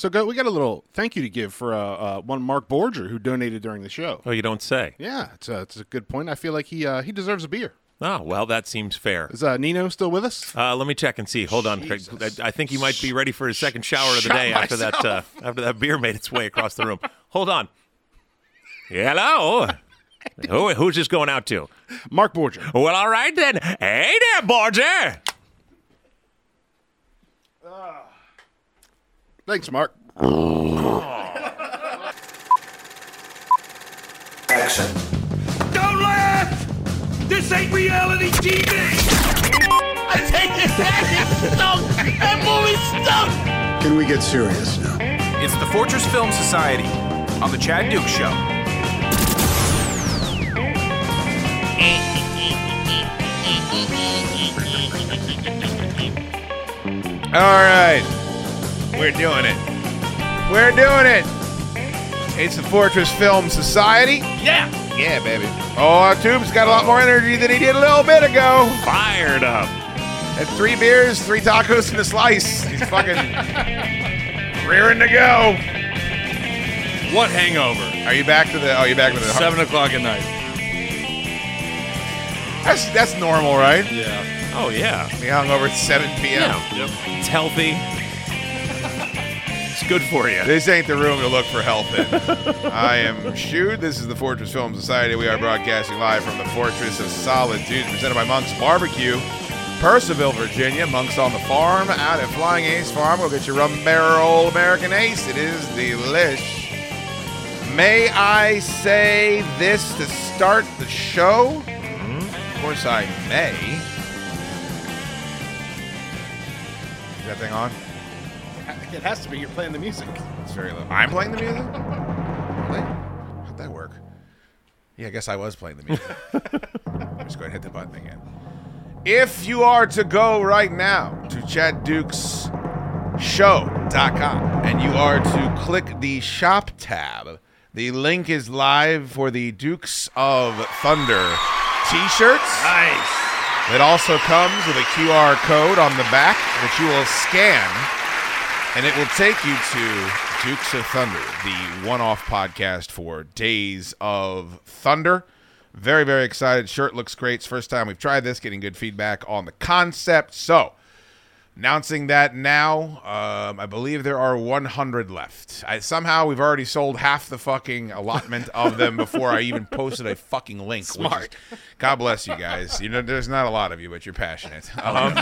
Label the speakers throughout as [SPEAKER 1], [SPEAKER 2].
[SPEAKER 1] So go, we got a little thank you to give for uh, uh, one Mark Borger who donated during the show.
[SPEAKER 2] Oh, you don't say.
[SPEAKER 1] Yeah, it's a, it's a good point. I feel like he uh, he deserves a beer.
[SPEAKER 2] Ah, well, that seems fair.
[SPEAKER 1] Is uh, Nino still with us?
[SPEAKER 2] Uh, let me check and see. Hold on, Craig.
[SPEAKER 1] Jesus.
[SPEAKER 2] I, I think he might be ready for his second shower of the
[SPEAKER 1] Shot
[SPEAKER 2] day after that. Uh,
[SPEAKER 1] myself.
[SPEAKER 2] after that beer made its way across the room. Hold on. Hello. Who, who's this going out to?
[SPEAKER 1] Mark Borger.
[SPEAKER 2] Well, all right then. Hey there, Borger.
[SPEAKER 1] Thanks, Mark.
[SPEAKER 3] Don't laugh! This ain't reality TV! I take it back! It's stunk! That movie stunk!
[SPEAKER 4] Can we get serious now?
[SPEAKER 5] It's the Fortress Film Society on the Chad Duke Show.
[SPEAKER 6] All right. We're doing it. We're doing it. It's the Fortress Film Society.
[SPEAKER 2] Yeah.
[SPEAKER 6] Yeah, baby. Oh, our tube's got a lot more energy than he did a little bit ago.
[SPEAKER 2] Fired up.
[SPEAKER 6] Had three beers, three tacos, and a slice. He's fucking rearing to go.
[SPEAKER 7] What hangover?
[SPEAKER 6] Are you back to the? Oh, you back to the?
[SPEAKER 7] Seven o'clock at night.
[SPEAKER 6] That's that's normal, right?
[SPEAKER 7] Yeah.
[SPEAKER 2] Oh yeah.
[SPEAKER 6] We hung over at 7 p.m.
[SPEAKER 2] Yeah. It's healthy. It's good for you.
[SPEAKER 6] This ain't the room to look for health in. I am Shu. This is the Fortress Film Society. We are broadcasting live from the Fortress of Solitude, presented by Monk's Barbecue, Percival, Virginia. Monk's on the farm, out at Flying Ace Farm. Go get your rum barrel American Ace. It is delish. May I say this to start the show? Of course I may. Is that thing on?
[SPEAKER 1] It has to be. You're playing the music.
[SPEAKER 6] It's very low. I'm playing the music? Really? How'd that work? Yeah, I guess I was playing the music. I'm just going to hit the button again. If you are to go right now to Chad Duke's show.com and you are to click the shop tab, the link is live for the Dukes of Thunder t shirts.
[SPEAKER 7] Nice.
[SPEAKER 6] It also comes with a QR code on the back that you will scan, and it will take you to Dukes of Thunder, the one off podcast for Days of Thunder. Very, very excited. Shirt looks great. It's first time we've tried this, getting good feedback on the concept. So, announcing that now, um, I believe there are 100 left. I, somehow we've already sold half the fucking allotment of them before I even posted a fucking link. Smart. God bless you guys. You know, there's not a lot of you, but you're passionate. Um,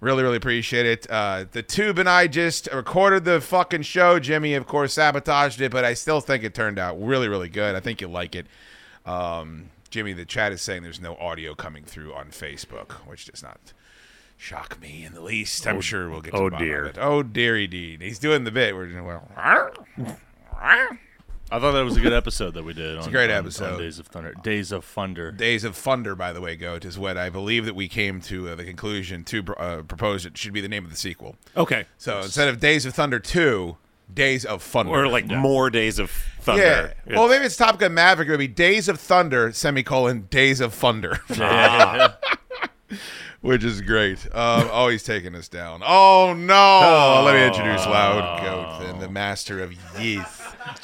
[SPEAKER 6] Really, really appreciate it. Uh, the tube and I just recorded the fucking show. Jimmy, of course, sabotaged it, but I still think it turned out really, really good. I think you'll like it. Um, Jimmy, the chat is saying there's no audio coming through on Facebook, which does not shock me in the least. I'm sure we'll get. To
[SPEAKER 2] oh,
[SPEAKER 6] the bottom of
[SPEAKER 2] dear.
[SPEAKER 6] it. Oh dear, indeed. He's doing the bit. We're just, well,
[SPEAKER 7] I thought that was a good episode that we did. It's
[SPEAKER 6] a great
[SPEAKER 7] On
[SPEAKER 6] episode.
[SPEAKER 7] Days of Thunder. Days of Thunder.
[SPEAKER 6] Days of Thunder, by the way, Goat, is what I believe that we came to uh, the conclusion to uh, propose. It should be the name of the sequel.
[SPEAKER 2] Okay.
[SPEAKER 6] So instead of Days of Thunder Two, Days of Thunder,
[SPEAKER 2] Or like more days of
[SPEAKER 6] yeah.
[SPEAKER 2] thunder.
[SPEAKER 6] Well, maybe it's Top Gun Maverick. It would be Days of Thunder semicolon Days of Thunder.
[SPEAKER 7] Yeah.
[SPEAKER 6] which is great. Um, oh, he's taking us down. Oh no! Let me introduce Loud Goat and the Master of Yeath.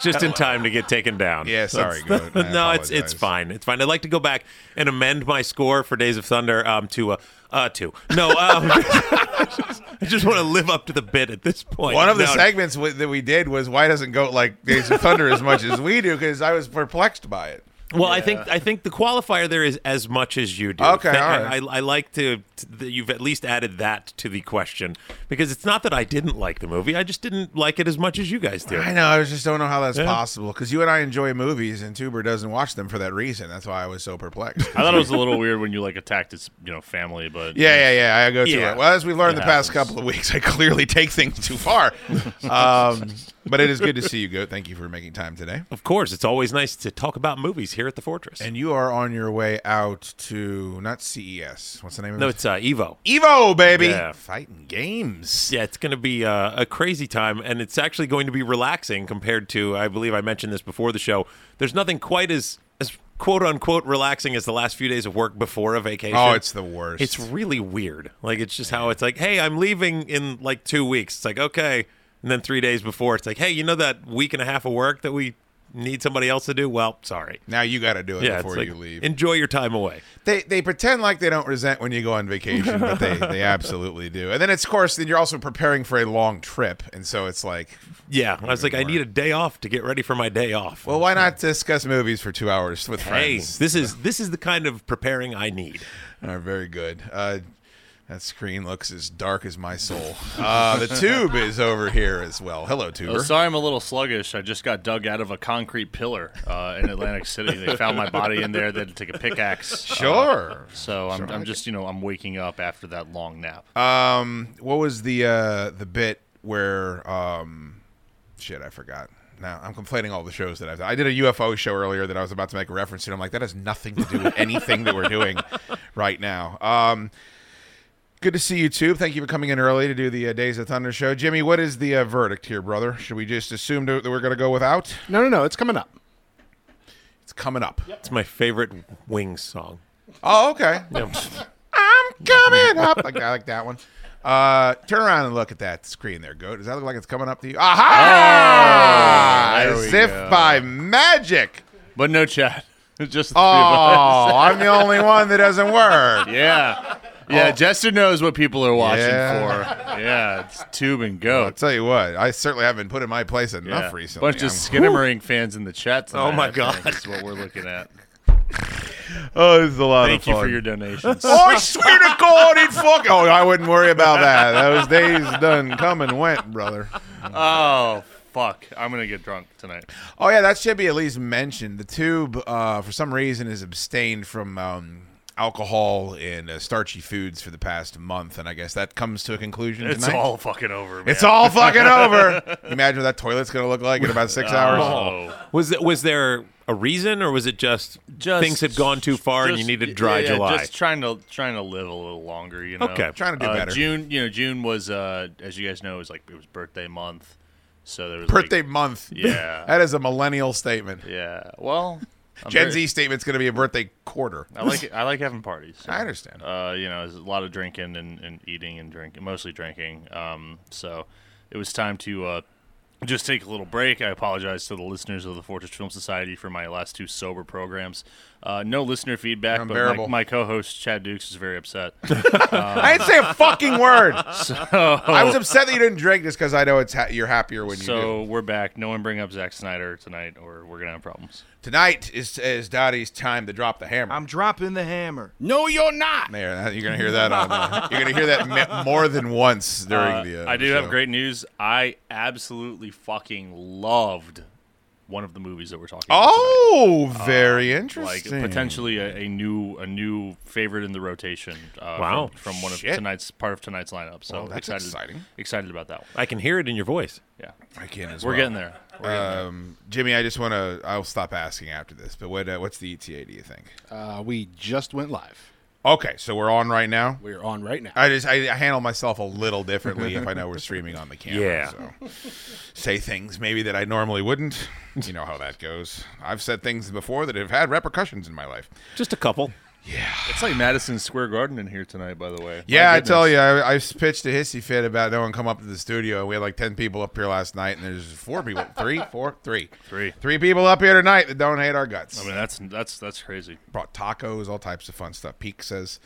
[SPEAKER 2] just in time to get taken down.
[SPEAKER 6] Yeah, sorry,
[SPEAKER 2] That's-
[SPEAKER 6] Goat. I
[SPEAKER 2] no, it's it's
[SPEAKER 6] apologize.
[SPEAKER 2] fine. It's fine. I'd like to go back and amend my score for Days of Thunder um, to uh, uh two. No, um, I just, want to live up to the bit at this point.
[SPEAKER 6] One of the
[SPEAKER 2] No,
[SPEAKER 6] segments w- that we did was why doesn't Goat like Days of Thunder as much as we do? Because I was perplexed by it.
[SPEAKER 2] Well, I think I think the qualifier there is as much as you do.
[SPEAKER 6] Okay,
[SPEAKER 2] Th-
[SPEAKER 6] all
[SPEAKER 2] I,
[SPEAKER 6] right.
[SPEAKER 2] I, I like to, to that you've at least added that to the question because it's not that I didn't like the movie. I just didn't like it as much as you guys do.
[SPEAKER 6] I know. I was just don't know how that's possible because you and I enjoy movies and Tuber doesn't watch them for that reason. That's why I was so perplexed.
[SPEAKER 7] I thought it was a little weird when you like attacked his, you know, family, but
[SPEAKER 6] Yeah, yeah, yeah. I go to
[SPEAKER 2] Yeah.
[SPEAKER 6] it. Well, as we've learned
[SPEAKER 7] It
[SPEAKER 6] the past
[SPEAKER 7] happens.
[SPEAKER 6] couple of weeks, I clearly take things too far. um, but it is good to see you, Goat. Thank you for making time today.
[SPEAKER 2] Of course, it's always nice to talk about movies here at the Fortress.
[SPEAKER 6] And you are on your way out to not CES. What's the name of
[SPEAKER 2] no,
[SPEAKER 6] it?
[SPEAKER 2] it's uh, Evo.
[SPEAKER 6] Evo, baby.
[SPEAKER 2] Yeah.
[SPEAKER 6] Fighting games.
[SPEAKER 2] Yeah, it's going to be uh, a crazy time, and it's actually going to be relaxing compared to. I believe I mentioned this before the show. There's nothing quite as as quote unquote relaxing as the last few days of work before a vacation.
[SPEAKER 6] Oh, it's the worst.
[SPEAKER 2] it's really weird. Like it's just how it's like. Hey, I'm leaving in like two weeks. It's like okay. And then three days before, it's like, hey, you know that week and a half of work that we need somebody else to do? Well, sorry.
[SPEAKER 6] Now you got to do it
[SPEAKER 2] Yeah, it's
[SPEAKER 6] before
[SPEAKER 2] like,
[SPEAKER 6] you leave.
[SPEAKER 2] enjoy your time away.
[SPEAKER 6] They they pretend like they don't resent when you go on vacation, but they, they absolutely do. And then it's of course then you're also preparing for a long trip, and so it's like,
[SPEAKER 2] Yeah, I was like, I need a day off to get ready for my day off.
[SPEAKER 6] well, why not discuss movies for two hours with
[SPEAKER 2] hey,
[SPEAKER 6] friends?
[SPEAKER 2] this is this is the kind of preparing I need.
[SPEAKER 6] Are very good. Uh, that screen looks as dark as my soul. Uh, the tube is over here as well. Hello, tuber.
[SPEAKER 7] Oh, sorry, I'm a little sluggish. I just got dug out of a concrete pillar uh, in Atlantic City. They found my body in there. They had to take a pickaxe. uh,
[SPEAKER 6] Sure.
[SPEAKER 7] so I'm, I'm just, you know, I'm waking up after that long nap.
[SPEAKER 6] Um, what was the uh, the bit where um, shit? I forgot. Now I'm complaining all the shows that I've done. I did a UFO show earlier that I was about to make a reference to. And I'm like, that has nothing to do with anything that we're doing right now. Um, good to see you, too. Thank you for coming in early to do the uh, Days of Thunder show, Jimmy. What is the uh, verdict here, brother? Should we just assume that we're going to go without?
[SPEAKER 1] No, no, no. It's coming up.
[SPEAKER 6] It's coming up.
[SPEAKER 2] It's my favorite Wings song.
[SPEAKER 6] Oh, okay.
[SPEAKER 2] Yeah.
[SPEAKER 6] I'm coming up. Like I like that one. Uh, turn around and look at that screen there, goat. Does that look like it's coming up to you? Aha!
[SPEAKER 7] there
[SPEAKER 6] As
[SPEAKER 7] we
[SPEAKER 6] if
[SPEAKER 7] go.
[SPEAKER 6] by magic.
[SPEAKER 7] But no chat. just the three
[SPEAKER 6] Oh,
[SPEAKER 7] of us.
[SPEAKER 6] I'm the only one that doesn't work.
[SPEAKER 7] Yeah. Yeah, Jester knows what people are watching
[SPEAKER 6] Oh. Yeah.
[SPEAKER 7] for. Yeah, it's tube and
[SPEAKER 6] I'll
[SPEAKER 7] goat.
[SPEAKER 6] tell you what, I certainly haven't put in my place enough
[SPEAKER 7] Yeah.
[SPEAKER 6] recently.
[SPEAKER 7] Bunch of
[SPEAKER 6] I'm-
[SPEAKER 7] Skinnamarink fans in the chat tonight.
[SPEAKER 2] Oh my
[SPEAKER 7] I think,
[SPEAKER 2] God.
[SPEAKER 7] is what we're looking at.
[SPEAKER 6] oh, this is a lot
[SPEAKER 7] Thank
[SPEAKER 6] of fun.
[SPEAKER 7] you for your donations.
[SPEAKER 6] Oh, I swear to God, it fuck. Oh, I wouldn't worry about that. Those days done come and went, brother.
[SPEAKER 7] oh fuck, I'm gonna get drunk tonight.
[SPEAKER 6] Oh yeah, that should be at least mentioned. The tube, uh, for some reason, is abstained from um, alcohol and uh, starchy foods for the past month, and I guess that comes to a conclusion
[SPEAKER 7] It's
[SPEAKER 6] tonight.
[SPEAKER 7] all fucking over. Man.
[SPEAKER 6] it's all fucking over. Can you Imagine what that toilet's gonna look like in about six hours.
[SPEAKER 7] Oh.
[SPEAKER 2] Was it, was there a reason, or was it just, things had gone too far and you
[SPEAKER 7] just-
[SPEAKER 2] needed dry
[SPEAKER 7] yeah, yeah,
[SPEAKER 2] July?
[SPEAKER 7] Just trying to trying to live a little longer, you know.
[SPEAKER 2] Okay.
[SPEAKER 6] Trying to do
[SPEAKER 7] Uh,
[SPEAKER 6] better.
[SPEAKER 7] June, you know, June was uh, as you guys know, it was like it was birthday month, so there was like-
[SPEAKER 6] Birthday month.
[SPEAKER 7] Yeah.
[SPEAKER 6] that is a millennial statement.
[SPEAKER 7] yeah. Well, I'm
[SPEAKER 6] Gen
[SPEAKER 7] very-
[SPEAKER 6] Z statement's gonna be a birthday quarter.
[SPEAKER 7] I like it. I like having parties.
[SPEAKER 6] I understand.
[SPEAKER 7] Uh, you know, there's a lot of drinking and, and eating and drinking, mostly drinking. Um, so it was time to uh, just take a little break. I apologize to the listeners of the Fortress Film Society for my last two sober programs. Uh, no listener feedback, but
[SPEAKER 6] Unbearable.
[SPEAKER 7] my, my co-host Chad Dukes is very upset.
[SPEAKER 6] I didn't say a fucking word. I was upset that you didn't drink just because I know it's ha- you're happier when you do.
[SPEAKER 7] so we're back. No one bring up Zack Snyder tonight, or we're gonna have problems.
[SPEAKER 6] Tonight is is Dottie's time to drop the hammer.
[SPEAKER 8] I'm dropping the hammer.
[SPEAKER 1] No, you're not.
[SPEAKER 6] There, that- you're gonna hear that on. Uh, you're gonna hear that me- more than once during
[SPEAKER 7] Uh,
[SPEAKER 6] the. Uh,
[SPEAKER 7] I do
[SPEAKER 6] show.
[SPEAKER 7] have great news. I absolutely fucking loved one of the movies that we're talking. about tonight.
[SPEAKER 6] Oh, very
[SPEAKER 7] Uh, like
[SPEAKER 6] interesting.
[SPEAKER 7] potentially a, a new a new favorite in the rotation. Uh,
[SPEAKER 2] Wow.
[SPEAKER 7] from, from one of
[SPEAKER 6] Shit.
[SPEAKER 7] tonight's part of tonight's lineup. So
[SPEAKER 6] Well, that's
[SPEAKER 7] excited,
[SPEAKER 6] exciting.
[SPEAKER 7] Excited about that one.
[SPEAKER 2] I can hear it in your voice.
[SPEAKER 7] Yeah,
[SPEAKER 6] I can as
[SPEAKER 7] we're
[SPEAKER 6] well.
[SPEAKER 7] getting there. We're getting there.
[SPEAKER 6] Um, Jimmy, I just want to. I'll stop asking after this. But what? Uh, what's the ETA? Do you think?
[SPEAKER 1] Uh, we just went live.
[SPEAKER 6] Okay, so we're on right now.
[SPEAKER 1] We're on right now.
[SPEAKER 6] I just I, I handle myself a little differently if I know we're streaming on the camera. So. Say things maybe that I normally wouldn't. You know how that goes. I've said things before that have had repercussions in my life.
[SPEAKER 2] Just a couple.
[SPEAKER 7] It's like Madison Square Garden in here tonight, by the way.
[SPEAKER 6] Yeah, I tell you, I, I pitched a hissy fit about no one come up to the studio, and we had like ten people up here last night, and there's four people, three, four, three,
[SPEAKER 7] Three.
[SPEAKER 6] three people up here tonight that don't hate our guts.
[SPEAKER 7] I mean, that's that's that's crazy.
[SPEAKER 6] Brought tacos, all types of fun stuff. Peak says.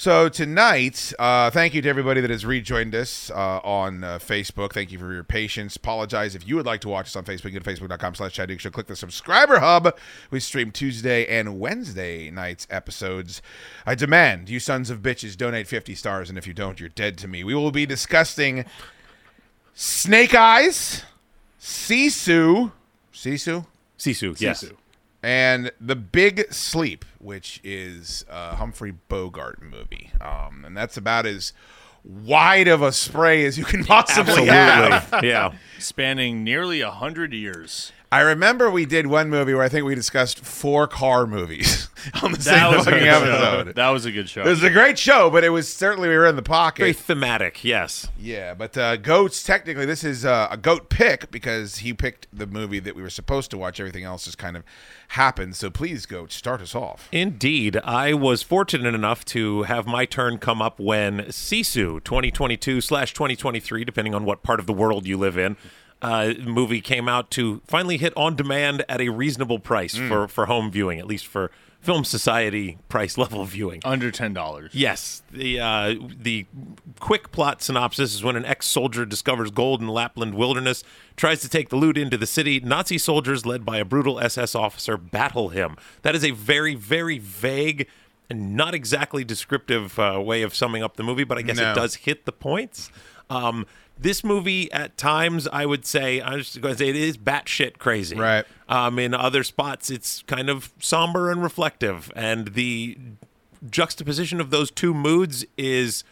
[SPEAKER 6] So tonight, uh, thank you to everybody that has rejoined us uh, on uh, Facebook. Thank you for your patience. Apologize if you would like to watch us on Facebook. Go to facebook.com slash Chad Duke Show. Click the subscriber hub. We stream Tuesday and Wednesday nights episodes. I demand you sons of bitches donate 50 stars, and if you don't, you're dead to me. We will be discussing Snake Eyes, Sisu, Sisu,
[SPEAKER 2] Sisu, yes.
[SPEAKER 6] and The Big Sleep, which is a Humphrey Bogart movie. Um, and that's about as wide of a spray as you can possibly have.
[SPEAKER 2] Absolutely. yeah.
[SPEAKER 7] Spanning nearly a hundred years.
[SPEAKER 6] I remember we did one movie where I think we discussed four car movies on the
[SPEAKER 7] That
[SPEAKER 6] same
[SPEAKER 7] was a
[SPEAKER 6] fucking
[SPEAKER 7] good
[SPEAKER 6] episode.
[SPEAKER 7] show. That was a good show.
[SPEAKER 6] It was a great show, but it was certainly we were in the pocket.
[SPEAKER 2] Very thematic, yes.
[SPEAKER 6] Yeah, but uh, goats. Technically, this is uh, a goat pick because he picked the movie that we were supposed to watch. Everything else just kind of happened. So please, goat, start us off.
[SPEAKER 2] Indeed. I was fortunate enough to have my turn come up when Sisu 2022 slash 2023, depending on what part of the world you live in, uh, movie came out to finally hit on demand at a reasonable price for, for home viewing, at least for film society price level viewing.
[SPEAKER 7] under ten dollars.
[SPEAKER 2] Yes, the uh, the quick plot synopsis is when an ex-soldier discovers gold in the Lapland wilderness, tries to take the loot into the city. Nazi soldiers led by a brutal SS officer battle him. That is a very, very vague and not exactly descriptive uh, way of summing up the movie, but I guess
[SPEAKER 6] No.
[SPEAKER 2] it does hit the points. Um, this movie, at times, I would say I'm just going to say it is batshit crazy.
[SPEAKER 6] Right.
[SPEAKER 2] Um, in other spots, it's kind of somber and reflective, and the juxtaposition of those two moods is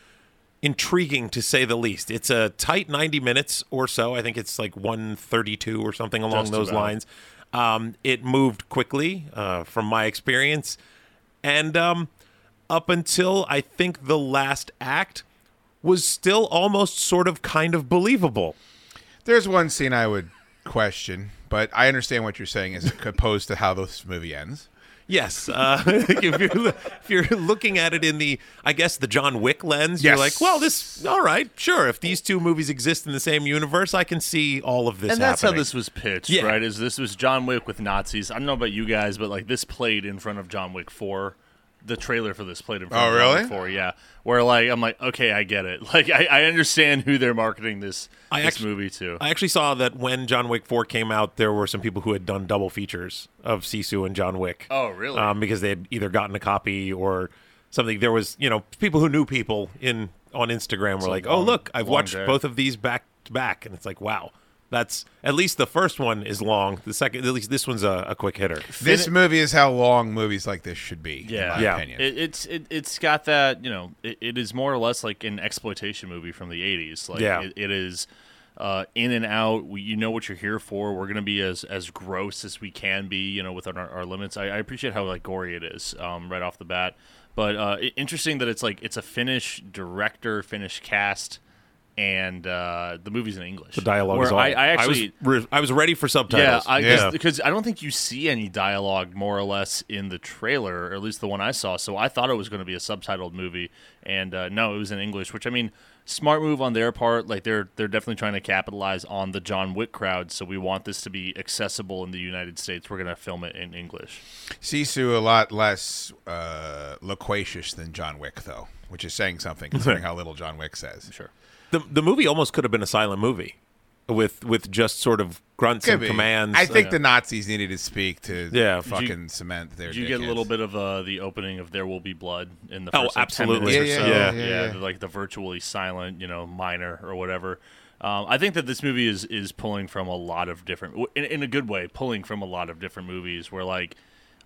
[SPEAKER 2] intriguing to say the least. It's a tight 90 minutes or so. I think it's like 132 or something along
[SPEAKER 7] Just
[SPEAKER 2] those
[SPEAKER 7] about.
[SPEAKER 2] lines. Um, it moved quickly uh, from my experience, and um, up until I think the last act was still almost sort of kind of believable.
[SPEAKER 6] There's one scene I would question, but I understand what you're saying as opposed to how this movie ends.
[SPEAKER 2] Yes, uh, if, you're, if you're looking at it in the, I guess the John Wick lens, you're
[SPEAKER 6] Yes.
[SPEAKER 2] like, well, this, all right, sure. If these two movies exist in the same universe, I can see all of this.
[SPEAKER 7] And that's
[SPEAKER 2] happening.
[SPEAKER 7] how this was pitched,
[SPEAKER 2] Yeah.
[SPEAKER 7] right? Is this was John Wick with Nazis? I don't know about you guys, but like this played in front of John Wick Four. The trailer for this played in front
[SPEAKER 6] Oh,
[SPEAKER 7] of John
[SPEAKER 6] really?
[SPEAKER 7] Wick Four, yeah. Where like I'm like, okay, I get it. Like I, I understand who they're marketing this
[SPEAKER 2] I
[SPEAKER 7] this
[SPEAKER 2] actu-
[SPEAKER 7] movie to.
[SPEAKER 2] I actually saw that when John Wick 4 came out, there were some people who had done double features of Sisu and John Wick.
[SPEAKER 7] Oh, really?
[SPEAKER 2] Um, because they had either gotten a copy or something. There was, you know, people who knew people in on Instagram were like, "Oh,
[SPEAKER 7] long-
[SPEAKER 2] look, I've
[SPEAKER 7] long
[SPEAKER 2] watched
[SPEAKER 7] day.
[SPEAKER 2] both of these back to back," and it's like, "Wow, that's at least the first one is long. The second, at least this one's a, a quick hitter."
[SPEAKER 6] This movie is how long movies like this should be, in
[SPEAKER 7] yeah,
[SPEAKER 6] my
[SPEAKER 2] Yeah.
[SPEAKER 6] opinion.
[SPEAKER 7] It, it's it, it's got that you know it, it is more or less like an exploitation movie from the '80s. Like
[SPEAKER 2] Yeah.
[SPEAKER 7] it, it is uh, in and out. We, you know what you're here for. We're gonna be as as gross as we can be. You know, within our, our limits. I, I appreciate how like gory it is um, right off the bat. But uh, i- interesting that it's like it's a Finnish director, Finnish cast, and uh, the movie's in English.
[SPEAKER 2] The dialogue
[SPEAKER 7] Where
[SPEAKER 2] is all.
[SPEAKER 7] I, I actually
[SPEAKER 2] was, re- I was ready for subtitles.
[SPEAKER 7] yeah, I
[SPEAKER 6] Yeah.
[SPEAKER 7] guess because I don't think you see any dialogue more or less in the trailer, or at least the one I saw. So I thought it was going to be a subtitled movie, and uh, no, it was in English. Which I mean, smart move on their part. Like they're they're definitely trying to capitalize on the John Wick crowd. So we want this to be accessible in the United States. We're going to film it in English.
[SPEAKER 6] Sisu a lot less uh, loquacious than John Wick, though, which is saying something considering how little John Wick says.
[SPEAKER 7] Sure.
[SPEAKER 2] the the movie almost could have been a silent movie, with with just sort of grunts
[SPEAKER 6] Could
[SPEAKER 2] and
[SPEAKER 6] be.
[SPEAKER 2] commands.
[SPEAKER 6] I think the Nazis needed to speak to
[SPEAKER 2] Yeah. Did you-
[SPEAKER 6] fucking cement their.
[SPEAKER 7] Did you get a
[SPEAKER 6] dickheads.
[SPEAKER 7] little bit of uh, the opening of "There Will Be Blood" in the
[SPEAKER 2] Oh,
[SPEAKER 7] first like, 10
[SPEAKER 2] absolutely.
[SPEAKER 7] minutes
[SPEAKER 6] Yeah, yeah,
[SPEAKER 7] or so.
[SPEAKER 6] yeah,
[SPEAKER 7] yeah,
[SPEAKER 6] yeah,
[SPEAKER 7] the- like the virtually silent, you know, minor or whatever. Um, I think that this movie is is pulling from a lot of different, w- in, in a good way, pulling from a lot of different movies. Where like,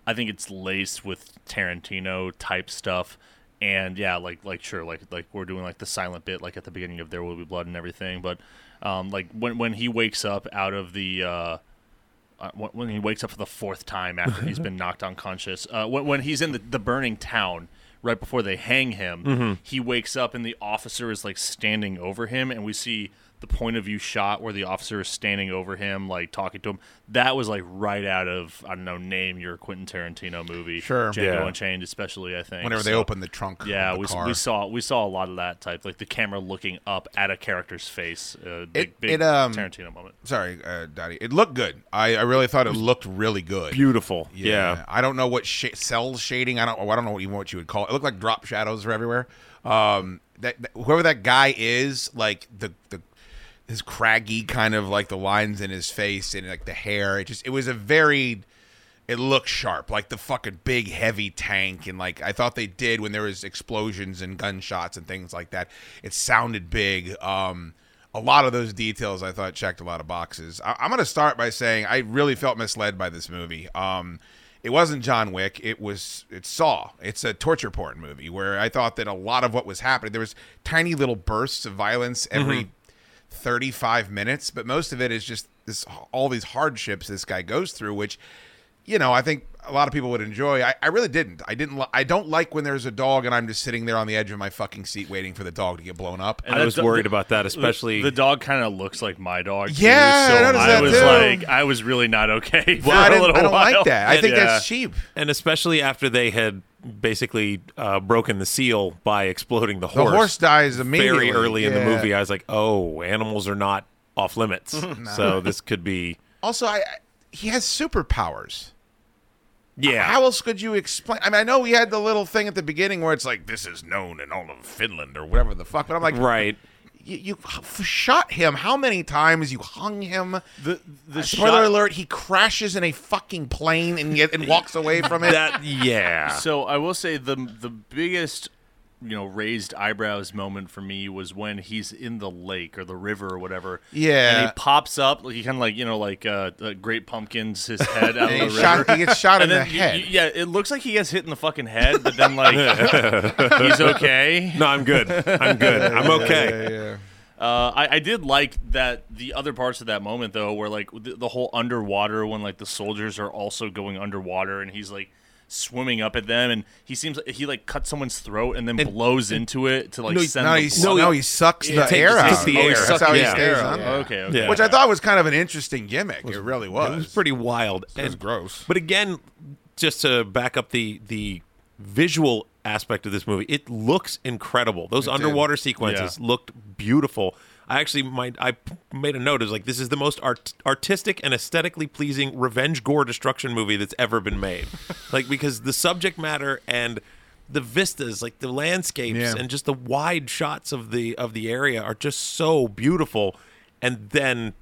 [SPEAKER 7] I think it's laced with Tarantino type stuff, and yeah, like like sure, like like we're doing like the silent bit, like at the beginning of "There Will Be Blood" and everything. But um, like when when he wakes up out of the uh, uh, when- when he wakes up for the fourth time after he's been knocked unconscious. Uh, when, when he's in the, the burning town right before they hang him,
[SPEAKER 6] Mm-hmm.
[SPEAKER 7] he wakes up and the officer is like standing over him, and we see the point of view shot where the officer is standing over him, like talking to him. That was like right out of I don't know, name your Quentin Tarantino movie,
[SPEAKER 6] Sure.
[SPEAKER 7] Django
[SPEAKER 2] Yeah.
[SPEAKER 7] Unchained, especially I think.
[SPEAKER 6] Whenever they
[SPEAKER 7] So-
[SPEAKER 6] opened the trunk,
[SPEAKER 7] yeah,
[SPEAKER 6] of the
[SPEAKER 7] we,
[SPEAKER 6] car.
[SPEAKER 7] we saw we saw a lot of that type, like the camera looking up at a character's face. Uh, big,
[SPEAKER 6] It-
[SPEAKER 7] big
[SPEAKER 6] it, um,
[SPEAKER 7] Tarantino moment.
[SPEAKER 6] Sorry, uh, Dottie. It looked good. I, I really thought it looked really good.
[SPEAKER 2] beautiful. yeah.
[SPEAKER 6] I don't know what sh- cell shading. I don't. oh, I don't know even what you would call it. It looked like drop shadows were everywhere. Um, that, that- whoever that guy is, like the the his craggy kind of like the lines in his face and like the hair. It just it was a very. It looked sharp, like the fucking big heavy tank, and like I thought they did when there was explosions and gunshots and things like that. It sounded big. Um, a lot of those details I thought checked a lot of boxes. I- I'm gonna start by saying I really felt misled by this movie. Um, it wasn't John Wick. It was it's Saw. It's a torture porn
[SPEAKER 2] Mm-hmm.
[SPEAKER 6] movie where I thought that a lot of what was happening there was tiny little bursts of violence every 35 minutes, but most of it is just this all these hardships this guy goes through, which you know, I think a lot of people would enjoy. I, I really didn't. I didn't. Li- I don't like when there's a dog and I'm just sitting there on the edge of my fucking seat waiting for the dog to get blown up.
[SPEAKER 2] I
[SPEAKER 7] the
[SPEAKER 2] was
[SPEAKER 7] do-
[SPEAKER 2] worried about that, especially.
[SPEAKER 7] The dog kind of looks like my dog. too,
[SPEAKER 6] Yeah, I
[SPEAKER 7] so
[SPEAKER 6] noticed that
[SPEAKER 7] was
[SPEAKER 6] too.
[SPEAKER 7] like, I was really not okay for
[SPEAKER 6] I,
[SPEAKER 7] a
[SPEAKER 6] didn't-
[SPEAKER 7] little
[SPEAKER 6] I don't
[SPEAKER 7] while.
[SPEAKER 6] like that. I
[SPEAKER 7] And,
[SPEAKER 6] think
[SPEAKER 2] uh,
[SPEAKER 6] that's
[SPEAKER 7] yeah.
[SPEAKER 6] cheap.
[SPEAKER 2] and especially after they had basically uh, broken the seal by exploding the
[SPEAKER 6] The
[SPEAKER 2] horse,
[SPEAKER 6] horse, dies immediately.
[SPEAKER 2] very early in the
[SPEAKER 6] Yeah.
[SPEAKER 2] movie. I was like, oh, animals are not off limits. So this could be.
[SPEAKER 6] Also, I, I he has superpowers.
[SPEAKER 2] Yeah.
[SPEAKER 6] How else could you explain? I mean, I know we had the little thing at the beginning where it's like this is known in all of Finland or whatever the fuck, but I'm like,
[SPEAKER 2] right.
[SPEAKER 6] you, you f- shot him how many times? You hung him. Uh,
[SPEAKER 7] The, the
[SPEAKER 6] Spoiler
[SPEAKER 7] shot-
[SPEAKER 6] alert: He crashes in a fucking plane and yet and walks away from it.
[SPEAKER 2] That, yeah.
[SPEAKER 7] So I will say the the biggest you know raised eyebrows moment for me was when he's in the lake or the river or whatever.
[SPEAKER 6] Yeah.
[SPEAKER 7] and he pops up. like He kind of like you know like uh, uh, Great Pumpkins his head out
[SPEAKER 6] And
[SPEAKER 7] of
[SPEAKER 6] he,
[SPEAKER 7] the
[SPEAKER 6] shot,
[SPEAKER 7] river.
[SPEAKER 6] he gets shot in
[SPEAKER 7] And
[SPEAKER 6] the
[SPEAKER 7] then you-
[SPEAKER 6] head.
[SPEAKER 7] you- yeah, it looks like he gets hit in the fucking head, but then like he's okay.
[SPEAKER 2] No, I'm good. I'm good. I'm okay.
[SPEAKER 7] Uh, I, I did like that the other parts of that moment though, where like the, the whole underwater when like the soldiers are also going underwater and he's like swimming up at them and he seems like he like cuts someone's throat and then blows into it to like
[SPEAKER 6] No, he-
[SPEAKER 7] send
[SPEAKER 6] no,
[SPEAKER 7] the
[SPEAKER 6] he,
[SPEAKER 7] blood.
[SPEAKER 6] no, he, sucks the
[SPEAKER 2] takes-
[SPEAKER 6] air
[SPEAKER 2] takes
[SPEAKER 6] out.
[SPEAKER 2] the Oh, he air.
[SPEAKER 6] That's how he
[SPEAKER 2] sucks the
[SPEAKER 6] stays
[SPEAKER 2] air
[SPEAKER 6] on.
[SPEAKER 7] okay, okay.
[SPEAKER 2] Yeah.
[SPEAKER 6] Which I thought was kind of an interesting gimmick. it really was.
[SPEAKER 2] It was pretty wild.
[SPEAKER 6] It was gross.
[SPEAKER 2] But again, just to back up the the visual aspect of this movie, it looks incredible. Those underwater sequences looked beautiful. I actually my, I p- made a note. It was like this is the most art, artistic and aesthetically pleasing revenge gore destruction movie that's ever been made. like because the subject matter and the vistas, like the landscapes
[SPEAKER 6] Yeah.
[SPEAKER 2] and just the wide shots of the of the area are just so beautiful. And then,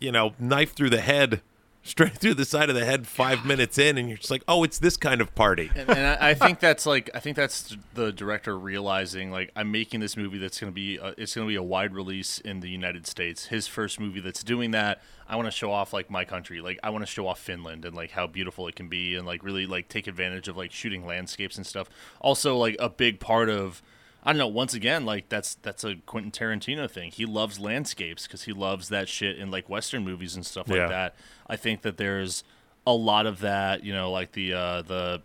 [SPEAKER 2] you know, knife through the head, straight through the side of the head, five minutes in, and you're just like, oh, it's this kind of party.
[SPEAKER 7] and, and I, I think that's like I think that's the director realizing like I'm making this movie that's gonna be uh it's gonna be a wide release in the United States. His first movie that's doing that. I want to show off like my country, like I want to show off Finland and like how beautiful it can be, and like really like take advantage of like shooting landscapes and stuff. Also, like a big part of I don't know. Once again, like that's that's a Quentin Tarantino thing. He loves landscapes because he loves that shit in like Western movies and stuff like
[SPEAKER 2] Yeah.
[SPEAKER 7] that. I think that there's a lot of that, you know, like the uh, the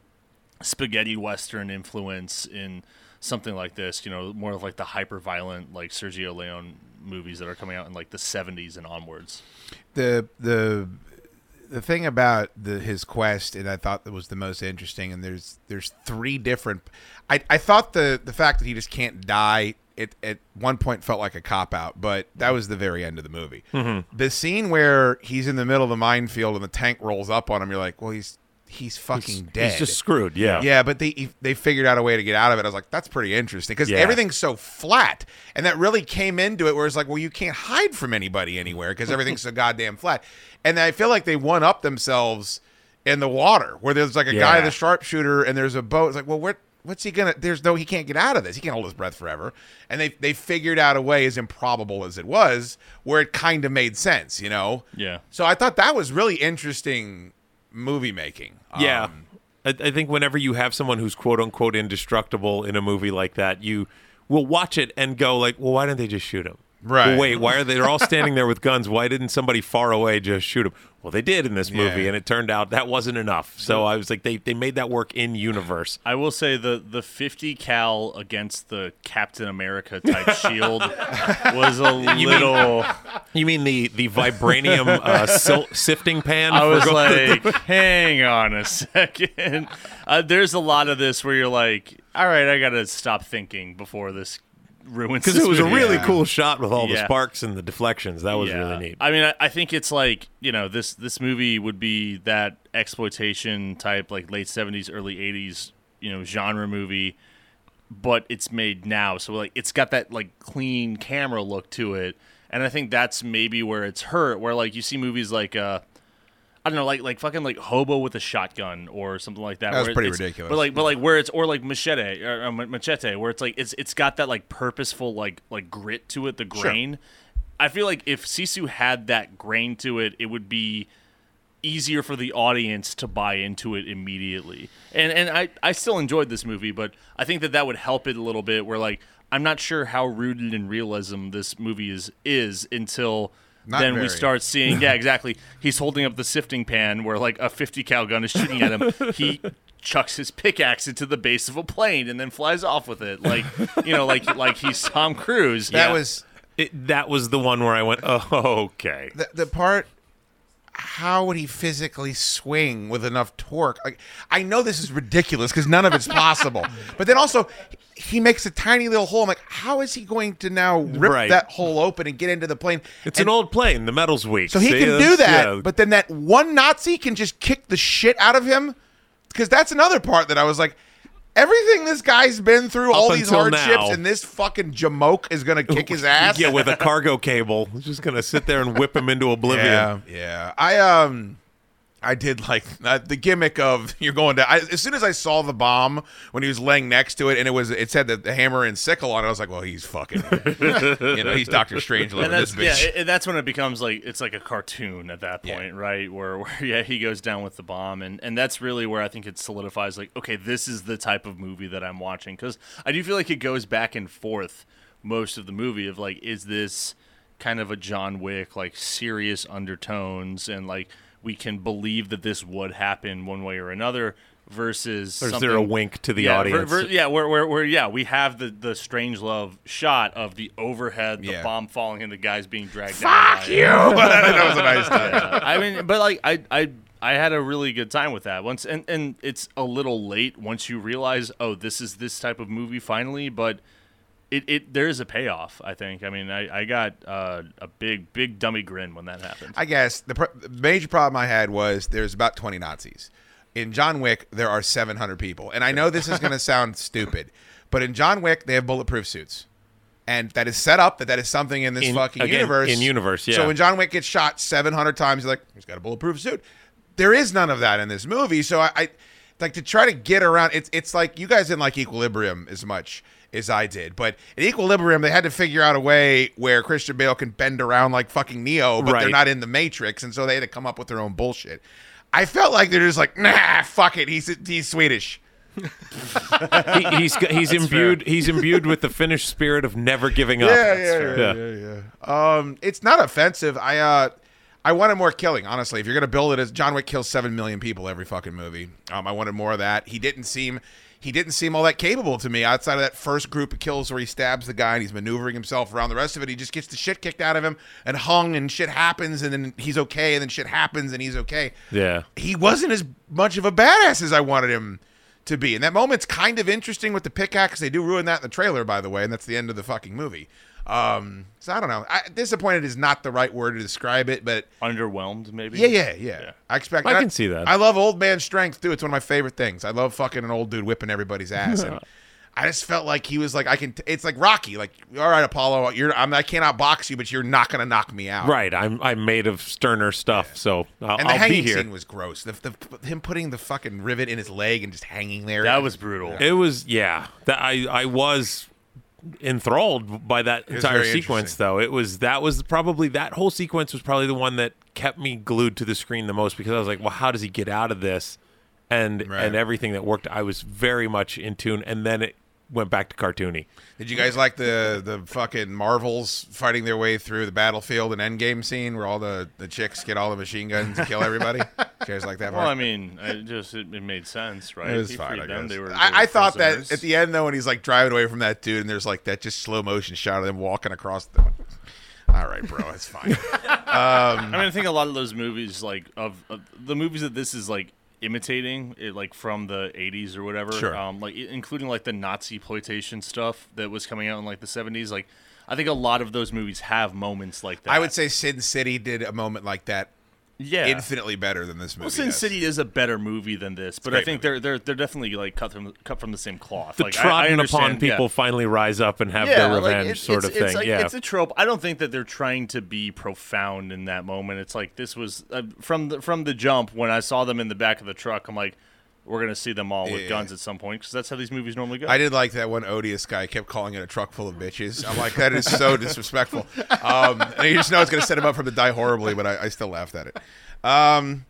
[SPEAKER 7] spaghetti western influence in something like this you know more of like the hyper violent like sergio leone movies that are coming out in like the 70s and onwards
[SPEAKER 6] the the the thing about the his quest and I thought that was the most interesting and there's there's three different I, I thought the the fact that he just can't die it at one point felt like a cop out but that was the very end of the movie
[SPEAKER 2] Mm-hmm.
[SPEAKER 6] the scene where he's in the middle of the minefield and the tank rolls up on him you're like well he's he's fucking dead
[SPEAKER 2] He's just screwed. Yeah.
[SPEAKER 6] yeah, but they e, they figured out a way to get out of it. I was like, that's pretty interesting because
[SPEAKER 2] Yeah.
[SPEAKER 6] everything's so flat, and that really came into it where it's like, well, you can't hide from anybody anywhere because everything's so goddamn flat. And I feel like they one up themselves in the water where there's like a guy,
[SPEAKER 2] Yeah.
[SPEAKER 6] the sharpshooter, and there's a boat. It's like, well, where? What's he gonna? There's no. He can't get out of this. He can't hold his breath forever. And they they figured out a way, as improbable as it was, where it kind of made sense, you know.
[SPEAKER 7] Yeah.
[SPEAKER 6] So I thought that was really interesting movie making.
[SPEAKER 2] Yeah.
[SPEAKER 6] Um,
[SPEAKER 2] I, I think whenever you have someone who's quote unquote indestructible in a movie like that, you will watch it and go like, well, why didn't they just shoot him?
[SPEAKER 6] Right.
[SPEAKER 2] Well, wait, why are they? They're all standing there with guns. Why didn't somebody far away just shoot him? Well, they did in this movie,
[SPEAKER 6] Yeah.
[SPEAKER 2] and it turned out that wasn't enough. So I was like, they they made that work in universe.
[SPEAKER 7] i will say the the 50 cal against the captain america type shield was a
[SPEAKER 2] mean-
[SPEAKER 7] little
[SPEAKER 2] You mean the the vibranium uh, sil- sifting pan?
[SPEAKER 7] I
[SPEAKER 2] for
[SPEAKER 7] was
[SPEAKER 2] gold?
[SPEAKER 7] like, hang on a second. Uh, there's a lot of this where you're like, all right, I gotta stop thinking before this ruins.
[SPEAKER 2] because it
[SPEAKER 7] this
[SPEAKER 2] was a
[SPEAKER 7] movie."
[SPEAKER 2] really
[SPEAKER 6] Yeah.
[SPEAKER 2] cool shot with all the
[SPEAKER 7] Yeah.
[SPEAKER 2] sparks and the deflections. That was really neat.
[SPEAKER 7] I mean, I, I think it's like you know this this movie would be that exploitation type, like late seventies, early eighties, you know, genre movie, but it's made now, so like it's got that like clean camera look to it, and I think that's maybe where it's hurt, where like you see movies like uh. I don't know, like like fucking like hobo with a shotgun or something like that.
[SPEAKER 6] That was
[SPEAKER 7] where
[SPEAKER 6] pretty
[SPEAKER 7] it's-
[SPEAKER 6] ridiculous.
[SPEAKER 7] But like, but like where it's or like machete or uh, machete, where it's like it's it's got that like purposeful like like grit to it, the grain. I feel like if Sisu had that grain to it, it would be easier for the audience to buy into it immediately. And and I I still enjoyed this movie, but I think that that would help it a little bit. Where like I'm not sure how rooted in realism this movie is is until
[SPEAKER 6] Not
[SPEAKER 7] then
[SPEAKER 6] very.
[SPEAKER 7] we start seeing. Yeah, exactly. He's holding up the sifting pan where like a 50 cal gun is shooting at him. He chucks his pickaxe into the base of a plane and then flies off with it. Like you know, like like he's Tom Cruise.
[SPEAKER 6] That
[SPEAKER 7] Yeah.
[SPEAKER 6] was
[SPEAKER 2] It, that was the one where I went, oh, okay.
[SPEAKER 6] the, the part how would he physically swing with enough torque like i know this is ridiculous because none of it's possible but then also he makes a tiny little hole i'm like how is he going to now rip
[SPEAKER 2] Right.
[SPEAKER 6] that hole open and get into the plane
[SPEAKER 2] It's
[SPEAKER 6] And
[SPEAKER 2] an old plane. The metal's weak.
[SPEAKER 6] so he
[SPEAKER 2] See,
[SPEAKER 6] can do
[SPEAKER 2] that's-
[SPEAKER 6] that
[SPEAKER 2] yeah.
[SPEAKER 6] but then that one nazi can just kick the shit out of him because that's another part that i was like everything this guy's been through all these
[SPEAKER 2] until
[SPEAKER 6] hardships
[SPEAKER 2] now.
[SPEAKER 6] and this fucking jamoke is gonna kick his ass
[SPEAKER 2] Yeah, with a cargo cable. He's just going to sit there and whip him into oblivion.
[SPEAKER 6] Yeah, yeah. I um, I did like uh, the gimmick of you're going to. I, as soon as I saw the bomb when he was laying next to it, and it was it said that the hammer and sickle on it, I was like, well, he's fucking, you know, he's Doctor Strange
[SPEAKER 7] and
[SPEAKER 6] loving this
[SPEAKER 7] that's yeah,
[SPEAKER 6] bitch.
[SPEAKER 7] and that's when it becomes like it's like a cartoon at that
[SPEAKER 6] Yeah.
[SPEAKER 7] point, right? Where, where yeah, he goes down with the bomb, and and that's really where I think it solidifies like okay, this is the type of movie that I'm watching because I do feel like it goes back and forth most of the movie of like is this kind of a John Wick like serious undertones and like we can believe that this would happen one way or another versus
[SPEAKER 2] Or is
[SPEAKER 7] something-
[SPEAKER 2] there a wink to the
[SPEAKER 7] yeah, ver-
[SPEAKER 2] audience?
[SPEAKER 7] ver- yeah, where, where, where, yeah, we have the the strange love shot of the overhead, the
[SPEAKER 6] Yeah.
[SPEAKER 7] bomb falling, and the guys being dragged. Fuck down you!
[SPEAKER 6] that was a nice touch.
[SPEAKER 7] I mean, but like, I, I, I had a really good time with that once, and and it's a little late once you realize, oh, this is this type of movie finally, but. It, it there is a payoff I think I mean I, I got uh, a big big dummy grin when that happened
[SPEAKER 6] I guess the pr- the major problem I had was there's about 20 Nazis. In John Wick, there are 700 people. And I know this is going to sound stupid, but in John Wick, they have bulletproof suits. And that is set up that that is something in this
[SPEAKER 2] In-
[SPEAKER 6] fucking
[SPEAKER 2] again,
[SPEAKER 6] universe.
[SPEAKER 2] in universe, yeah.
[SPEAKER 6] So when John Wick gets shot 700 times, he's like, he's got a bulletproof suit. There is none of that in this movie. So I, I like to try to get around it's it's like you guys didn't like equilibrium as much as I did. But in equilibrium, they had to figure out a way where Christian Bale can bend around like fucking Neo, but they're
[SPEAKER 2] Right.
[SPEAKER 6] not in the Matrix, and so they had to come up with their own bullshit. I felt like they're just like, nah, fuck it. He's he's Swedish.
[SPEAKER 2] he, he's g- he's imbued he's imbued with the Finnish spirit of never giving up. Yeah.
[SPEAKER 6] Um, it's not offensive. I uh, I wanted more killing. Honestly, if you're gonna build it as John Wick kills seven million people every fucking movie, um, I wanted more of that. He didn't seem he didn't seem all that capable to me outside of that first group of kills where he stabs the guy and he's maneuvering himself around. The rest of it, he just gets the shit kicked out of him and hung, and shit happens, and then he's okay, and then shit happens, and he's okay.
[SPEAKER 2] Yeah.
[SPEAKER 6] he wasn't as much of a badass as I wanted him to be. And that moment's kind of interesting with the pickaxe. They do ruin that in the trailer, by the way, and that's the end of the fucking movie. Um, so I don't know. I, disappointed is not the right word to describe it, but
[SPEAKER 7] underwhelmed maybe
[SPEAKER 6] yeah, yeah, yeah. I expect.
[SPEAKER 2] I
[SPEAKER 6] and
[SPEAKER 2] can see that.
[SPEAKER 6] I love old man strength too. It's one of my favorite things. I love fucking an old dude whipping everybody's ass. and I just felt like he was like, I can. T- it's like Rocky. Like, all right, Apollo, you're. I'm, I cannot box you, but you're not gonna knock me out.
[SPEAKER 2] Right. I'm I'm made of sterner stuff, so I'll,
[SPEAKER 6] And the
[SPEAKER 2] I'll be
[SPEAKER 6] hanging
[SPEAKER 2] here.
[SPEAKER 6] scene was gross. The, the, him putting the fucking rivet in his leg and just hanging there.
[SPEAKER 7] that was brutal
[SPEAKER 2] it was yeah. That I I was enthralled by that
[SPEAKER 6] was
[SPEAKER 2] entire
[SPEAKER 6] very
[SPEAKER 2] sequence
[SPEAKER 6] interesting.
[SPEAKER 2] though. It was that was probably that whole sequence was probably the one that kept me glued to the screen the most because I was like, well, how does he get out of this? And
[SPEAKER 6] Right.
[SPEAKER 2] and everything that worked, I was very much in tune, and then it went back to cartoony.
[SPEAKER 6] Did you guys like the the fucking Marvels fighting their way through the battlefield and Endgame scene where all the, the chicks get all the machine guns and kill everybody? Did you guys like that part?
[SPEAKER 7] well I mean it just it, it made sense right
[SPEAKER 6] it was
[SPEAKER 7] He
[SPEAKER 6] fine.
[SPEAKER 7] freed
[SPEAKER 6] I,
[SPEAKER 7] them.
[SPEAKER 6] guess.
[SPEAKER 7] They were- they were
[SPEAKER 6] I, I thought that
[SPEAKER 7] prisoners.
[SPEAKER 6] at the end though, when he's like driving away from that dude, and there's like that just slow motion shot of them walking across the. All right, bro, it's fine.
[SPEAKER 7] I mean, I think a lot of those movies, like of, of the movies that this is like imitating, it, like from the '80s or whatever,
[SPEAKER 6] Sure.
[SPEAKER 7] um, like i- including like the Nazi exploitation stuff that was coming out in like the '70s. Like, I think a lot of those movies have moments like that.
[SPEAKER 6] I would say Sin City did a moment like that
[SPEAKER 7] yeah.
[SPEAKER 6] infinitely better than this movie.
[SPEAKER 7] well, Sin
[SPEAKER 6] does.
[SPEAKER 7] City is a better movie than this, but I
[SPEAKER 6] great
[SPEAKER 7] think
[SPEAKER 6] movie.
[SPEAKER 7] they're they're they're definitely like cut from cut from the same cloth.
[SPEAKER 2] the
[SPEAKER 7] like, I- I
[SPEAKER 2] trodden upon
[SPEAKER 7] understand- yeah.
[SPEAKER 2] people finally rise up and have their
[SPEAKER 7] like,
[SPEAKER 2] revenge
[SPEAKER 7] it-
[SPEAKER 2] sort
[SPEAKER 7] it's,
[SPEAKER 2] of thing.
[SPEAKER 7] It's, like,
[SPEAKER 2] yeah.
[SPEAKER 7] it's a trope. I don't think that they're trying to be profound in that moment. It's like this was uh, from the from the jump when I saw them in the back of the truck. I'm like, we're gonna see them all with
[SPEAKER 6] Yeah.
[SPEAKER 7] guns at some point because that's how these movies normally go.
[SPEAKER 6] I did like that one odious guy kept calling it a truck full of bitches. I'm like, that is so disrespectful. Um, and you just know it's going to set him up for the die horribly, but I, I still laughed at it. Um,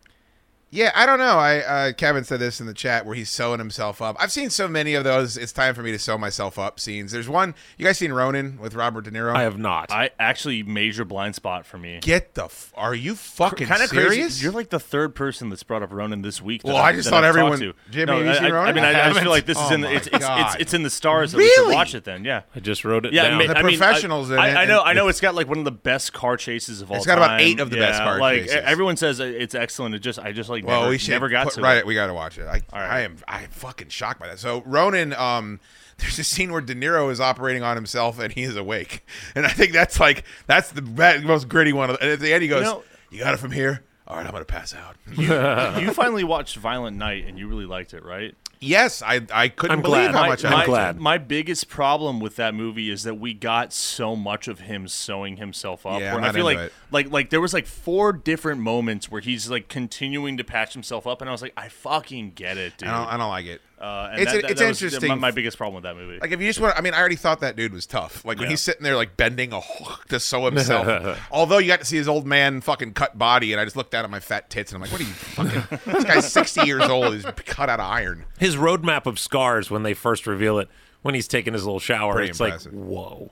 [SPEAKER 6] Yeah, I don't know. I uh, Kevin said this in the chat where he's sewing himself up. I've seen so many of those. It's time for me to sew myself up scenes. There's one. You guys seen Ronin with Robert De Niro?
[SPEAKER 2] I have not.
[SPEAKER 7] I actually major blind spot for me.
[SPEAKER 6] Get the. F- are you fucking
[SPEAKER 7] Kinda
[SPEAKER 6] serious?
[SPEAKER 7] You're like the third person that's brought up Ronan this week. that
[SPEAKER 6] Well, I just
[SPEAKER 7] that
[SPEAKER 6] thought
[SPEAKER 7] I've talked
[SPEAKER 6] everyone-
[SPEAKER 7] to.
[SPEAKER 6] Jimmy, have you
[SPEAKER 7] I,
[SPEAKER 6] seen
[SPEAKER 7] I- I
[SPEAKER 6] Ronan?
[SPEAKER 7] mean,
[SPEAKER 6] I
[SPEAKER 7] I, I
[SPEAKER 6] haven't.
[SPEAKER 7] feel like this
[SPEAKER 6] Oh
[SPEAKER 7] is in
[SPEAKER 6] my
[SPEAKER 7] the, it's, it's, it's
[SPEAKER 6] God.
[SPEAKER 7] it's in the stars. That we
[SPEAKER 6] Really?
[SPEAKER 7] should watch it then. Yeah.
[SPEAKER 2] I just wrote it
[SPEAKER 7] Yeah,
[SPEAKER 2] down.
[SPEAKER 7] I mean,
[SPEAKER 6] The
[SPEAKER 7] I mean,
[SPEAKER 6] professionals
[SPEAKER 7] I,
[SPEAKER 6] in
[SPEAKER 7] I,
[SPEAKER 6] it
[SPEAKER 7] I know,
[SPEAKER 6] and-
[SPEAKER 7] I know. It's got like one of the best car chases of all.
[SPEAKER 6] It's got about
[SPEAKER 7] time.
[SPEAKER 6] eight of the best
[SPEAKER 7] Yeah,
[SPEAKER 6] car
[SPEAKER 7] like,
[SPEAKER 6] chases.
[SPEAKER 7] e- Everyone says it- it's excellent. It just, I just like
[SPEAKER 6] Well,
[SPEAKER 7] never,
[SPEAKER 6] we should
[SPEAKER 7] never got
[SPEAKER 6] put-
[SPEAKER 7] to
[SPEAKER 6] right.
[SPEAKER 7] it.
[SPEAKER 6] We got to watch it. I,
[SPEAKER 7] right.
[SPEAKER 6] I am I am fucking shocked by that. So Ronan, um, there's a scene where De Niro is operating on himself and he is awake, and I think that's like that's the bad, most gritty one. Of the, and at the end, he goes, "You,
[SPEAKER 7] know-
[SPEAKER 6] got it from here." All right, I'm gonna pass out.
[SPEAKER 7] you finally watched Violent Night and you really liked it, right?
[SPEAKER 6] yes, I I couldn't
[SPEAKER 2] I'm
[SPEAKER 6] believe
[SPEAKER 2] glad.
[SPEAKER 6] how
[SPEAKER 2] My-
[SPEAKER 6] much
[SPEAKER 2] I'm
[SPEAKER 6] I
[SPEAKER 7] my,
[SPEAKER 2] glad.
[SPEAKER 7] My biggest problem with that movie is that we got so much of him sewing himself up.
[SPEAKER 6] Yeah,
[SPEAKER 7] where
[SPEAKER 6] I'm
[SPEAKER 7] I
[SPEAKER 6] not
[SPEAKER 7] feel
[SPEAKER 6] into
[SPEAKER 7] like,
[SPEAKER 6] it.
[SPEAKER 7] like, like there was like four different moments where he's like continuing to patch himself up, and I was like, I fucking get it, dude.
[SPEAKER 6] I don't, I don't like it.
[SPEAKER 7] uh, and
[SPEAKER 6] it's
[SPEAKER 7] that- that-
[SPEAKER 6] it's
[SPEAKER 7] that was
[SPEAKER 6] interesting.
[SPEAKER 7] My, my biggest problem with that movie.
[SPEAKER 6] Like if you just want, I mean, I already thought that dude was tough. Like when
[SPEAKER 7] Yeah.
[SPEAKER 6] he's sitting there like bending a hook to sew himself. Although you got to see his old man fucking cut body, and I just looked down at my fat tits, and I'm like, what are you fucking? this guy's 60 years old. He's cut out of iron.
[SPEAKER 2] his roadmap of scars when they first reveal it, when he's taking his little shower,
[SPEAKER 6] Pretty
[SPEAKER 2] it's
[SPEAKER 6] impressive.
[SPEAKER 2] like, whoa.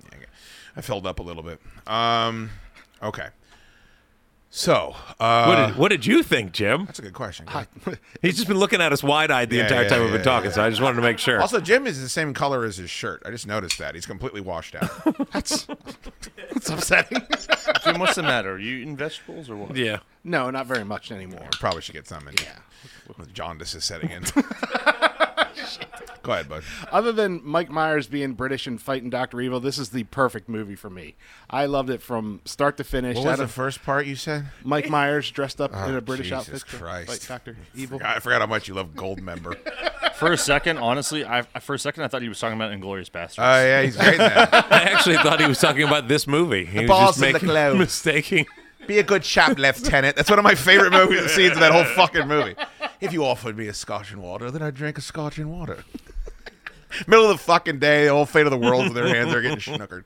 [SPEAKER 6] I filled up a little bit. Um, okay. So
[SPEAKER 2] What,
[SPEAKER 6] uh,
[SPEAKER 2] did, what did you think, Jim?
[SPEAKER 6] that's a good question.
[SPEAKER 2] He's just been looking at us wide eyed the
[SPEAKER 6] Yeah,
[SPEAKER 2] entire
[SPEAKER 6] yeah,
[SPEAKER 2] time we've
[SPEAKER 6] yeah,
[SPEAKER 2] been
[SPEAKER 6] yeah,
[SPEAKER 2] talking, so I just wanted to make sure.
[SPEAKER 6] Also, Jim is the same color as his shirt. I just noticed that he's completely washed out.
[SPEAKER 1] That's that's upsetting.
[SPEAKER 7] Jim, what's the matter? Are you eating vegetables or what?
[SPEAKER 2] yeah.
[SPEAKER 1] no, not very much anymore.
[SPEAKER 6] Probably should get some in.
[SPEAKER 1] Yeah.
[SPEAKER 6] Jaundice is setting in. Go ahead, bud.
[SPEAKER 1] Other than Mike Myers being British and fighting Doctor Evil, this is the perfect movie for me. I loved it from start to finish.
[SPEAKER 6] What was
[SPEAKER 1] Out
[SPEAKER 6] the
[SPEAKER 1] of-
[SPEAKER 6] first part you said?
[SPEAKER 1] Mike Myers dressed up in a
[SPEAKER 6] Oh,
[SPEAKER 1] British
[SPEAKER 6] Jesus
[SPEAKER 1] outfit to
[SPEAKER 6] Christ.
[SPEAKER 1] fight Doctor Evil.
[SPEAKER 6] I forgot how much you love Gold Member. Oh
[SPEAKER 7] For a second, honestly, I for a second I thought he was talking about Inglorious Bastards.
[SPEAKER 6] Oh, yeah, he's great in that.
[SPEAKER 2] I actually thought he was talking about this movie. He was
[SPEAKER 6] balls
[SPEAKER 2] just
[SPEAKER 6] in the
[SPEAKER 2] making
[SPEAKER 6] clothes.
[SPEAKER 2] mistaking.
[SPEAKER 6] Be a good chap, Lieutenant. That's one of my favorite movie scenes in that whole fucking movie. If you offered me a scotch and water, then I'd drink a scotch and water. Middle of the fucking day, the whole fate of the world's in their hands. They're getting schnookered.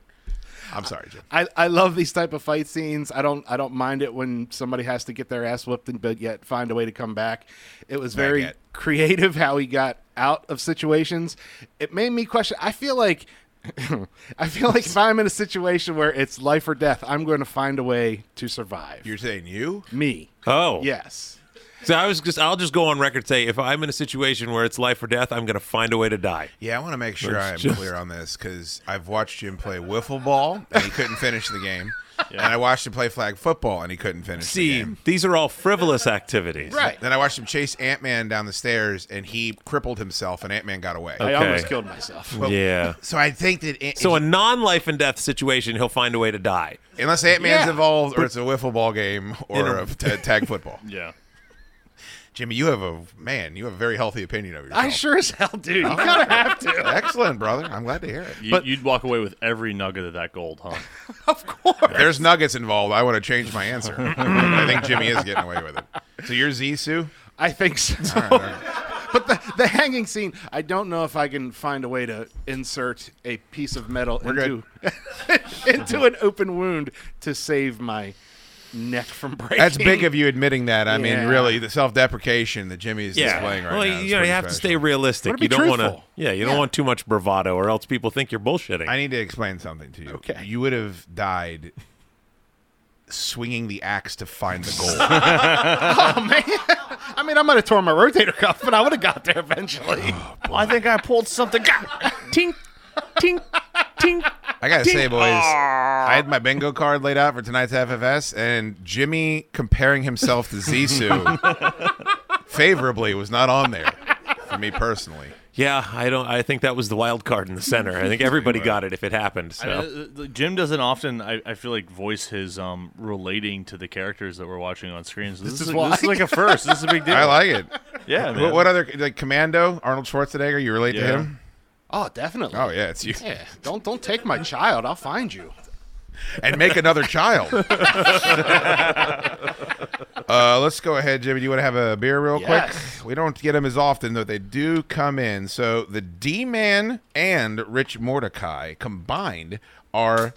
[SPEAKER 6] I'm sorry, Jim.
[SPEAKER 1] I, I love these type of fight scenes. I don't I don't mind it when somebody has to get their ass whooped and but yet find a way to come back. It was very
[SPEAKER 6] yet.
[SPEAKER 1] creative how he got out of situations. It made me question I feel like I feel like if I'm in a situation where it's life or death, I'm going to find a way to survive.
[SPEAKER 6] You're saying you?
[SPEAKER 1] me.
[SPEAKER 2] Oh.
[SPEAKER 1] Yes.
[SPEAKER 2] So I was just I'll just go on record and say if I'm in a situation where it's life or death, I'm gonna find a way to die.
[SPEAKER 6] Yeah, I want to make sure
[SPEAKER 2] Let's
[SPEAKER 6] I'm
[SPEAKER 2] just-
[SPEAKER 6] clear on this because I've watched him play wiffle ball and he couldn't finish the game, and I watched him play flag football and he couldn't finish the
[SPEAKER 2] See,
[SPEAKER 6] game.
[SPEAKER 2] these are all frivolous activities.
[SPEAKER 1] Right.
[SPEAKER 6] Then I watched him chase Ant Man down the stairs, and he crippled himself, and Ant Man got away.
[SPEAKER 1] I almost
[SPEAKER 2] Okay.
[SPEAKER 1] killed myself.
[SPEAKER 2] Yeah.
[SPEAKER 6] So I think that Ant-
[SPEAKER 2] So a non-life and death situation, he'll find a way to die.
[SPEAKER 6] unless Ant Man's
[SPEAKER 1] Yeah.
[SPEAKER 6] involved, or it's a wiffle ball game, or a, t- tag football.
[SPEAKER 7] yeah.
[SPEAKER 6] Jimmy, you have a man. You have a very healthy opinion of yourself.
[SPEAKER 1] I sure as hell do. You gotta have to.
[SPEAKER 6] Excellent, brother. I'm glad to hear it.
[SPEAKER 7] You, you'd walk away with every nugget of that gold, huh?
[SPEAKER 1] Of course.
[SPEAKER 6] There's nuggets involved. I want to change my answer. I think Jimmy is getting away with it. So you're Zisu.
[SPEAKER 1] I think so. But the, the hanging scene, I don't know if I can find a way to insert a piece of metal into into an open wound to save my neck from breaking.
[SPEAKER 6] That's big of you admitting that. I
[SPEAKER 1] Yeah.
[SPEAKER 6] mean, really, the self-deprecation that Jimmy is displaying right
[SPEAKER 2] well,
[SPEAKER 6] now. is
[SPEAKER 2] you know,
[SPEAKER 6] pretty
[SPEAKER 2] you have to
[SPEAKER 6] special.
[SPEAKER 2] stay realistic.
[SPEAKER 1] Wanna
[SPEAKER 2] You
[SPEAKER 1] be
[SPEAKER 2] don't want to.
[SPEAKER 1] truthful.
[SPEAKER 2] Yeah, you don't want too much bravado, or else people think you're bullshitting.
[SPEAKER 6] I need to explain something to you.
[SPEAKER 1] Okay.
[SPEAKER 6] You would have died swinging the axe to find the gold.
[SPEAKER 1] Oh, man. I mean, I might have torn my rotator cuff, but I would have got there eventually.
[SPEAKER 6] Oh.
[SPEAKER 7] I think I pulled something.
[SPEAKER 2] tink, tink, tink.
[SPEAKER 6] I gotta say, boys, I had my bingo card laid out for tonight's FFS, and Jimmy comparing himself to Zisu favorably was not on there for me personally.
[SPEAKER 2] Yeah, I don't. I think that was the wild card in the center. I think everybody got it if it happened.
[SPEAKER 7] Uh,
[SPEAKER 2] So
[SPEAKER 7] Jim doesn't often, I, I feel like, voice his um relating to the characters that we're watching on screen. So this,
[SPEAKER 1] is
[SPEAKER 7] is,
[SPEAKER 1] why.
[SPEAKER 7] this is like a first. This is a big deal.
[SPEAKER 6] I like it.
[SPEAKER 7] yeah,
[SPEAKER 6] What,
[SPEAKER 7] man.
[SPEAKER 6] what other like Commando? Arnold Schwarzenegger? You relate to
[SPEAKER 7] Yeah.
[SPEAKER 6] him?
[SPEAKER 1] Oh, definitely.
[SPEAKER 6] Oh yeah, it's you.
[SPEAKER 1] yeah. Don't don't take my child. I'll find you.
[SPEAKER 6] and make another child. uh, let's go ahead, Jimmy. Do you want to have a beer real
[SPEAKER 1] Yes.
[SPEAKER 6] quick? We don't get them as often, though they do come in. So the D Man and Rich Mordecai combined are a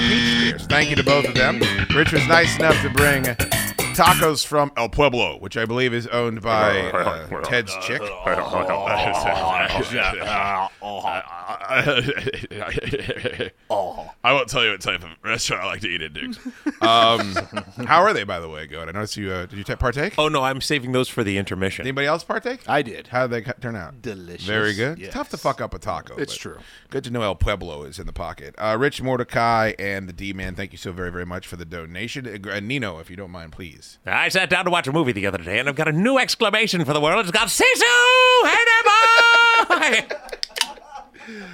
[SPEAKER 6] peach beer. So Thank you to both of them. Rich was nice enough to bring tacos from El Pueblo, which I believe is owned by uh, Ted's chick.
[SPEAKER 2] Oh,
[SPEAKER 8] I won't tell you what type of restaurant I like to eat at Duke's.
[SPEAKER 6] Um, how are they, by the way, going? I noticed you. Uh, did you ta- partake?
[SPEAKER 2] Oh no, I'm saving those for the intermission.
[SPEAKER 6] Anybody else partake?
[SPEAKER 1] I did.
[SPEAKER 6] How did they cut- turn out?
[SPEAKER 1] Delicious.
[SPEAKER 6] Very good.
[SPEAKER 1] Yes.
[SPEAKER 6] Tough to fuck up a taco.
[SPEAKER 1] It's
[SPEAKER 6] but
[SPEAKER 1] true.
[SPEAKER 6] Good to know El Pueblo is in the pocket. Uh, Rich Mordecai and the D Man, thank you so very, very much for the donation. And Nino, if you don't mind, please.
[SPEAKER 2] I sat down to watch a movie the other day, and I've got a new exclamation for the world. It's got Sisu Hanebo!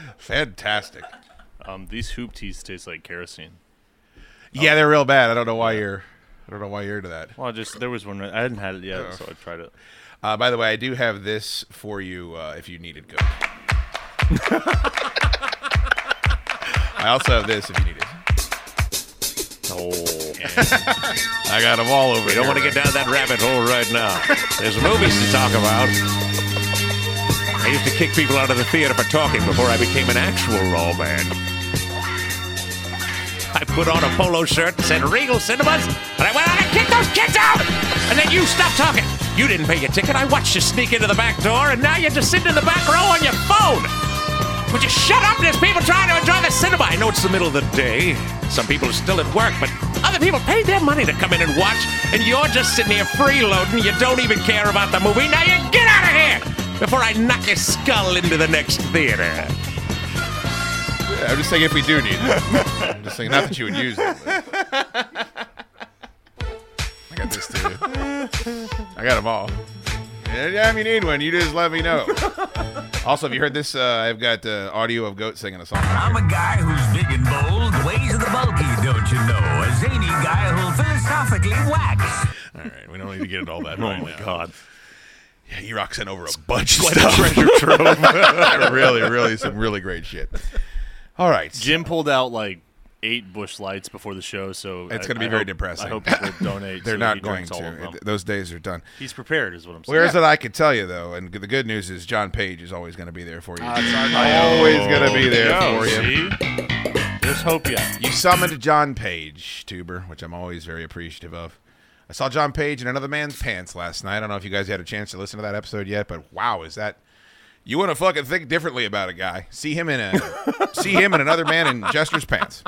[SPEAKER 6] Fantastic.
[SPEAKER 1] Oh.
[SPEAKER 7] Um, these hoopties taste like kerosene.
[SPEAKER 6] Yeah, they're real bad. I don't know why you're. I don't know why you're into that.
[SPEAKER 7] Well, just there was one I hadn't had it
[SPEAKER 6] Oh.
[SPEAKER 7] yet, so I tried it.
[SPEAKER 6] Uh, by the way, I do have this for you uh, if you need it. Go. I also have this if you need it.
[SPEAKER 2] I got them all over. You don't want to get down that rabbit hole right now. There's movies to talk about. I used to kick people out of the theater for talking before I became an actual lawman. I put on a polo shirt and said Regal Cinemas, and I went out and kicked those kids out. And then you stopped talking. You didn't pay your ticket. I watched you sneak into the back door, and now you're just sitting in the back row on your phone. Would you shut up? There's people trying to enjoy the cinema. I know it's the middle of the day. Some people are still at work, but other people paid their money to come in and watch, and you're just sitting here freeloading. You don't even care about the movie. Now you get out of here before I knock your skull into the next theater.
[SPEAKER 6] I'm just saying if we do need it. I'm just saying not that you would use it. but- I got this too. I got them all. Anytime you need one, you just let me know. Also, have you heard this? Uh, I've got uh, audio of Goat singing a song.
[SPEAKER 9] I'm a guy who's big and bold, ways of the bulky, don't you know? A zany guy who'll philosophically wax.
[SPEAKER 8] All right, we don't need to get into all that. right now.
[SPEAKER 2] God.
[SPEAKER 6] Yeah, he rocks in over a bunch of stuff. Treasure trove. really, really, some really great shit. All right.
[SPEAKER 7] Jim pulled out like eight bush lights before the show, so
[SPEAKER 6] It's
[SPEAKER 7] I-
[SPEAKER 6] gonna be
[SPEAKER 7] I
[SPEAKER 6] very
[SPEAKER 7] hope-
[SPEAKER 6] depressing.
[SPEAKER 7] I hope people donate.
[SPEAKER 6] They're
[SPEAKER 7] so
[SPEAKER 6] not
[SPEAKER 7] he
[SPEAKER 6] going
[SPEAKER 7] drinks all
[SPEAKER 6] to.
[SPEAKER 7] of them.
[SPEAKER 6] It- Those days are done.
[SPEAKER 7] He's prepared, is what I'm saying.
[SPEAKER 6] Whereas that I could tell you though, and the good news is John Page is always going to be there for
[SPEAKER 1] Ah,
[SPEAKER 6] you.
[SPEAKER 1] I
[SPEAKER 6] always going
[SPEAKER 1] Oh,
[SPEAKER 6] to be there for you.
[SPEAKER 7] See? There's hope yet.
[SPEAKER 6] You summoned John Page, tuber, which I'm always very appreciative of. I saw John Page in another man's pants last night. I don't know if you guys had a chance to listen to that episode yet, but wow, is that you want to fucking think differently about a guy? See him in a see him and another man in jester's pants.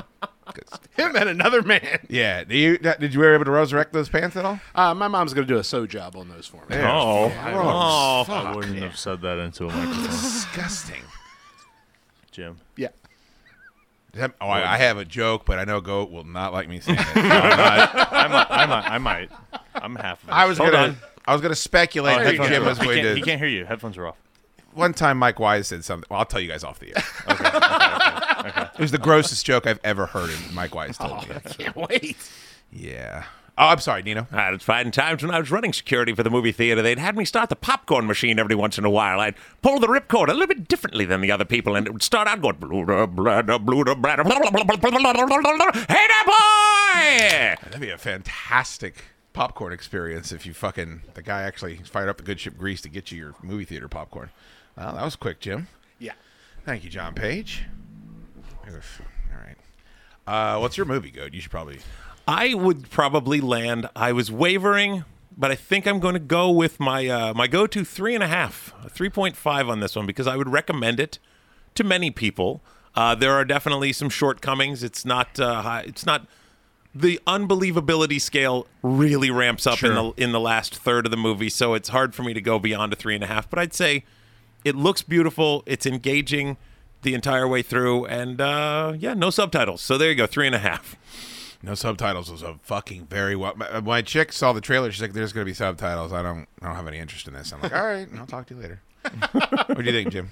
[SPEAKER 6] 'Cause-
[SPEAKER 1] him and another man.
[SPEAKER 6] Yeah, do you, that- did you were able to resurrect those pants at all?
[SPEAKER 1] Uh, my mom's gonna do a sew job on those for me.
[SPEAKER 2] Oh.
[SPEAKER 7] Oh, I wouldn't have said that into a microphone,
[SPEAKER 6] Disgusting.
[SPEAKER 7] Jim.
[SPEAKER 1] Yeah.
[SPEAKER 6] Does that- oh, I, I have a joke, but I know Goat will not like me saying it.
[SPEAKER 7] I might, I might, I might. I'm half. Of it.
[SPEAKER 6] I was
[SPEAKER 2] Hold
[SPEAKER 6] gonna
[SPEAKER 2] on.
[SPEAKER 6] I was gonna speculate
[SPEAKER 7] Headphones
[SPEAKER 6] that Jim
[SPEAKER 7] are
[SPEAKER 6] was
[SPEAKER 7] off. he,
[SPEAKER 6] going
[SPEAKER 7] can't, he
[SPEAKER 6] to.
[SPEAKER 7] can't hear you. Headphones are off.
[SPEAKER 6] One time, Mike Wise said something. Well, I'll tell you guys off the air. It was the grossest joke I've ever heard, and Mike Wise told me.
[SPEAKER 7] Oh.
[SPEAKER 1] Can't wait.
[SPEAKER 6] Yeah. Oh, I'm sorry, Nino.
[SPEAKER 2] I had fine times when I was running security for the movie theater. They'd had me start the popcorn machine every once in a while. I'd pull the ripcord a little bit differently than the other people, and it would start out going blue da blah da blue da blah da blah blah blah blah blah blah blah blah blah. Hey there, boy!
[SPEAKER 6] That'd be a fantastic popcorn experience if you fucking the guy actually fired up the good ship grease to get you your movie theater popcorn. Well, that was quick, Jim.
[SPEAKER 1] Yeah.
[SPEAKER 6] Thank you, John Page. Oof. All right. Uh, what's your movie, Goat? You should probably.
[SPEAKER 2] I would probably land. I was wavering, but I think I'm going to go with my uh, my go to three and a half, a three point five on this one because I would recommend it to many people. Uh, there are definitely some shortcomings. It's not uh, high, it's not the unbelievability scale really ramps up in the
[SPEAKER 6] Sure.
[SPEAKER 2] in the last third of the movie, so it's hard for me to go beyond a three and a half. But I'd say it looks beautiful. It's engaging the entire way through, and uh, yeah, no subtitles. So there you go, three and a half.
[SPEAKER 6] No subtitles was a fucking very well. My, my chick saw the trailer. She's like, "There's gonna be subtitles. I don't. I don't have any interest in this." I'm like, "All right, I'll talk to you later." what do you think, Jim?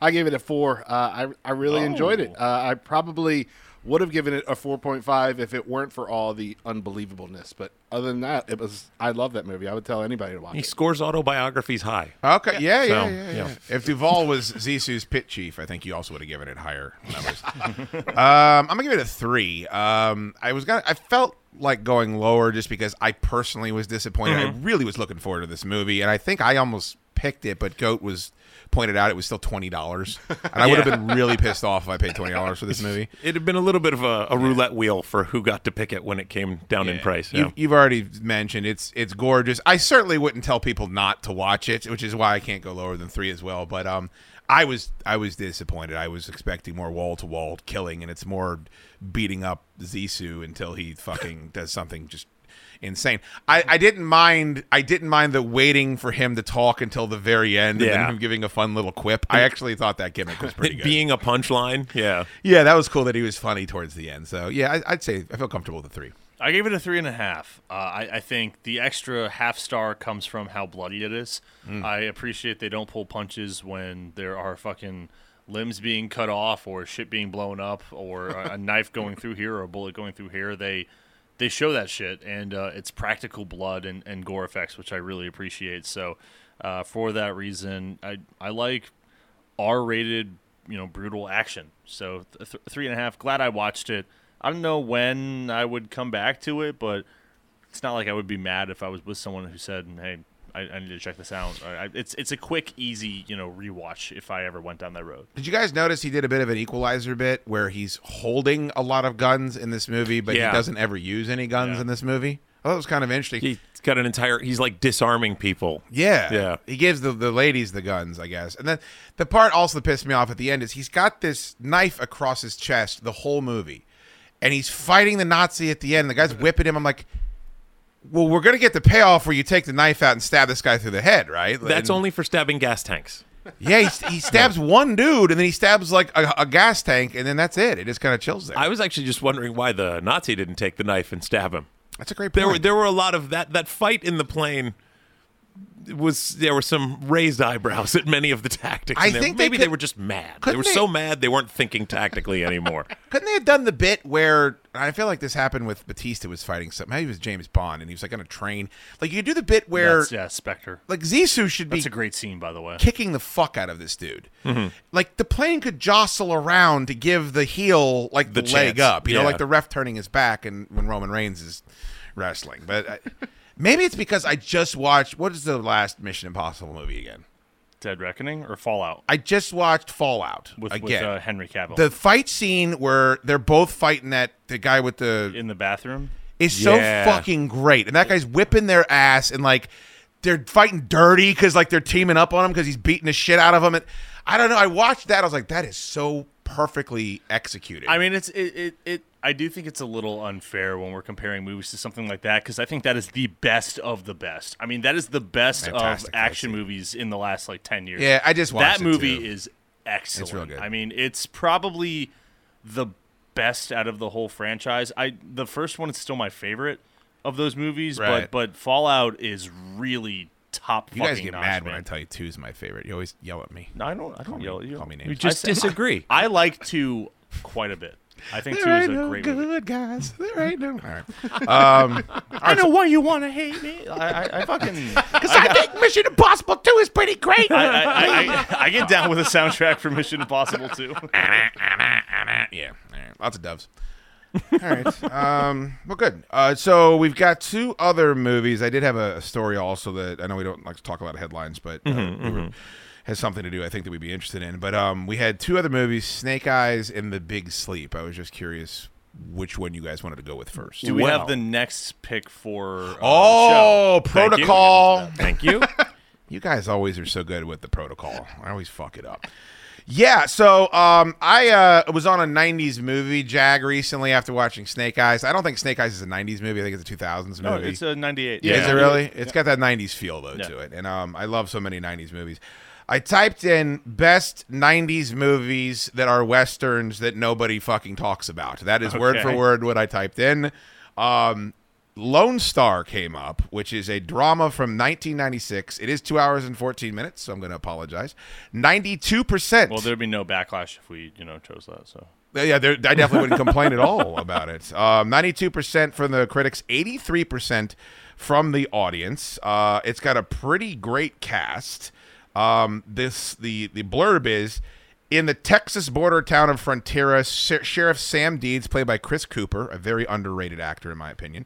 [SPEAKER 1] I gave it a four. Uh, I I really enjoyed it. Uh, I probably would have given it a four point five if it weren't for all the unbelievableness. But other than that, it was. I love that movie. I would tell anybody to watch
[SPEAKER 2] He
[SPEAKER 1] it.
[SPEAKER 2] scores autobiographies high.
[SPEAKER 6] Okay, yeah, yeah, yeah,
[SPEAKER 2] So,
[SPEAKER 6] yeah,
[SPEAKER 2] yeah.
[SPEAKER 6] If Duval was Zisu's pit chief, I think you also would have given it higher numbers. um, I'm gonna give it a three. Um, I was gonna, I felt like
[SPEAKER 2] Mm-hmm.
[SPEAKER 6] going lower just because I personally was disappointed. I really was looking forward to this movie, and I think I almost picked it, but Goat was pointed out it was still twenty dollars, and I would
[SPEAKER 2] Yeah.
[SPEAKER 6] have been really pissed off if I paid twenty dollars for this movie.
[SPEAKER 2] It had been a little bit of a, a roulette wheel for who got to pick it when it came down in
[SPEAKER 6] Yeah.
[SPEAKER 2] price.
[SPEAKER 6] You've, you've already mentioned it's it's gorgeous. I certainly wouldn't tell people not to watch it, which is why I can't go lower than three as well. But um, I was I was disappointed. I was expecting more wall to wall killing, and it's more beating up Zisu until he fucking does something just insane. I, I didn't mind I didn't mind the waiting for him to talk until the very end, and
[SPEAKER 2] Yeah.
[SPEAKER 6] then him giving a fun little quip. I actually thought that gimmick was pretty
[SPEAKER 2] It
[SPEAKER 6] good.
[SPEAKER 2] being a punchline, yeah.
[SPEAKER 6] yeah, that was cool that he was funny towards the end. So yeah, I, I'd say I feel comfortable with the three.
[SPEAKER 7] I gave it a three and a half. Uh, I, I think the extra half star comes from how bloody it is. I appreciate they don't pull punches when there are fucking limbs being cut off or shit being blown up or a, a knife going through here or a bullet going through here. They they show that shit and uh, it's practical blood and, and gore effects, which I really appreciate. So uh, for that reason, I I like R-rated, you know, brutal action. So th- th- three and a half. Glad I watched it. I don't know when I would come back to it, but it's not like I would be mad if I was with someone who said, "Hey, I, I need to check this out." I, I- it's it's a quick, easy, you know, rewatch if I ever went down that road.
[SPEAKER 6] Did you guys notice he did a bit of an equalizer bit where he's holding a lot of guns in this movie, but
[SPEAKER 2] Yeah.
[SPEAKER 6] he doesn't ever use any guns in this movie? I thought it was kind of interesting.
[SPEAKER 2] He's got an entire. He's like disarming people.
[SPEAKER 6] yeah.
[SPEAKER 2] Yeah.
[SPEAKER 6] He gives the, the ladies the guns, I guess. And then the part also that pissed me off at the end is he's got this knife across his chest the whole movie. And he's fighting the Nazi at the end. The guy's whipping him. I'm like, well, we're going to get the payoff where you take the knife out and stab this guy through the head, right?
[SPEAKER 2] That's
[SPEAKER 6] And-
[SPEAKER 2] only for stabbing gas tanks.
[SPEAKER 6] Yeah, he, he stabs one dude and then he stabs like a, a gas tank and then that's it. It just kind of chills there.
[SPEAKER 2] I was actually just wondering why the Nazi didn't take the knife and stab him.
[SPEAKER 6] That's a great point.
[SPEAKER 2] There were there were a lot of that that fight in the plane was there were some raised eyebrows at many of the tactics.
[SPEAKER 6] I
[SPEAKER 2] and they-
[SPEAKER 6] think they
[SPEAKER 2] maybe they,
[SPEAKER 6] could-
[SPEAKER 2] were just mad. They
[SPEAKER 6] couldn't
[SPEAKER 2] were
[SPEAKER 6] they-
[SPEAKER 2] so mad they weren't thinking tactically anymore.
[SPEAKER 6] Couldn't they have done the bit where I feel like this happened with Batista was fighting something? Maybe it was James Bond and he was like on a train. Like you do the bit where
[SPEAKER 7] That's, yeah, Spectre.
[SPEAKER 6] like Zisu should be
[SPEAKER 7] That's a great scene, by the way.
[SPEAKER 6] kicking the fuck out of this dude. Like the plane could jostle around to give the heel like the,
[SPEAKER 2] The
[SPEAKER 6] leg
[SPEAKER 2] chance.
[SPEAKER 6] up, you know,
[SPEAKER 2] Yeah.
[SPEAKER 6] like the ref turning his back and when Roman Reigns is wrestling. But I, maybe it's because I just watched what is the last Mission Impossible movie again?
[SPEAKER 7] Dead Reckoning or Fallout
[SPEAKER 6] I just watched Fallout
[SPEAKER 7] with,
[SPEAKER 6] again.
[SPEAKER 7] with uh, Henry Cavill
[SPEAKER 6] the fight scene where they're both fighting that the guy with the
[SPEAKER 7] in the bathroom.
[SPEAKER 6] is so
[SPEAKER 2] Yeah.
[SPEAKER 6] fucking great. And that guy's whipping their ass and like they're fighting dirty because like they're teaming up on him because he's beating the shit out of him. And I don't know. I watched that. I was like, that is so perfectly executed.
[SPEAKER 7] I mean, it's it, it it. I do think it's a little unfair when we're comparing movies to something like that because I think that is the best of the best. I mean, that is the best
[SPEAKER 6] Fantastic,
[SPEAKER 7] of action movies in the last like ten years.
[SPEAKER 6] Yeah, I just watched
[SPEAKER 7] that
[SPEAKER 6] it,
[SPEAKER 7] movie
[SPEAKER 6] too.
[SPEAKER 7] is excellent.
[SPEAKER 6] It's real good.
[SPEAKER 7] I mean, it's probably the best out of the whole franchise. I the first one is still my favorite of those movies,
[SPEAKER 6] Right.
[SPEAKER 7] but but Fallout is really top.
[SPEAKER 6] you guys
[SPEAKER 7] fucking
[SPEAKER 6] get
[SPEAKER 7] notch,
[SPEAKER 6] mad when I
[SPEAKER 7] man.
[SPEAKER 6] tell you two's my favorite. You always yell at me.
[SPEAKER 7] No, I don't. I don't yell at you.
[SPEAKER 6] Call me
[SPEAKER 2] You
[SPEAKER 6] names.
[SPEAKER 2] just
[SPEAKER 7] I said-
[SPEAKER 2] disagree.
[SPEAKER 7] I like two quite a bit. I think two
[SPEAKER 6] There
[SPEAKER 7] is
[SPEAKER 6] ain't
[SPEAKER 7] a
[SPEAKER 6] no
[SPEAKER 7] great
[SPEAKER 6] good
[SPEAKER 7] movie.
[SPEAKER 6] guys. There ain't no. All right.
[SPEAKER 7] I know why you want to hate me. I, I, I fucking.
[SPEAKER 6] Because I think Mission Impossible Two is pretty great.
[SPEAKER 7] I, I, I, I get down with a soundtrack for Mission Impossible too.
[SPEAKER 6] yeah, all right. lots of doves. all right. Um, well, good. Uh, so we've got two other movies. I did have a, a story also that I know we don't like to talk about headlines, but uh, we were- has something to do. I think that we'd be interested in. But um, we had two other movies: Snake Eyes and The Big Sleep. I was just curious which one you guys wanted to go with first.
[SPEAKER 7] Do we have the next pick for? Uh,
[SPEAKER 6] Oh,
[SPEAKER 7] the show? Thank you.
[SPEAKER 6] protocol.
[SPEAKER 2] Thank you.
[SPEAKER 6] You guys always are so good with the protocol. I always fuck it up. Yeah, so um, I uh, was on a '90s movie jag recently after watching Snake Eyes. I don't think Snake Eyes is a '90s movie. I think it's a 2000s movie.
[SPEAKER 7] No, Oh, it's a '98.
[SPEAKER 6] Is it really? It's got that '90s feel though
[SPEAKER 7] Yeah.
[SPEAKER 6] to it, and um, I love so many '90s movies. I typed in best '90s movies that are westerns that nobody fucking talks about. That is word for
[SPEAKER 7] Okay.
[SPEAKER 6] word what I typed in. Um, Lone Star came up, which is a drama from 1996. It is two hours and 14 minutes, so I'm going to apologize. 92 percent.
[SPEAKER 7] Well, there'd be no backlash if we, you know, chose that. So
[SPEAKER 6] Yeah, there, I definitely wouldn't complain at all about it. Um, 92% from the critics, 83% from the audience. Uh, it's got a pretty great cast. Um, this the the blurb is in the Texas border town of Frontera, Ser- Sheriff Sam Deeds, played by Chris Cooper, a very underrated actor in my opinion,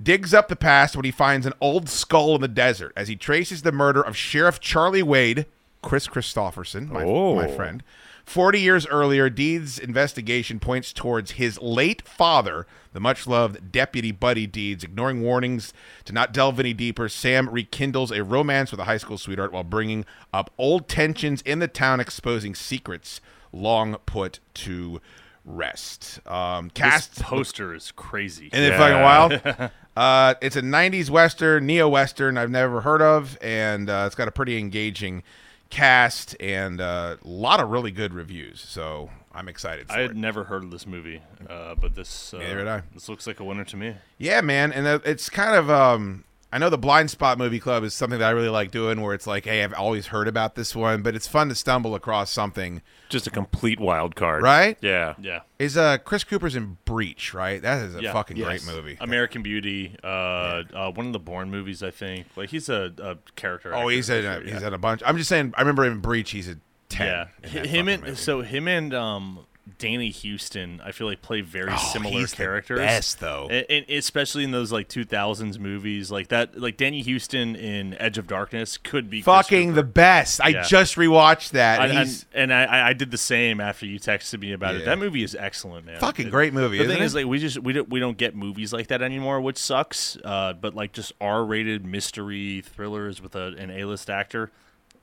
[SPEAKER 6] digs up the past when he finds an old skull in the desert as he traces the murder of Sheriff Charlie Wade, Chris Christopherson, my, my friend. 40 years earlier, Deeds' investigation points towards his late father, the much loved Deputy Buddy Deeds. Ignoring warnings to not delve any deeper, Sam rekindles a romance with a high school sweetheart while bringing up old tensions in the town, exposing secrets long put to rest. Um, cast.
[SPEAKER 7] This poster is crazy.
[SPEAKER 6] And then fucking wild. Uh, it's a 90s Western, neo Western I've never heard of, and uh, it's got a pretty engaging cast and a lot of really good reviews. So I'm excited for
[SPEAKER 7] I
[SPEAKER 6] it.
[SPEAKER 7] had never heard of this movie, uh, but this uh,
[SPEAKER 6] Neither had I.
[SPEAKER 7] this looks like a winner to me.
[SPEAKER 6] Yeah, man, and uh, it's kind of um I know the Blind Spot Movie Club is something that I really like doing where it's like, hey, I've always heard about this one, but it's fun to stumble across something,
[SPEAKER 2] Just a complete wild card.
[SPEAKER 6] right?
[SPEAKER 2] Yeah.
[SPEAKER 7] Yeah,
[SPEAKER 6] Is uh Chris Cooper's in Breach, right? That is a
[SPEAKER 7] yeah,
[SPEAKER 6] fucking
[SPEAKER 7] yes.
[SPEAKER 6] great movie.
[SPEAKER 7] American Beauty, uh, uh, one of the Bourne movies, I think. Like he's a, a character.
[SPEAKER 6] oh,
[SPEAKER 7] actor,
[SPEAKER 6] he's
[SPEAKER 7] for
[SPEAKER 6] in a,
[SPEAKER 7] sure, yeah.
[SPEAKER 6] he's in a bunch. I'm just saying I remember in Breach he's a 10.
[SPEAKER 7] Yeah,
[SPEAKER 6] in
[SPEAKER 7] Hi-
[SPEAKER 6] that
[SPEAKER 7] him
[SPEAKER 6] fucking
[SPEAKER 7] and
[SPEAKER 6] movie.
[SPEAKER 7] so him and um, Danny Houston, I feel like play very
[SPEAKER 6] Oh,
[SPEAKER 7] similar
[SPEAKER 6] he's the
[SPEAKER 7] characters.
[SPEAKER 6] best, though.
[SPEAKER 7] A- and, especially in those like 2000s movies, like that, like Danny Houston in Edge of Darkness could be Chris
[SPEAKER 6] fucking the best. I
[SPEAKER 7] Yeah.
[SPEAKER 6] just rewatched that.
[SPEAKER 7] I, I-
[SPEAKER 6] he's
[SPEAKER 7] and I- I, I did the same after you texted me about
[SPEAKER 6] Yeah.
[SPEAKER 7] it. That movie is excellent, man.
[SPEAKER 6] Fucking
[SPEAKER 7] It-
[SPEAKER 6] great movie,
[SPEAKER 7] The
[SPEAKER 6] isn't
[SPEAKER 7] thing
[SPEAKER 6] it?
[SPEAKER 7] is, like, we just we don't we don't get movies like that anymore, which sucks. Uh, but like, just R-rated mystery thrillers with a, an A-list actor,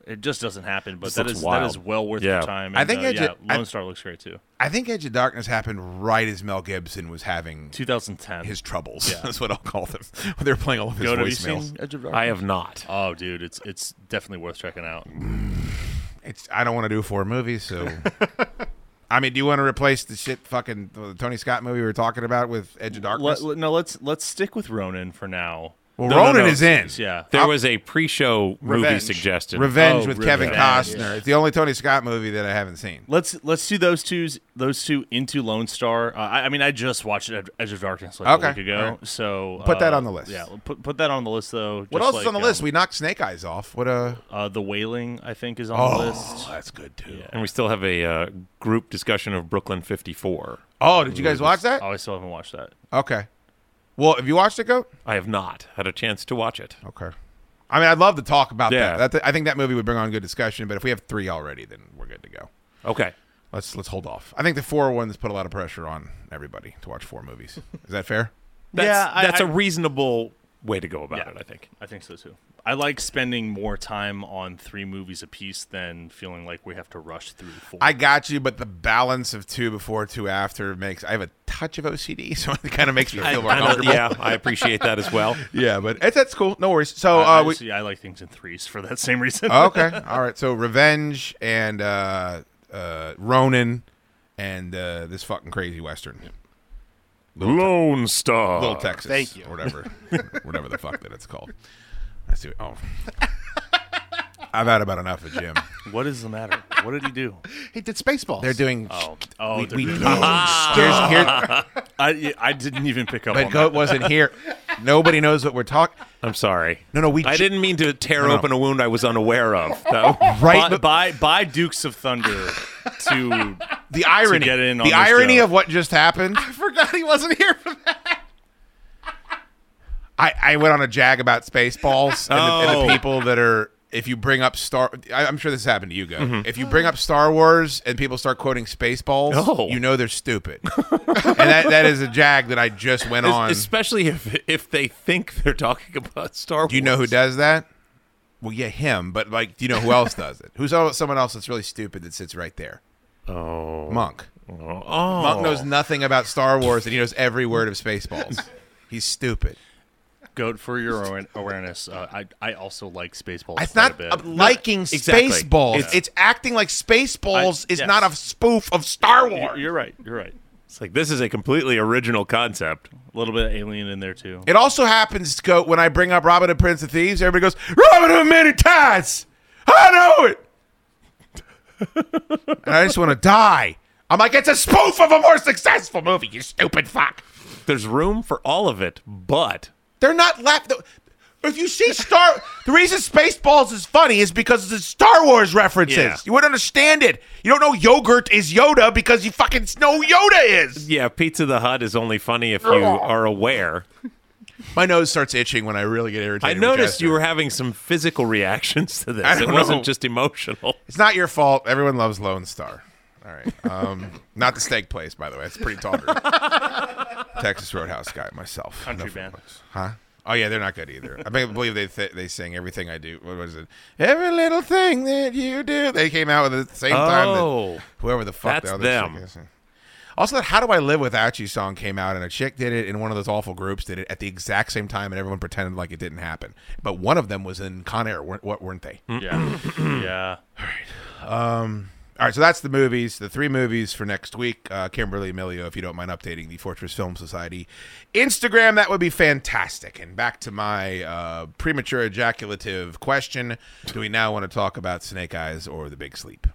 [SPEAKER 7] it just doesn't happen. But
[SPEAKER 2] Just
[SPEAKER 7] that
[SPEAKER 2] looks
[SPEAKER 7] is that
[SPEAKER 2] wild.
[SPEAKER 7] is well worth
[SPEAKER 2] Yeah.
[SPEAKER 7] your time.
[SPEAKER 6] I
[SPEAKER 7] And,
[SPEAKER 6] think
[SPEAKER 7] uh,
[SPEAKER 6] I
[SPEAKER 7] yeah,
[SPEAKER 6] ju- I-
[SPEAKER 7] Lone Star looks great too.
[SPEAKER 6] I think Edge of Darkness happened right as Mel Gibson was having
[SPEAKER 7] 2010.
[SPEAKER 6] his troubles. That's what I'll call them. When they were playing all of his
[SPEAKER 7] Go to have you
[SPEAKER 6] voicemails.
[SPEAKER 7] seen Edge of Darkness?
[SPEAKER 2] I have not.
[SPEAKER 7] Oh, dude, it's it's definitely worth checking out.
[SPEAKER 6] It's I don't want to do four movies, so I mean, do you want to replace the shit fucking the Tony Scott movie we were talking about with Edge of Darkness?
[SPEAKER 7] Let, let- no, let's let's stick with Ronan for now.
[SPEAKER 6] well,
[SPEAKER 2] no, no,
[SPEAKER 6] Ronan
[SPEAKER 2] no.
[SPEAKER 6] is in.
[SPEAKER 7] Yeah,
[SPEAKER 2] There was a pre-show movie
[SPEAKER 1] Revenge.
[SPEAKER 2] suggestion.
[SPEAKER 6] Revenge
[SPEAKER 7] Oh,
[SPEAKER 6] with Kevin
[SPEAKER 7] Revenge.
[SPEAKER 6] Costner. It's the only Tony Scott movie that I haven't seen.
[SPEAKER 7] Let's let's do those two those two into Lone Star. Uh, I, I mean, I just watched Ed- Edge of Darkness like
[SPEAKER 6] Okay,
[SPEAKER 7] a week ago,
[SPEAKER 6] all right.
[SPEAKER 7] so
[SPEAKER 6] Put that
[SPEAKER 7] uh,
[SPEAKER 6] on the list.
[SPEAKER 7] Yeah, put, put that on the list though.
[SPEAKER 6] What
[SPEAKER 7] just
[SPEAKER 6] else
[SPEAKER 7] like,
[SPEAKER 6] is on the list?
[SPEAKER 7] um,
[SPEAKER 6] We knocked Snake Eyes off. What uh
[SPEAKER 7] uh, the Wailing, I think, is on
[SPEAKER 6] Oh.
[SPEAKER 7] the list.
[SPEAKER 6] that's good too.
[SPEAKER 2] And we still have a uh, group discussion of Brooklyn 54.
[SPEAKER 6] Oh, did you guys watch that?
[SPEAKER 7] Oh, I still haven't watched that.
[SPEAKER 6] Okay. Well, have you watched it, Goat?
[SPEAKER 2] I have not had a chance to watch it.
[SPEAKER 6] Okay. I mean, I'd love to talk about
[SPEAKER 2] Yeah.
[SPEAKER 6] that. that. I think that movie would bring on good discussion, but if we have three already, then we're good to go.
[SPEAKER 2] Okay.
[SPEAKER 6] Let's let's hold off. I think the four ones put a lot of pressure on everybody to watch four movies. Is that fair?
[SPEAKER 2] That's,
[SPEAKER 7] Yeah, I-
[SPEAKER 2] that's a
[SPEAKER 7] I-
[SPEAKER 2] reasonable way to go about
[SPEAKER 7] Yeah.
[SPEAKER 2] it, I think.
[SPEAKER 7] I think so too. I like spending more time on three movies apiece than feeling like we have to rush through four.
[SPEAKER 6] I got you, but the balance of two before, two after makes I have a touch of OCD, so it kind of makes me feel more
[SPEAKER 2] I know-
[SPEAKER 6] comfortable.
[SPEAKER 2] yeah, I appreciate that as well.
[SPEAKER 6] yeah, but it's that's cool. No worries. So
[SPEAKER 7] I,
[SPEAKER 6] uh, we, Uh.
[SPEAKER 7] I like things in threes for that same reason.
[SPEAKER 6] okay, all right. So revenge and uh, uh, Ronin and uh, this fucking crazy western,
[SPEAKER 2] Lone Star.
[SPEAKER 6] Little Texas,
[SPEAKER 1] thank you.
[SPEAKER 6] or whatever, whatever the fuck that it's called. I see. Oh, I've had about enough of Jim.
[SPEAKER 7] what is the matter? What did he do?
[SPEAKER 1] He did Spaceballs.
[SPEAKER 6] They're doing.
[SPEAKER 7] Oh, oh, they're
[SPEAKER 6] we,
[SPEAKER 7] doing-
[SPEAKER 6] here's, here,
[SPEAKER 7] I, I didn't even pick up. on
[SPEAKER 6] But Goat
[SPEAKER 7] that.
[SPEAKER 6] wasn't here. Nobody knows what we're talking.
[SPEAKER 2] I'm sorry.
[SPEAKER 6] No, no, we.
[SPEAKER 2] I
[SPEAKER 6] ju-
[SPEAKER 2] didn't mean to tear
[SPEAKER 6] no.
[SPEAKER 2] open a wound I was unaware of. though.
[SPEAKER 6] Right,
[SPEAKER 7] by,
[SPEAKER 6] but
[SPEAKER 7] by by Dukes of Thunder to
[SPEAKER 6] the irony.
[SPEAKER 7] get in
[SPEAKER 6] the
[SPEAKER 7] on this
[SPEAKER 6] irony
[SPEAKER 7] joke.
[SPEAKER 6] of what just happened.
[SPEAKER 1] I forgot he wasn't here for that.
[SPEAKER 6] I, I went on a jag about Spaceballs and, the, and
[SPEAKER 2] Oh.
[SPEAKER 6] the people that are. If you bring up Star, I, I'm sure this happened to you, Goat.
[SPEAKER 2] Mm-hmm.
[SPEAKER 6] If you bring up Star Wars and people start quoting Spaceballs,
[SPEAKER 2] No.
[SPEAKER 6] you know they're stupid. and that, that is a jag that I just went on.
[SPEAKER 2] Especially if if they think they're talking about Star Wars.
[SPEAKER 6] Do you know who does that? Well, yeah, him. But like, do you know who else does it? Who's el- someone else that's really stupid that sits right there? Oh, Monk.
[SPEAKER 2] Oh,
[SPEAKER 6] Monk knows nothing about Star Wars, and he knows every word of Spaceballs. He's stupid.
[SPEAKER 7] Goat for your awa- awareness. Uh, I I also like Spaceballs.
[SPEAKER 6] It's
[SPEAKER 7] quite
[SPEAKER 6] not
[SPEAKER 7] a
[SPEAKER 6] uh,
[SPEAKER 7] bit.
[SPEAKER 6] liking
[SPEAKER 2] exactly.
[SPEAKER 6] Spaceballs. It's,
[SPEAKER 2] It's-
[SPEAKER 6] acting like Spaceballs
[SPEAKER 7] I-
[SPEAKER 6] is
[SPEAKER 7] yes.
[SPEAKER 6] not a spoof of Star
[SPEAKER 7] You're,
[SPEAKER 6] Wars.
[SPEAKER 7] you're right. You're right.
[SPEAKER 2] it's like this is a completely original concept.
[SPEAKER 7] A little bit of Alien in there too.
[SPEAKER 6] it also happens, Scout, when I bring up Robin Hood Prince of Thieves, everybody goes, Robin Hood many times. I know it. and I just want to die. I'm like, it's a spoof of a more successful movie, you stupid fuck.
[SPEAKER 2] There's room for all of it, but
[SPEAKER 6] They're not laughing. If you see Star, the reason Spaceballs is funny is because it's Star Wars references.
[SPEAKER 2] Yeah.
[SPEAKER 6] You wouldn't understand it. You don't know yogurt is Yoda because you fucking know Yoda is.
[SPEAKER 2] yeah, Pizza the Hut is only funny if you are aware.
[SPEAKER 6] My nose starts itching when I really get irritated.
[SPEAKER 2] I
[SPEAKER 6] with
[SPEAKER 2] noticed
[SPEAKER 6] Chester.
[SPEAKER 2] you were having some physical reactions to this.
[SPEAKER 6] I
[SPEAKER 2] It
[SPEAKER 6] don't
[SPEAKER 2] wasn't
[SPEAKER 6] know.
[SPEAKER 2] just emotional.
[SPEAKER 6] It's not your fault. Everyone loves Lone Star. All right. Um, not the steak place, by the way. It's a pretty tall group. Texas Roadhouse guy, myself.
[SPEAKER 7] Country
[SPEAKER 6] No
[SPEAKER 7] band.
[SPEAKER 6] folks. Huh? Oh, yeah, they're not good either. I think- believe they th- they sing Everything I Do. What was it? Every Little Thing That You Do. They came out with it at the same time. that
[SPEAKER 2] Oh.
[SPEAKER 6] Whoever the fuck
[SPEAKER 2] That's
[SPEAKER 6] the other
[SPEAKER 2] them.
[SPEAKER 6] chick is. Also, that How Do I Live Without You song came out, and a chick did it, and one of those awful groups did it at the exact same time, and everyone pretended like it didn't happen. But one of them was in Con Air, weren't, what- weren't they?
[SPEAKER 2] Hmm.
[SPEAKER 7] Yeah, yeah.
[SPEAKER 6] All right, so that's the movies, the three movies for next week. Uh, Kimberly Emilio, if you don't mind updating the Fortress Film Society Instagram, that would be fantastic. And back to my uh, premature ejaculative question: Do we now want to talk about Snake Eyes or The Big Sleep?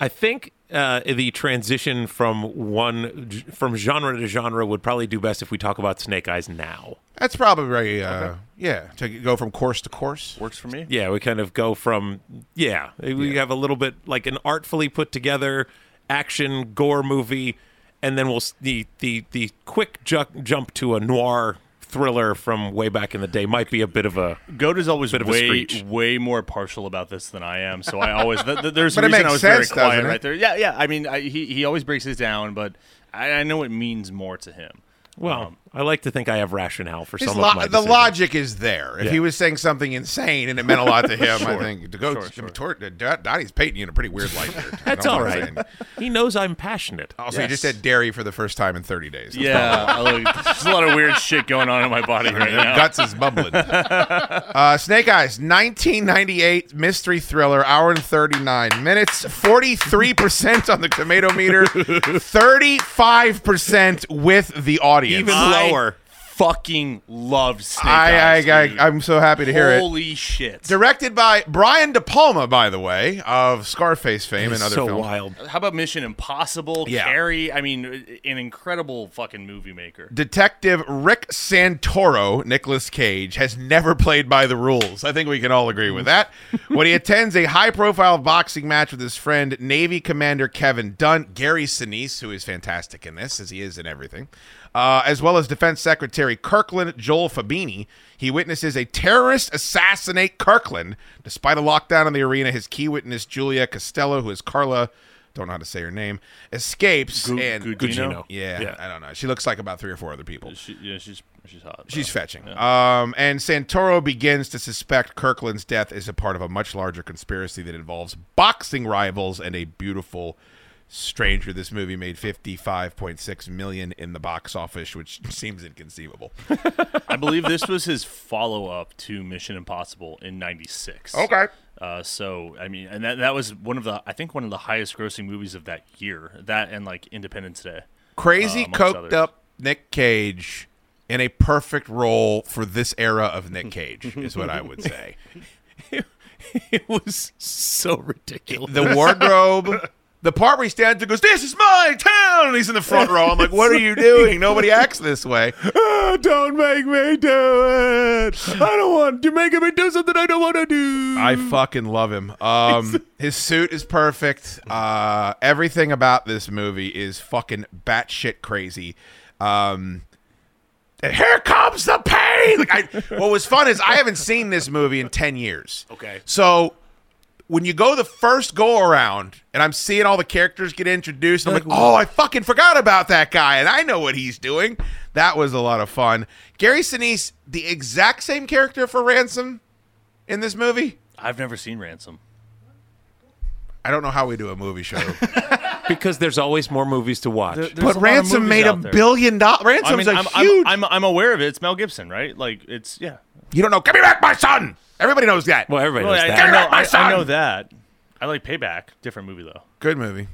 [SPEAKER 2] I think uh, the transition from one g- from genre to genre would probably do best if we talk about Snake Eyes now.
[SPEAKER 6] That's probably uh, yeah to go from course to course.
[SPEAKER 7] Works for me.
[SPEAKER 2] Yeah, we kind of go from yeah, we have a little bit like an artfully put together action gore movie, and then we'll s- the the the quick ju- jump to a noir thriller from way back in the day might be a bit of a
[SPEAKER 7] Goat is always
[SPEAKER 2] Bit of a
[SPEAKER 7] way
[SPEAKER 2] screech.
[SPEAKER 7] way more partial about this than I am, so I always th- th- there's
[SPEAKER 6] But
[SPEAKER 7] a
[SPEAKER 6] it
[SPEAKER 7] reason
[SPEAKER 6] makes
[SPEAKER 7] I was
[SPEAKER 6] sense,
[SPEAKER 7] very quiet
[SPEAKER 6] doesn't it?
[SPEAKER 7] right there. Yeah, yeah. I mean, I, he he always breaks it down, but I, I know it means more to him.
[SPEAKER 2] well. I like to think I have rationale for
[SPEAKER 6] His
[SPEAKER 2] some
[SPEAKER 6] lo-
[SPEAKER 2] of my
[SPEAKER 6] the
[SPEAKER 2] decisions.
[SPEAKER 6] logic is there. If he was saying something insane and it meant a lot to him, I
[SPEAKER 7] Sure.
[SPEAKER 6] think to go.
[SPEAKER 7] Sure,
[SPEAKER 6] I mean,
[SPEAKER 7] sure.
[SPEAKER 6] Tor- Dot- Dottie's painting you in a pretty weird light. there.
[SPEAKER 2] That's
[SPEAKER 6] You know
[SPEAKER 2] all
[SPEAKER 6] what I'm
[SPEAKER 2] right.
[SPEAKER 6] saying?
[SPEAKER 2] He knows I'm passionate.
[SPEAKER 6] Also, you just
[SPEAKER 7] Yes.
[SPEAKER 6] said dairy for the first time in 30 days. That's
[SPEAKER 7] Yeah, I like, there's a lot of weird shit going on in my body right
[SPEAKER 6] Their
[SPEAKER 7] now.
[SPEAKER 6] guts is bubbling. uh, Snake Eyes, 1998 mystery thriller, hour and 39 minutes, 43% on the tomato meter, 35% with the audience.
[SPEAKER 2] Even
[SPEAKER 7] I
[SPEAKER 2] lower.
[SPEAKER 7] Fucking love Snake
[SPEAKER 6] I,
[SPEAKER 7] Eyes.
[SPEAKER 6] I, I,
[SPEAKER 7] dude.
[SPEAKER 6] I'm so happy to hear it.
[SPEAKER 7] Holy shit!
[SPEAKER 6] Directed by Brian De Palma, by the way, of Scarface fame and other
[SPEAKER 2] so
[SPEAKER 6] films.
[SPEAKER 2] wild.
[SPEAKER 7] How about Mission Impossible?
[SPEAKER 6] Yeah.
[SPEAKER 7] Carrie. I mean, an incredible fucking movie maker.
[SPEAKER 6] Detective Rick Santoro, Nicolas Cage, has never played by the rules. I think we can all agree with that. when he attends a high profile boxing match with his friend, Navy Commander Kevin Dunn, Gary Sinise, who is fantastic in this, as he is in everything, uh, as well as Defense Secretary Kirkland Joel Fabini, he witnesses a terrorist assassinate Kirkland. Despite a lockdown in the arena, his key witness, Julia Costello, who is Carla. Don't know how to say her name. Escapes and
[SPEAKER 7] Gugino? Gugino.
[SPEAKER 6] Yeah,
[SPEAKER 2] Yeah.
[SPEAKER 6] I don't know. She looks like about three or four other people.
[SPEAKER 7] She, yeah, she's she's hot.
[SPEAKER 6] She's
[SPEAKER 7] bro.
[SPEAKER 6] fetching. Um, and Santoro begins to suspect Kirkland's death is a part of a much larger conspiracy that involves boxing rivals and a beautiful stranger. This movie made fifty-five point six million in the box office, which seems inconceivable.
[SPEAKER 7] I believe this was his follow up to Mission Impossible in '96. Uh, so I mean, and that that was one of the I think one of the highest grossing movies of that year. That and like Independence Day.
[SPEAKER 6] Crazy,
[SPEAKER 7] Uh, amongst
[SPEAKER 6] coked
[SPEAKER 7] others.
[SPEAKER 6] up Nick Cage in a perfect role for this era of Nick Cage is what I would say.
[SPEAKER 2] It was so ridiculous.
[SPEAKER 6] the wardrobe. The part where he stands and goes, "This is my town," and he's in the front row. I'm like, "What are you doing? Nobody acts this way." "Oh, don't make me do it. I don't want you making me do something I don't want to do. I fucking love him. Um, his suit is perfect. Uh, everything about this movie is fucking batshit crazy. Um, and here comes the pain. Like, I, what was fun is I haven't seen this movie in ten years.
[SPEAKER 7] Okay.
[SPEAKER 6] so when you go the first go around and I'm seeing all the characters get introduced, I'm like, oh, I fucking forgot about that guy and I know what he's doing. That was a lot of fun. Gary Sinise, the exact same character for Ransom in this movie.
[SPEAKER 7] I've never seen Ransom.
[SPEAKER 6] I don't know how we do a movie show,
[SPEAKER 2] because there's always more movies to watch.
[SPEAKER 6] but Ransom made a billion dollars.
[SPEAKER 7] I
[SPEAKER 6] Ransom's
[SPEAKER 7] mean,
[SPEAKER 6] a
[SPEAKER 7] I'm, I'm-
[SPEAKER 6] huge.
[SPEAKER 7] I'm, I'm aware of it. It's Mel Gibson, right? Like it's yeah.
[SPEAKER 6] you don't know. Give me back my son. Everybody knows that.
[SPEAKER 2] well, everybody
[SPEAKER 7] Well,
[SPEAKER 2] knows
[SPEAKER 7] I,
[SPEAKER 2] that.
[SPEAKER 7] I know,
[SPEAKER 6] back my
[SPEAKER 7] I- I
[SPEAKER 6] son!
[SPEAKER 7] know that. I like Payback. Different movie though.
[SPEAKER 6] Good movie.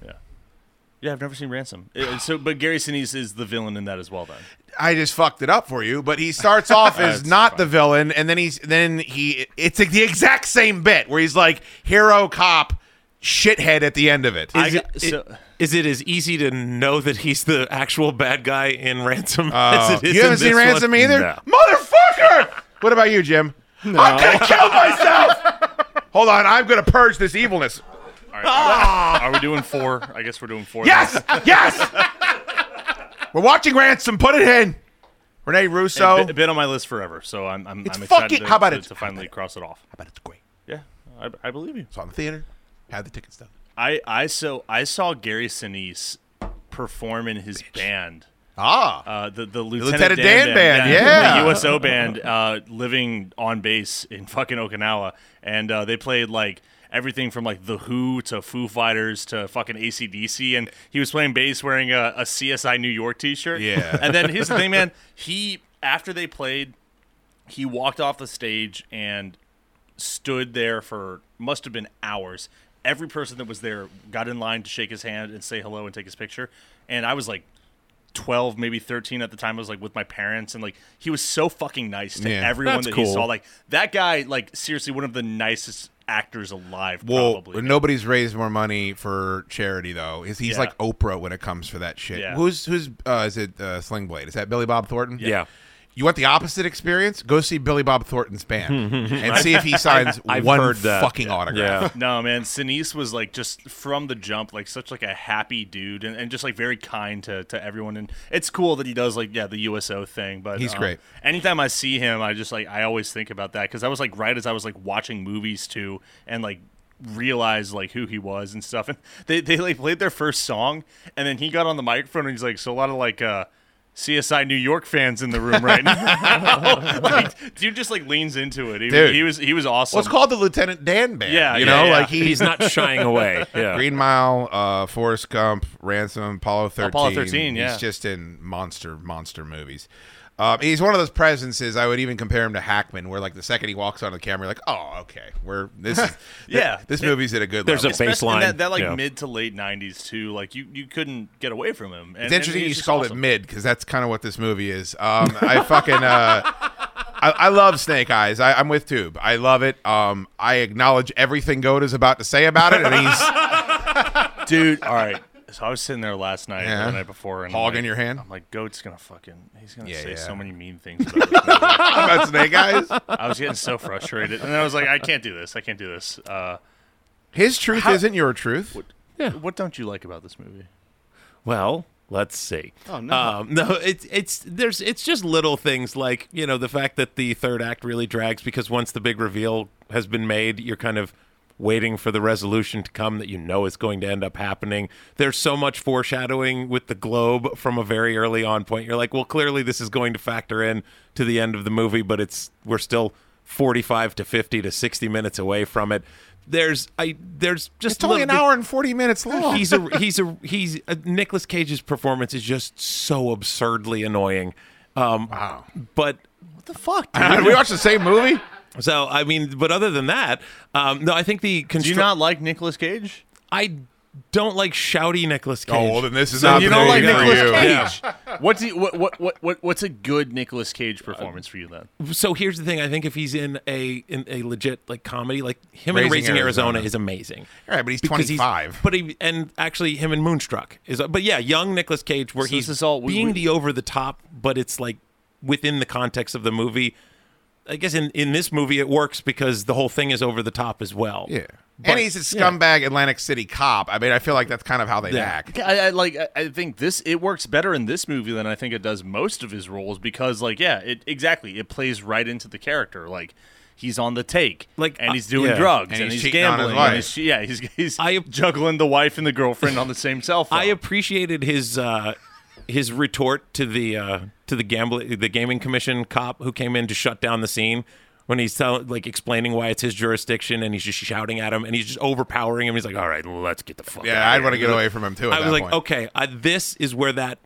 [SPEAKER 7] Yeah, I've never seen Ransom. Uh, so, but Gary Sinise is the villain in that as well. Then
[SPEAKER 6] I just fucked it up for you, but he starts off as not the villain, and then he's then he it's like the exact same bit where he's like hero cop shithead at the end of it.
[SPEAKER 7] I
[SPEAKER 2] Is
[SPEAKER 7] got-
[SPEAKER 2] it-
[SPEAKER 7] so-
[SPEAKER 2] Is it as easy to know that he's the actual bad guy in Ransom
[SPEAKER 6] Uh,
[SPEAKER 2] as it is
[SPEAKER 6] you haven't
[SPEAKER 2] in
[SPEAKER 6] seen
[SPEAKER 2] this
[SPEAKER 6] Ransom
[SPEAKER 2] one?
[SPEAKER 6] either,
[SPEAKER 2] No.
[SPEAKER 6] motherfucker. what about you, Jim? I'm gonna kill myself. Hold on, I'm gonna purge this evilness. Ah.
[SPEAKER 7] are we doing four? I guess we're doing four.
[SPEAKER 6] Yes, yes. We're watching Ransom. Put it in. Renee Russo.
[SPEAKER 7] It's been on my list forever, so I'm I'm,
[SPEAKER 6] It's
[SPEAKER 7] I'm excited
[SPEAKER 6] fucking-
[SPEAKER 7] to,
[SPEAKER 6] how about
[SPEAKER 7] to,
[SPEAKER 6] it?
[SPEAKER 7] to finally cross it off.
[SPEAKER 6] I bet it's great.
[SPEAKER 7] Yeah, I, I believe you.
[SPEAKER 6] It's on the theater. Had the tickets done.
[SPEAKER 7] I I so I saw Gary Sinise perform in his band.
[SPEAKER 6] Ah,
[SPEAKER 7] Uh, the the Lieutenant,
[SPEAKER 6] Lieutenant
[SPEAKER 7] Dan,
[SPEAKER 6] Dan band,
[SPEAKER 7] band,
[SPEAKER 6] yeah.
[SPEAKER 7] the USO band, uh, living on base in fucking Okinawa, and uh, they played like everything from like the Who to Foo Fighters to fucking ACDC, and he was playing bass wearing a, a CSI New York T-shirt.
[SPEAKER 6] Yeah.
[SPEAKER 7] and then here's the thing, man. He after they played, he walked off the stage and stood there for must have been hours. Every person that was there got in line to shake his hand and say hello and take his picture. And I was like 12, maybe 13 at the time. I was like with my parents and like he was so fucking nice to
[SPEAKER 6] Yeah.
[SPEAKER 7] everyone
[SPEAKER 2] That's
[SPEAKER 7] that he
[SPEAKER 2] cool.
[SPEAKER 7] saw. Like that guy, like seriously, one of the nicest actors alive,
[SPEAKER 6] Well,
[SPEAKER 7] probably.
[SPEAKER 6] nobody's raised more money for charity though. Is he's
[SPEAKER 7] Yeah.
[SPEAKER 6] like Oprah when it comes for that shit?
[SPEAKER 7] Yeah.
[SPEAKER 6] Who's who's uh, is it? Uh, Sling Blade? Is that Billy Bob Thornton?
[SPEAKER 2] Yeah.
[SPEAKER 6] You want the opposite experience? Go see Billy Bob Thornton's band and see if he signs
[SPEAKER 2] I've
[SPEAKER 6] one
[SPEAKER 2] heard that.
[SPEAKER 6] fucking autograph.
[SPEAKER 2] Yeah.
[SPEAKER 7] No man, Sinise was like just from the jump, like such like a happy dude, and, and just like very kind to, to everyone. And it's cool that he does like yeah the USO thing, but
[SPEAKER 6] He's
[SPEAKER 7] um,
[SPEAKER 6] great.
[SPEAKER 7] Anytime I see him, I just like I always think about that because I was like right as I was like watching movies too, and like realized like who he was and stuff. And they they like played their first song, and then he got on the microphone and he's like, so a lot of like. uh CSI New York fans in the room right now. like, dude just like leans into it. He,
[SPEAKER 6] Dude.
[SPEAKER 7] he was he was awesome.
[SPEAKER 6] Well, it's called the Lieutenant Dan band.
[SPEAKER 7] Yeah,
[SPEAKER 6] you
[SPEAKER 7] yeah,
[SPEAKER 6] know,
[SPEAKER 7] yeah.
[SPEAKER 6] like he,
[SPEAKER 2] He's not shying away. Yeah.
[SPEAKER 6] Green Mile, uh, Forrest Gump, Ransom, Apollo 13.
[SPEAKER 7] Apollo 13, yeah.
[SPEAKER 6] He's just in monster, monster movies. Um, he's one of those presences. I would even compare him to Hackman, where like the second he walks on the camera, you're like, oh, okay, we're this. Is,
[SPEAKER 7] Yeah.
[SPEAKER 6] this movie's at a good
[SPEAKER 2] There's a
[SPEAKER 6] level.
[SPEAKER 2] ba-
[SPEAKER 7] Especially in
[SPEAKER 2] baseline,
[SPEAKER 7] That, that like
[SPEAKER 2] yeah.
[SPEAKER 7] mid to late '90s too. Like you, you couldn't get away from him. And,
[SPEAKER 6] it's interesting
[SPEAKER 7] and
[SPEAKER 6] you
[SPEAKER 7] he's
[SPEAKER 6] just
[SPEAKER 7] just
[SPEAKER 6] called it
[SPEAKER 7] awesome.
[SPEAKER 6] mid because that's kind of what this movie is. Um, I fucking uh, I, I love Snake Eyes. I, I'm with Tube. I love it. Um, I acknowledge everything Goat is about to say about it, and he's
[SPEAKER 7] dude. All right. So I was sitting there last night,
[SPEAKER 6] Yeah.
[SPEAKER 7] or the night before, and I'm
[SPEAKER 6] Hog in
[SPEAKER 7] like-
[SPEAKER 6] your hand?
[SPEAKER 7] I'm like, Goat's gonna fucking, he's gonna
[SPEAKER 6] Yeah,
[SPEAKER 7] say
[SPEAKER 6] yeah.
[SPEAKER 7] so many mean things. About this movie.
[SPEAKER 6] about Snake Eyes.
[SPEAKER 7] I was getting so frustrated, and I was like, I can't do this. I can't do this. Uh,
[SPEAKER 6] His truth isn't your truth.
[SPEAKER 7] What don't you like about this movie?
[SPEAKER 2] Well, let's see. Oh
[SPEAKER 1] no.
[SPEAKER 2] um, no! It's it's there's it's just little things like you know the fact that the third act really drags because once the big reveal has been made, you're kind of waiting for the resolution to come that you know is going to end up happening. There's so much foreshadowing with the globe from a very early on point. You're like, well, clearly this is going to factor in to the end of the movie, but it's we're still 45 to 50 to 60 minutes away from it. There's I there's just
[SPEAKER 6] It's only
[SPEAKER 2] little-
[SPEAKER 6] an hour and forty minutes long.
[SPEAKER 2] he's a he's a he's uh Nicolas Cage's performance is just so absurdly annoying. Um, wow. But what the fuck? dude?
[SPEAKER 6] Did we watch the same movie?
[SPEAKER 2] so I mean, but other than that, um, no, I think the constru-
[SPEAKER 7] Do you not like Nicolas Cage?
[SPEAKER 2] I don't like shouty Nicolas Cage.
[SPEAKER 6] Oh, well, then this is
[SPEAKER 7] So
[SPEAKER 6] not
[SPEAKER 7] you
[SPEAKER 6] the
[SPEAKER 7] don't like
[SPEAKER 6] movie for
[SPEAKER 7] Nicolas
[SPEAKER 6] you.
[SPEAKER 7] Cage? What's he, what, what what what what's a good Nicolas Cage performance for you then?
[SPEAKER 2] so here's the thing. I think if he's in a in a legit like comedy, like him in
[SPEAKER 6] Raising
[SPEAKER 2] Raising Arizona,
[SPEAKER 6] Arizona.
[SPEAKER 2] is amazing.
[SPEAKER 6] All right, but he's
[SPEAKER 2] Because
[SPEAKER 6] 25.
[SPEAKER 2] but he and actually him in Moonstruck is. But yeah, young Nicolas Cage, where
[SPEAKER 7] So
[SPEAKER 2] he's
[SPEAKER 7] this is all- we-
[SPEAKER 2] being
[SPEAKER 7] we-
[SPEAKER 2] the over the top, but it's like within the context of the movie. I guess in in this movie it works because the whole thing is over the top as well.
[SPEAKER 6] Yeah.
[SPEAKER 2] But-
[SPEAKER 6] and he's a scumbag Atlantic City cop. I mean, I feel like that's kind of how they
[SPEAKER 2] Yeah.
[SPEAKER 6] act.
[SPEAKER 7] Yeah, I, I like. I- I think this it works better in this movie than I think it does most of his roles because, like, yeah, it exactly it plays right into the character. Like, he's on the take,
[SPEAKER 2] Like,
[SPEAKER 7] and
[SPEAKER 2] uh,
[SPEAKER 7] he's doing
[SPEAKER 2] yeah.
[SPEAKER 7] drugs,
[SPEAKER 6] And
[SPEAKER 7] and,
[SPEAKER 6] he's
[SPEAKER 7] he's,
[SPEAKER 6] cheating on his
[SPEAKER 7] gambling,
[SPEAKER 6] wife.
[SPEAKER 7] and he's, yeah, he's he's
[SPEAKER 2] I-
[SPEAKER 7] juggling the wife and the girlfriend on the same cell phone.
[SPEAKER 2] I appreciated his uh, his retort to the uh, to the gambling the gaming commission cop who came in to shut down the scene when he's tell, like explaining why it's his jurisdiction and he's just shouting at him and he's just overpowering him. He's like, "All right, let's get the fuck."
[SPEAKER 6] Yeah,
[SPEAKER 2] out
[SPEAKER 6] I'd want to get away from him too.
[SPEAKER 2] I
[SPEAKER 6] At
[SPEAKER 2] was
[SPEAKER 6] that
[SPEAKER 2] like,
[SPEAKER 6] point.
[SPEAKER 2] "Okay, I, this is where that."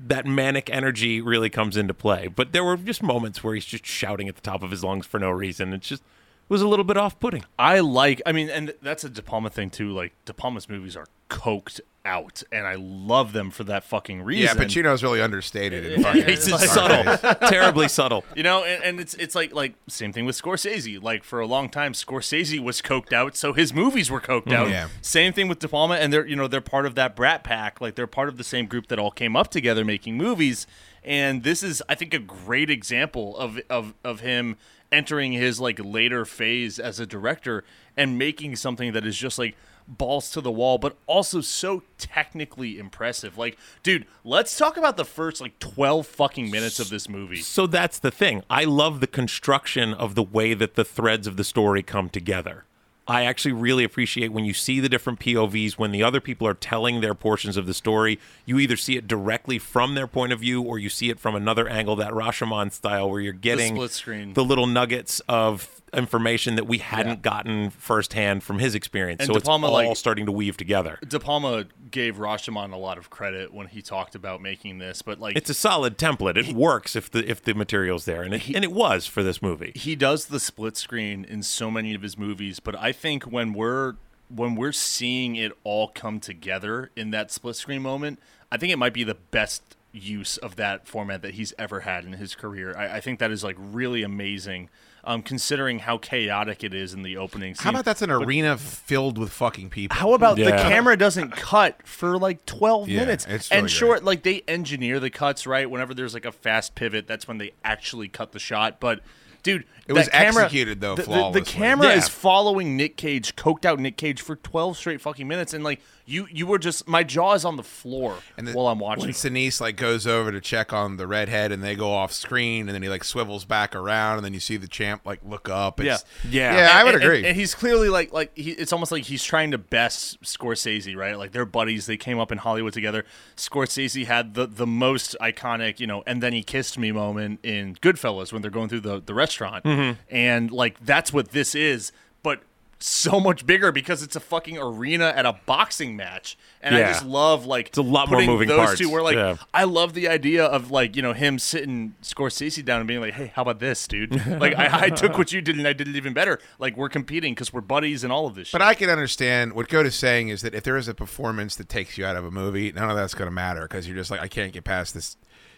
[SPEAKER 2] That manic energy really comes into play, but there were just moments where he's just shouting at the top of his lungs for no reason. It's just it was a little bit off-putting.
[SPEAKER 7] I like. I mean, and that's a De Palma thing too. Like, De Palma's movies are coked out, and I love them for that fucking
[SPEAKER 6] Yeah,
[SPEAKER 7] reason.
[SPEAKER 6] Pacino's really understated. In fucking
[SPEAKER 2] It's
[SPEAKER 6] Dark
[SPEAKER 2] just subtle,
[SPEAKER 6] Days.
[SPEAKER 2] terribly subtle.
[SPEAKER 7] You know, and, and it's it's like like same thing with Scorsese. Like for a long time, Scorsese was coked out, so his movies were coked out.
[SPEAKER 6] Yeah.
[SPEAKER 7] Same thing with De Palma, and they're you know they're part of that brat pack. Like they're part of the same group that all came up together making movies. And this is, I think, a great example of of of him entering his like later phase as a director and making something that is just like balls to the wall, but also so technically impressive. Like, dude, let's talk about the first like twelve fucking minutes of this movie.
[SPEAKER 2] So that's the thing. I love the construction of the way that the threads of the story come together. I actually really appreciate when you see the different POVs, when the other people are telling their portions of the story. You either see it directly from their point of view or you see it from another angle, that Rashomon style, where you're getting
[SPEAKER 7] split screen.
[SPEAKER 2] the little nuggets of information that we hadn't gotten firsthand from his experience.
[SPEAKER 7] And
[SPEAKER 2] so
[SPEAKER 7] De
[SPEAKER 2] it's
[SPEAKER 7] Palma,
[SPEAKER 2] all
[SPEAKER 7] like-
[SPEAKER 2] starting to weave together.
[SPEAKER 7] De Palma gave Rashomon a lot of credit when he talked about making this, but like
[SPEAKER 2] It's a solid template. It works if the if the material's there, and it, and it was for this movie.
[SPEAKER 7] he does the split screen in so many of his movies, but I think when we're when we're seeing it all come together in that split screen moment, I think it might be the best use of that format that he's ever had in his career. I, I think that is like really amazing, um, considering how chaotic it is in the opening scene.
[SPEAKER 6] How about that's an arena filled with fucking people?
[SPEAKER 7] How about the
[SPEAKER 2] Yeah.
[SPEAKER 7] camera doesn't cut for like 12
[SPEAKER 6] Yeah,
[SPEAKER 7] minutes?
[SPEAKER 6] it's
[SPEAKER 7] and
[SPEAKER 6] really
[SPEAKER 7] sure, like they engineer the cuts, right? Whenever there's like a fast pivot, that's when they actually cut the shot. But dude,
[SPEAKER 6] It
[SPEAKER 7] that
[SPEAKER 6] was
[SPEAKER 7] camera,
[SPEAKER 6] executed, though,
[SPEAKER 7] the- the- The,
[SPEAKER 6] flawlessly.
[SPEAKER 7] camera
[SPEAKER 2] Yeah.
[SPEAKER 7] is following Nick Cage, coked out Nick Cage for 12 straight fucking minutes. And like you, you were just, my jaw is on the floor
[SPEAKER 6] And the-
[SPEAKER 7] while I'm watching.
[SPEAKER 6] When
[SPEAKER 7] it.
[SPEAKER 6] Sinise like goes over to check on the redhead, and they go off screen, and then he like swivels back around, and then you see the champ like look up. It's,
[SPEAKER 2] Yeah.
[SPEAKER 6] yeah, I would
[SPEAKER 7] and- and-
[SPEAKER 6] agree.
[SPEAKER 7] And, he's clearly like like he, it's almost like he's trying to best Scorsese, right? Like they're buddies. They came up in Hollywood together. Scorsese had the the most iconic, you know, and then he kissed me moment in Goodfellas when they're going through the the restaurant,
[SPEAKER 2] Mm-hmm.
[SPEAKER 7] and like that's what this is, but so much bigger because it's a fucking arena at a boxing match, and I
[SPEAKER 2] Yeah.
[SPEAKER 7] just love like it's
[SPEAKER 2] a lot more moving
[SPEAKER 7] those
[SPEAKER 2] parts.
[SPEAKER 7] two. Where like
[SPEAKER 2] Yeah.
[SPEAKER 7] I love the idea of like you know him sitting Scorsese down and being like, "Hey, how about this, dude? Like I, I took what you did and I did it even better. Like we're competing because we're buddies and all of this."
[SPEAKER 6] But
[SPEAKER 7] shit.
[SPEAKER 6] I can understand what Goat is saying is that if there is a performance that takes you out of a movie, none of that's going to matter because you're just like, I can't get past this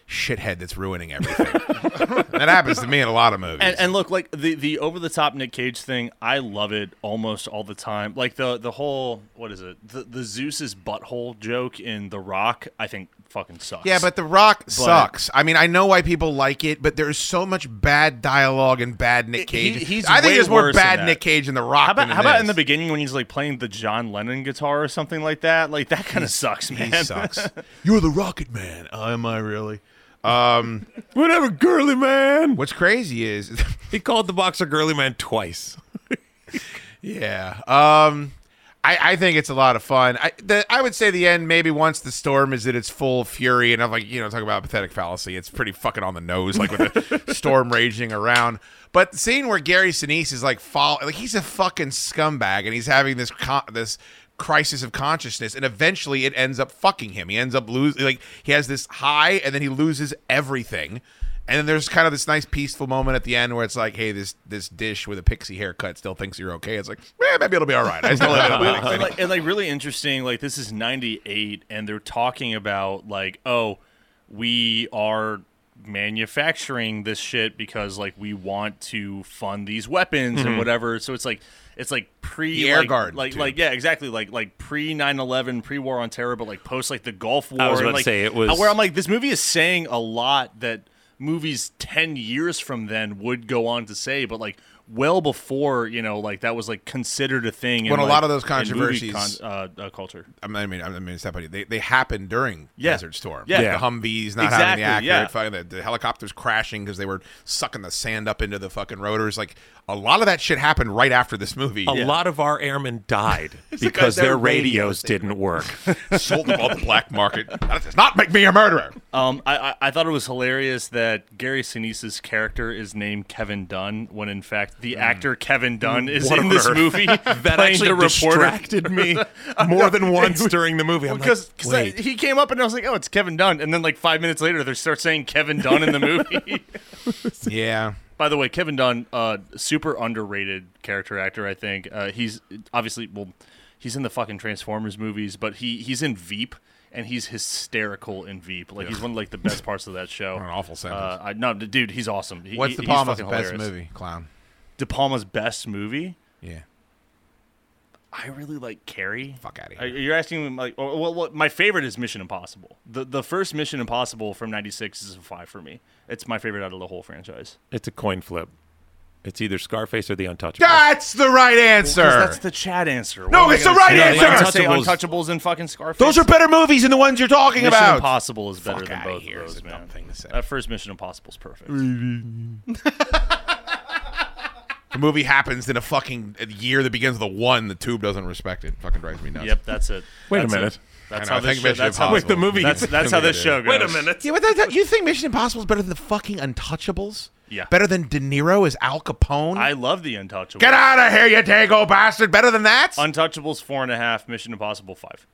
[SPEAKER 6] shithead that's ruining everything. that happens to me in a lot of movies.
[SPEAKER 7] and, and look, like the the over the top Nick Cage thing, I love it almost all the time. Like the the whole what is it? The the Zeus's butthole joke in The Rock, I think fucking sucks.
[SPEAKER 6] yeah, but The Rock sucks. I mean, I know why people like it, but there's so much bad dialogue and bad Nick
[SPEAKER 7] He-
[SPEAKER 6] Cage.
[SPEAKER 7] he's
[SPEAKER 6] I think
[SPEAKER 7] way
[SPEAKER 6] there's more
[SPEAKER 7] worse in
[SPEAKER 6] bad
[SPEAKER 7] that.
[SPEAKER 6] Nick Cage in The Rock.
[SPEAKER 7] How about
[SPEAKER 6] than
[SPEAKER 7] how about in the
[SPEAKER 6] this.
[SPEAKER 7] beginning when he's like playing the John Lennon guitar or something like that? Like that kind of sucks, man.
[SPEAKER 6] He sucks. You're the Rocket Man. Oh, am I really? Um,
[SPEAKER 2] Whatever, girly man.
[SPEAKER 6] what's crazy is
[SPEAKER 2] He called the boxer girly man twice.
[SPEAKER 6] Yeah. Um I, I think it's a lot of fun. I the, I would say the end maybe once the storm is at its full fury and I'm like, you know, talk about pathetic fallacy. It's pretty fucking on the nose, like with the storm raging around. But the scene where Gary Sinise is like fall like he's a fucking scumbag and he's having this con- this crisis of consciousness and eventually it ends up fucking him. He ends up losing like he has this high and then he loses everything. And then there's kind of this nice peaceful moment at the end where it's like, hey, this this dish with a pixie haircut still thinks you're okay. It's like, eh, maybe it'll be all right. I still have
[SPEAKER 7] Well,
[SPEAKER 6] it.
[SPEAKER 7] and, like, and like really interesting like this is 98 and they're talking about like oh we are manufacturing this shit because like we want to fund these weapons
[SPEAKER 2] Mm-hmm.
[SPEAKER 7] and whatever so it's like it's like pre
[SPEAKER 6] The air
[SPEAKER 7] like,
[SPEAKER 6] guard,
[SPEAKER 7] like
[SPEAKER 6] too.
[SPEAKER 7] like yeah exactly like like pre 9-11 pre war on terror but like post like the gulf war
[SPEAKER 2] was
[SPEAKER 7] and,
[SPEAKER 2] about to
[SPEAKER 7] like,
[SPEAKER 2] say, it was-
[SPEAKER 7] where i'm like this movie is saying a lot that movies 10 years from then would go on to say but like well before you know like that was like considered a thing
[SPEAKER 6] When
[SPEAKER 7] in,
[SPEAKER 6] a
[SPEAKER 7] like,
[SPEAKER 6] lot of those
[SPEAKER 7] in movie
[SPEAKER 6] controversies-
[SPEAKER 7] uh, uh, culture.
[SPEAKER 6] I mean, I mean, I mean, it's not funny. They, they happen during
[SPEAKER 7] Yeah.
[SPEAKER 6] Desert Storm.
[SPEAKER 7] Yeah.
[SPEAKER 6] Like the Humvees not having the accurate
[SPEAKER 7] Exactly, yeah.
[SPEAKER 6] fucking the, the helicopters crashing because they were sucking the sand up into the fucking rotors. Like a lot of that shit happened right after this movie.
[SPEAKER 2] A lot of our airmen died
[SPEAKER 6] because
[SPEAKER 2] because their
[SPEAKER 6] their
[SPEAKER 2] radios didn't work.
[SPEAKER 6] sold them on the black market. That does not make me a murderer.
[SPEAKER 7] Um, I, I I thought it was hilarious that Gary Sinise's character is named Kevin Dunn when in fact the actor Kevin Dunn is
[SPEAKER 2] What
[SPEAKER 7] in
[SPEAKER 2] on
[SPEAKER 7] this
[SPEAKER 2] earth?
[SPEAKER 7] movie
[SPEAKER 2] That actually distracted me more than once during the movie. I'm
[SPEAKER 7] Because
[SPEAKER 2] like,
[SPEAKER 7] 'cause I-
[SPEAKER 2] wait,
[SPEAKER 7] he came up and I was like, oh, it's Kevin Dunn, and then like five minutes later they start saying Kevin Dunn in the movie.
[SPEAKER 6] Yeah.
[SPEAKER 7] By the way, Kevin Dunn, uh, super underrated character actor. I think uh, he's obviously well, he's in the fucking Transformers movies, but he he's in Veep and he's hysterical in Veep. Like he's one of like the best parts of that show.
[SPEAKER 6] an awful sentence.
[SPEAKER 7] Uh, I, no, dude, he's awesome. He,
[SPEAKER 6] What's
[SPEAKER 7] he-
[SPEAKER 6] the
[SPEAKER 7] he's
[SPEAKER 6] Palma's
[SPEAKER 7] fucking
[SPEAKER 6] best
[SPEAKER 7] hilarious.
[SPEAKER 6] movie, clown?
[SPEAKER 7] De Palma's best movie.
[SPEAKER 6] Yeah.
[SPEAKER 7] I really like Carrie.
[SPEAKER 6] Fuck outta
[SPEAKER 7] Uh,
[SPEAKER 6] here.
[SPEAKER 7] You're asking me like, or, well, well, my favorite is Mission Impossible. The the first Mission Impossible from '96 is a five for me. It's my favorite out of the whole franchise.
[SPEAKER 2] it's a coin flip. It's either Scarface or The Untouchables.
[SPEAKER 6] That's the right answer.
[SPEAKER 7] that's the chat answer.
[SPEAKER 6] No,
[SPEAKER 7] Why am I
[SPEAKER 6] it's the
[SPEAKER 7] gonna
[SPEAKER 6] right
[SPEAKER 7] say-
[SPEAKER 6] answer!
[SPEAKER 7] I'm gonna say
[SPEAKER 2] Untouchables-
[SPEAKER 7] Untouchables and fucking Scarface.
[SPEAKER 6] Those are better movies than the ones you're talking
[SPEAKER 7] Mission
[SPEAKER 6] about.
[SPEAKER 7] Impossible is better than
[SPEAKER 6] outta
[SPEAKER 7] both
[SPEAKER 6] here
[SPEAKER 7] of
[SPEAKER 6] is
[SPEAKER 7] those,
[SPEAKER 6] a dumb
[SPEAKER 7] man.
[SPEAKER 6] thing to say.
[SPEAKER 7] That first Mission Impossible is perfect.
[SPEAKER 6] The movie happens in a fucking year that begins with a one. The tube doesn't respect it. Fucking drives me nuts.
[SPEAKER 7] Yep, that's it.
[SPEAKER 2] Wait a
[SPEAKER 7] That's
[SPEAKER 2] minute.
[SPEAKER 7] It. That's
[SPEAKER 6] I know,
[SPEAKER 7] how
[SPEAKER 6] I
[SPEAKER 7] this
[SPEAKER 6] think
[SPEAKER 7] show.
[SPEAKER 6] Mission
[SPEAKER 7] That's how
[SPEAKER 6] Impossible- Wait, the
[SPEAKER 2] movie-
[SPEAKER 7] That's that's how this
[SPEAKER 6] Yeah.
[SPEAKER 7] show goes.
[SPEAKER 2] Wait a minute.
[SPEAKER 6] Yeah, but that, that- you think Mission Impossible is better than the fucking Untouchables?
[SPEAKER 7] Yeah.
[SPEAKER 6] Better than De Niro as Al Capone?
[SPEAKER 7] I love the Untouchables.
[SPEAKER 6] Get out of here, you dago bastard! Better than that?
[SPEAKER 7] Untouchables four and a half. Mission Impossible five.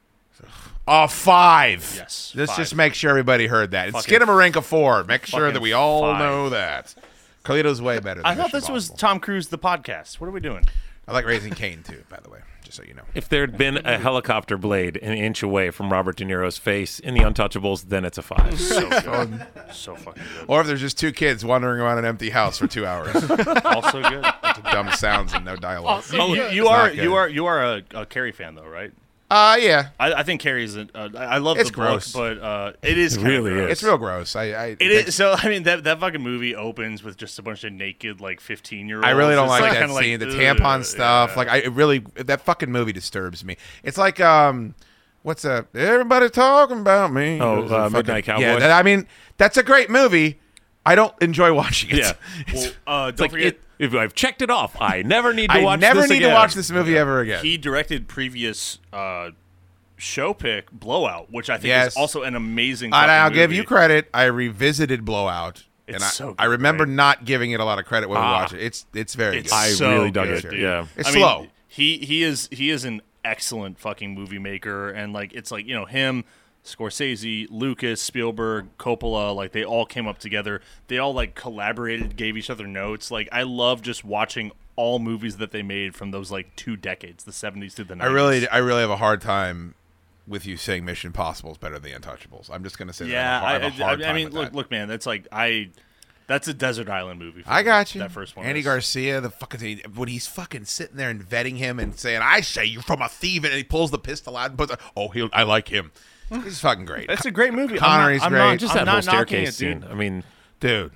[SPEAKER 6] a five.
[SPEAKER 7] Yes,
[SPEAKER 6] Let's
[SPEAKER 7] five.
[SPEAKER 6] just make sure everybody heard that. It's
[SPEAKER 7] Fucking-
[SPEAKER 6] Skidamarinka four. Make sure
[SPEAKER 7] fucking
[SPEAKER 6] that we all
[SPEAKER 7] five.
[SPEAKER 6] know that. Carlito's way better. Than
[SPEAKER 7] I thought
[SPEAKER 6] Mission
[SPEAKER 7] this was
[SPEAKER 6] Impossible.
[SPEAKER 7] Tom Cruise the podcast. What are we doing?
[SPEAKER 6] I like Raising Cain too, by the way. Just so you know.
[SPEAKER 2] If there had been a helicopter blade an inch away from Robert De Niro's face in The Untouchables, then it's a five.
[SPEAKER 7] So good. so fucking good.
[SPEAKER 6] Or if there's just two kids wandering around an empty house for two hours,
[SPEAKER 7] Also good.
[SPEAKER 6] dumb sounds and no dialogue.
[SPEAKER 7] Oh, You, you- you
[SPEAKER 6] It's
[SPEAKER 7] are
[SPEAKER 6] not good.
[SPEAKER 7] you are you are a, a Carrie fan though, right?
[SPEAKER 6] Uh, yeah,
[SPEAKER 7] I, I think Carrie's. An, uh, I I love
[SPEAKER 6] It's
[SPEAKER 7] the
[SPEAKER 6] gross.
[SPEAKER 7] book, but uh, it is
[SPEAKER 2] It
[SPEAKER 7] kinda
[SPEAKER 2] really
[SPEAKER 7] gross.
[SPEAKER 2] is.
[SPEAKER 6] it's real gross. I, I
[SPEAKER 7] It is so. I mean, that that fucking movie opens with just a bunch of naked like fifteen year olds.
[SPEAKER 6] I really don't like that scene. the tampon stuff, like I it really that fucking movie disturbs me. It's like um, what's up? Everybody talking about me.
[SPEAKER 2] Oh,
[SPEAKER 6] It was a
[SPEAKER 2] uh, Midnight Cowboy.
[SPEAKER 6] Yeah, that- I mean that's a great movie. I don't enjoy watching it.
[SPEAKER 2] Yeah.
[SPEAKER 7] Well, uh,
[SPEAKER 2] It's
[SPEAKER 7] don't
[SPEAKER 2] like,
[SPEAKER 7] forget,
[SPEAKER 2] it, if I've checked it off, I never need to
[SPEAKER 6] I
[SPEAKER 2] watch
[SPEAKER 6] never
[SPEAKER 2] this
[SPEAKER 6] need to
[SPEAKER 2] again.
[SPEAKER 6] watch this movie ever again.
[SPEAKER 7] he directed previous uh, show pick Blowout, which I think
[SPEAKER 6] Yes.
[SPEAKER 7] is also an amazing.
[SPEAKER 6] and
[SPEAKER 7] fucking
[SPEAKER 6] I'll give you
[SPEAKER 7] movie.
[SPEAKER 6] credit. I revisited Blowout. and
[SPEAKER 7] It's
[SPEAKER 6] I,
[SPEAKER 7] so
[SPEAKER 6] I
[SPEAKER 7] good,
[SPEAKER 6] remember
[SPEAKER 7] right?
[SPEAKER 6] not giving it a lot of credit when we watched it. It's it's very
[SPEAKER 7] It's
[SPEAKER 6] good.
[SPEAKER 2] I
[SPEAKER 7] so
[SPEAKER 2] really dug
[SPEAKER 7] good,
[SPEAKER 2] it.
[SPEAKER 7] dude.
[SPEAKER 2] Yeah.
[SPEAKER 6] It's
[SPEAKER 7] I mean,
[SPEAKER 6] slow.
[SPEAKER 7] He he is he is an excellent fucking movie maker, and like it's like you know him, Scorsese, Lucas, Spielberg, Coppola, like they all came up together. They all like collaborated, gave each other notes. Like I love just watching all movies that they made from those like two decades, the seventies to the
[SPEAKER 6] I
[SPEAKER 7] nineties.
[SPEAKER 6] really I really have a hard time with you saying Mission Impossible is better than The Untouchables. I'm just gonna say
[SPEAKER 7] yeah.
[SPEAKER 6] that. I
[SPEAKER 7] I,
[SPEAKER 6] have a
[SPEAKER 7] I,
[SPEAKER 6] hard- I, have a hard
[SPEAKER 7] I
[SPEAKER 6] time
[SPEAKER 7] mean,
[SPEAKER 6] with
[SPEAKER 7] look,
[SPEAKER 6] that.
[SPEAKER 7] look, man, that's like I. That's a desert island movie. For
[SPEAKER 6] I
[SPEAKER 7] me,
[SPEAKER 6] got you.
[SPEAKER 7] That first one.
[SPEAKER 6] Andy
[SPEAKER 7] is-
[SPEAKER 6] Garcia, the fucking thing, when he's fucking sitting there and vetting him and saying, "I say you're from a thief," and he pulls the pistol out and puts, a- "Oh, he, I like him." He's fucking great,
[SPEAKER 7] That's a great movie.
[SPEAKER 6] Connery's
[SPEAKER 7] I'm not,
[SPEAKER 6] great.
[SPEAKER 7] I'm not,
[SPEAKER 2] Just
[SPEAKER 7] I'm
[SPEAKER 2] that whole
[SPEAKER 7] not knocking
[SPEAKER 2] staircase
[SPEAKER 7] it, dude.
[SPEAKER 2] scene. I mean,
[SPEAKER 6] dude.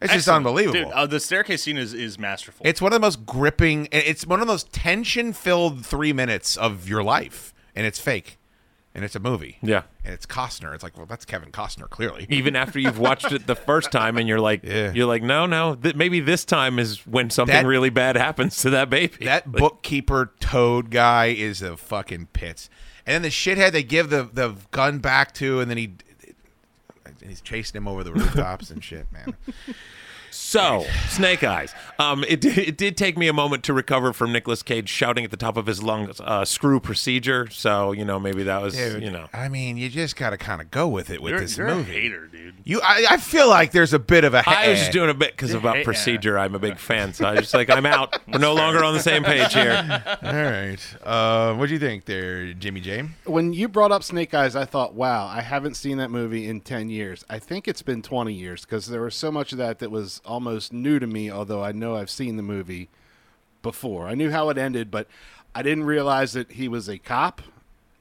[SPEAKER 6] It's just
[SPEAKER 7] Excellent.
[SPEAKER 6] unbelievable.
[SPEAKER 7] Dude, uh, the staircase scene is, is masterful.
[SPEAKER 6] It's one of the most gripping. and It's one of those tension-filled three minutes of your life, and it's fake, and it's a movie.
[SPEAKER 2] Yeah.
[SPEAKER 6] and it's Costner. It's like, well, that's Kevin Costner clearly.
[SPEAKER 2] even after you've watched it the first time and you're like
[SPEAKER 6] Yeah.
[SPEAKER 2] you're like no no th- maybe this time is when something
[SPEAKER 6] That-
[SPEAKER 2] really bad happens to that baby
[SPEAKER 6] That
[SPEAKER 2] Like,
[SPEAKER 6] bookkeeper toad guy is a fucking pits. And then the shithead they give the the gun back to, and then he and he's chasing him over the rooftops and shit, man.
[SPEAKER 2] so snake eyes um it, did- it did take me a moment to recover from Nicolas Cage shouting at the top of his lungs uh, screw procedure so you know maybe that was
[SPEAKER 6] Dude,
[SPEAKER 2] you know
[SPEAKER 6] I mean, you just gotta kind of go with it with
[SPEAKER 7] you're,
[SPEAKER 6] this
[SPEAKER 7] you're
[SPEAKER 6] movie.
[SPEAKER 7] a hater, dude.
[SPEAKER 6] You, I, I feel like there's a bit of a.
[SPEAKER 2] I was
[SPEAKER 6] eh.
[SPEAKER 2] just doing a bit because about procedure. I'm a big fan, so I was just like, I'm out. We're no longer on the same page here.
[SPEAKER 6] All right. Uh, what do you think, there, Jimmy J?
[SPEAKER 1] When you brought up Snake Eyes, I thought, wow, I haven't seen that movie in 10 years. I think it's been 20 years because there was so much of that that was almost new to me, although I know I've seen the movie before. I knew how it ended, but I didn't realize that he was a cop.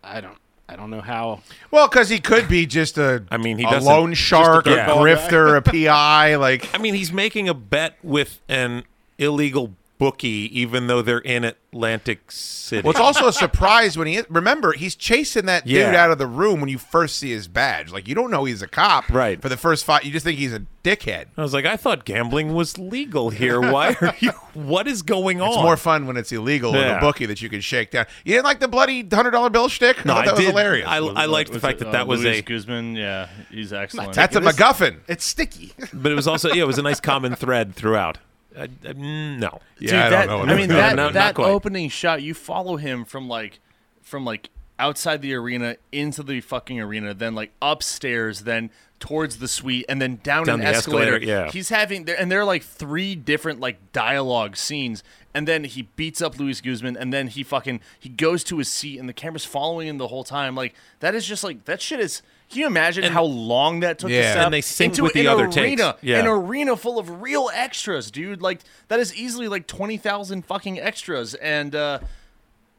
[SPEAKER 1] I don't I don't know how.
[SPEAKER 6] Well, because he could be just a.
[SPEAKER 2] I mean, he
[SPEAKER 6] a
[SPEAKER 2] doesn't-
[SPEAKER 6] loan shark,
[SPEAKER 2] just a
[SPEAKER 6] a
[SPEAKER 2] football
[SPEAKER 6] grifter, a PI, like.
[SPEAKER 2] I mean, he's making a bet with an illegal bookie, even though they're in Atlantic City.
[SPEAKER 6] Well, it's also a surprise when he remember he's chasing that dude
[SPEAKER 2] Yeah.
[SPEAKER 6] out of the room when you first see his badge. Like you don't know he's a cop,
[SPEAKER 2] Right.
[SPEAKER 6] For the first fight, you just think he's a dickhead.
[SPEAKER 2] I was like, I thought gambling was legal here. Why are you? What is going on?
[SPEAKER 6] It's more fun when it's illegal and
[SPEAKER 2] Yeah.
[SPEAKER 6] a bookie that you can shake down. You didn't like the bloody hundred dollar bill shtick?
[SPEAKER 2] No,
[SPEAKER 6] I thought
[SPEAKER 2] I
[SPEAKER 6] that was
[SPEAKER 2] did-
[SPEAKER 6] hilarious.
[SPEAKER 2] I, I liked the fact that that was
[SPEAKER 7] Luis
[SPEAKER 2] a,
[SPEAKER 7] Uh, Guzman. Yeah, he's excellent.
[SPEAKER 6] That's a
[SPEAKER 1] It is-
[SPEAKER 6] MacGuffin.
[SPEAKER 1] It's sticky.
[SPEAKER 2] but it was also yeah, it was a nice common thread throughout. Uh, uh, mm, no,
[SPEAKER 6] yeah, I don't know.
[SPEAKER 7] mean
[SPEAKER 6] what
[SPEAKER 7] that
[SPEAKER 2] No, not
[SPEAKER 7] that
[SPEAKER 2] quite.
[SPEAKER 7] opening shot. You follow him from like from like outside the arena into the fucking arena, then like upstairs, then towards the suite, and then down,
[SPEAKER 2] Down
[SPEAKER 7] an
[SPEAKER 2] the escalator,
[SPEAKER 7] escalator.
[SPEAKER 2] yeah.
[SPEAKER 7] he's having there, and there are like three different like dialogue scenes. And then he beats up Luis Guzman, and then he fucking he goes to his seat, and the camera's following him the whole time. Like that is just like that shit is. Can you imagine how long that took
[SPEAKER 6] Yeah.
[SPEAKER 7] to set
[SPEAKER 6] And
[SPEAKER 7] up
[SPEAKER 2] they synced
[SPEAKER 7] into
[SPEAKER 2] with the
[SPEAKER 7] an
[SPEAKER 2] other takes.
[SPEAKER 7] arena?
[SPEAKER 2] Yeah.
[SPEAKER 7] An arena full of real extras, dude. Like that is easily like twenty thousand fucking extras, and uh,